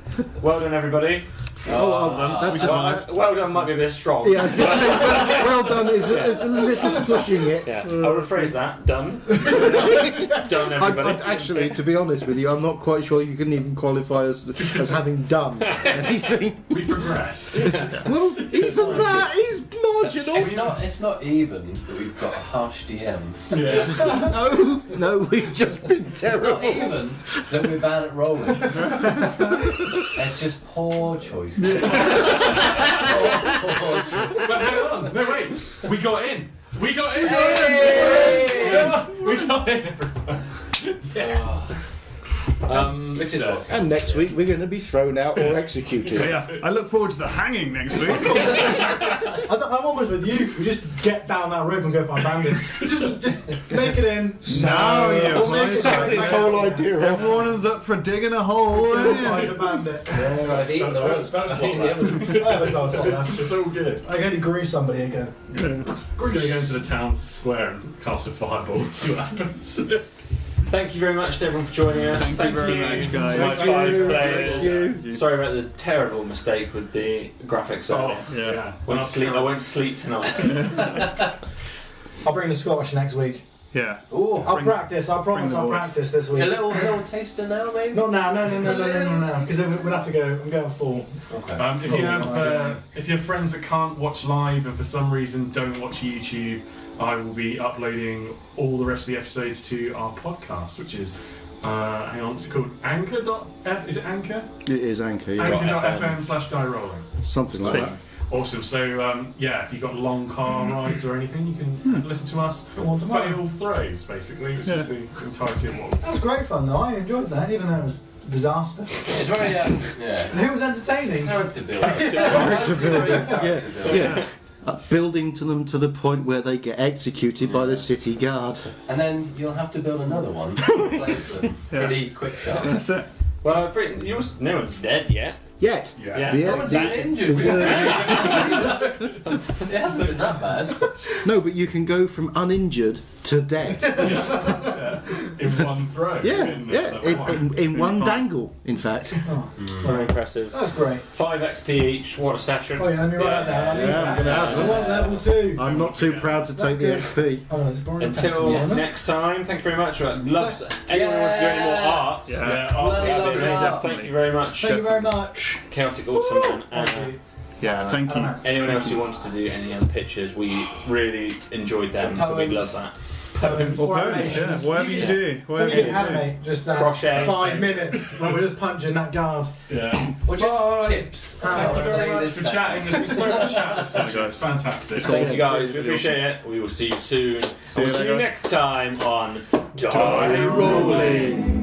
Speaker 3: well done, everybody.
Speaker 5: Oh, well done. That's
Speaker 3: Well, I- well done might be a bit strong.
Speaker 5: yeah, I was going to say, well, well done is, is a little pushing it. Uh,
Speaker 3: Yeah. I'll rephrase that. Done. done,
Speaker 5: I'm,
Speaker 3: everybody.
Speaker 5: I'm actually, to be honest with you, I'm not quite sure you can even qualify as, as having done anything.
Speaker 8: We progressed.
Speaker 5: Well, even that is
Speaker 9: It's
Speaker 5: marginal.
Speaker 9: not. It's not even that we've got a harsh DM.
Speaker 5: No, no, we've just been
Speaker 9: It's not
Speaker 5: terrible.
Speaker 9: even that we're bad at rolling. it's just poor choice.
Speaker 8: But hang on. No, wait. We got in. We got in. We got in.
Speaker 3: Um,
Speaker 9: Which is
Speaker 3: yes.
Speaker 5: And next week we're going to be thrown out or executed.
Speaker 7: yeah, I look forward to the hanging next week.
Speaker 6: I th- I'm almost with you. We just get down that rope and go find bandits. just, just make it in.
Speaker 7: now you
Speaker 5: We'll make
Speaker 7: boys.
Speaker 5: this whole idea off.
Speaker 7: Everyone's up for digging a hole.
Speaker 6: Find
Speaker 7: ain't
Speaker 6: a
Speaker 7: it?
Speaker 6: bandit.
Speaker 9: I've eaten the
Speaker 8: That's- that's
Speaker 9: I've eaten
Speaker 8: not
Speaker 9: the evidence.
Speaker 6: I have a glass on that.
Speaker 8: It's, it's all good.
Speaker 6: I can only grease somebody again.
Speaker 8: We're going to go into the town square and cast a fireball and see what happens.
Speaker 3: Thank you very much to everyone for joining us.
Speaker 7: Thank you very much, guys.
Speaker 3: to my
Speaker 7: Thank
Speaker 3: five
Speaker 5: you.
Speaker 3: players.
Speaker 5: Thank
Speaker 7: you.
Speaker 3: Sorry about the terrible mistake with the graphics. earlier.
Speaker 8: Oh,
Speaker 7: Yeah.
Speaker 3: Won't sleep. I won't sleep tonight.
Speaker 6: I'll bring the Scottish next week.
Speaker 7: Yeah.
Speaker 6: Oh, I'll
Speaker 7: Bring-
Speaker 6: practice. I promise
Speaker 7: the
Speaker 6: I'll
Speaker 7: boys.
Speaker 6: practice this week.
Speaker 9: A little, little taster now, maybe.
Speaker 6: Not now, no, no, no, no, no, no, no. Because then we'd have to go. I'm going full.
Speaker 9: Okay.
Speaker 8: Um, if you have uh, if you have friends that can't watch live and for some reason don't watch YouTube, I will be uploading all the rest of the episodes to our podcast, which is uh, hang on, it's called Anchor. Dot F, is it Anchor?
Speaker 5: It is anchor, yeah.
Speaker 3: Dot
Speaker 8: Anchor.fm slash die rolling.
Speaker 5: something like that.
Speaker 8: Awesome. So um, yeah, if you've got long car rides or anything, you can listen to us.
Speaker 6: Go on tomorrow.
Speaker 8: Fail throws, basically, which is the entirety of what.
Speaker 6: That was great fun though. I enjoyed that, even though it was a disaster.
Speaker 9: It's very, uh, yeah.
Speaker 6: It was entertaining.
Speaker 9: Character building. Character building. Character building.
Speaker 5: Yeah. Uh, building to them to the point where they get executed by the city guard.
Speaker 9: And then you'll have to build another one to replace them. Pretty quick shot.
Speaker 7: That's it.
Speaker 3: well, I've written- you was- no one's dead yet.
Speaker 5: Yet,
Speaker 3: Yeah.
Speaker 5: the-
Speaker 9: No one's
Speaker 3: That
Speaker 9: even
Speaker 3: is-
Speaker 9: injured. We it hasn't been that bad.
Speaker 5: no, but you can go from uninjured to dead.
Speaker 8: in one throw.
Speaker 5: Yeah,
Speaker 8: in,
Speaker 5: yeah, in, in, in one dangle, in fact.
Speaker 3: Very impressive.
Speaker 6: That was great.
Speaker 3: Five XP each. What a session.
Speaker 6: Oh yeah, and you're right there. I need
Speaker 5: Yeah, I'm gonna
Speaker 6: that.
Speaker 5: have
Speaker 6: I
Speaker 5: it.
Speaker 6: want level two.
Speaker 5: I'm not too proud to take the XP.
Speaker 6: Oh, it's boring.
Speaker 3: Until next time, thank you very much. I'd love to- anyone who wants to do any more
Speaker 9: Yeah.
Speaker 3: art.
Speaker 8: Yeah, Oh,
Speaker 9: Bloody
Speaker 3: please
Speaker 9: lovely
Speaker 3: raise up.
Speaker 9: art.
Speaker 3: Thank you very much.
Speaker 6: Thank you very much.
Speaker 3: Chaotic awesome and Anna.
Speaker 7: Yeah, thank you.
Speaker 3: Anyone else who wants to do any other pictures, we really enjoyed them, so we love that.
Speaker 6: Poems.
Speaker 7: Or ponies, yeah, whatever you do.
Speaker 6: So
Speaker 7: Whatever
Speaker 6: we
Speaker 7: you
Speaker 6: can
Speaker 7: do.
Speaker 6: animate just that
Speaker 3: Crochet.
Speaker 6: five minutes when we're just punching that guard.
Speaker 8: Yeah.
Speaker 9: Or just
Speaker 8: Bye.
Speaker 9: tips.
Speaker 8: Thank you very
Speaker 9: How
Speaker 8: much
Speaker 9: this
Speaker 8: for
Speaker 9: better.
Speaker 8: chatting. There's been so much chat this session.
Speaker 7: guys.
Speaker 8: It's fantastic.
Speaker 3: Thank you guys, we appreciate it. We will see you soon.
Speaker 7: See
Speaker 3: and
Speaker 7: you
Speaker 3: we'll see
Speaker 7: later, guys.
Speaker 3: you next time on Die Rolling.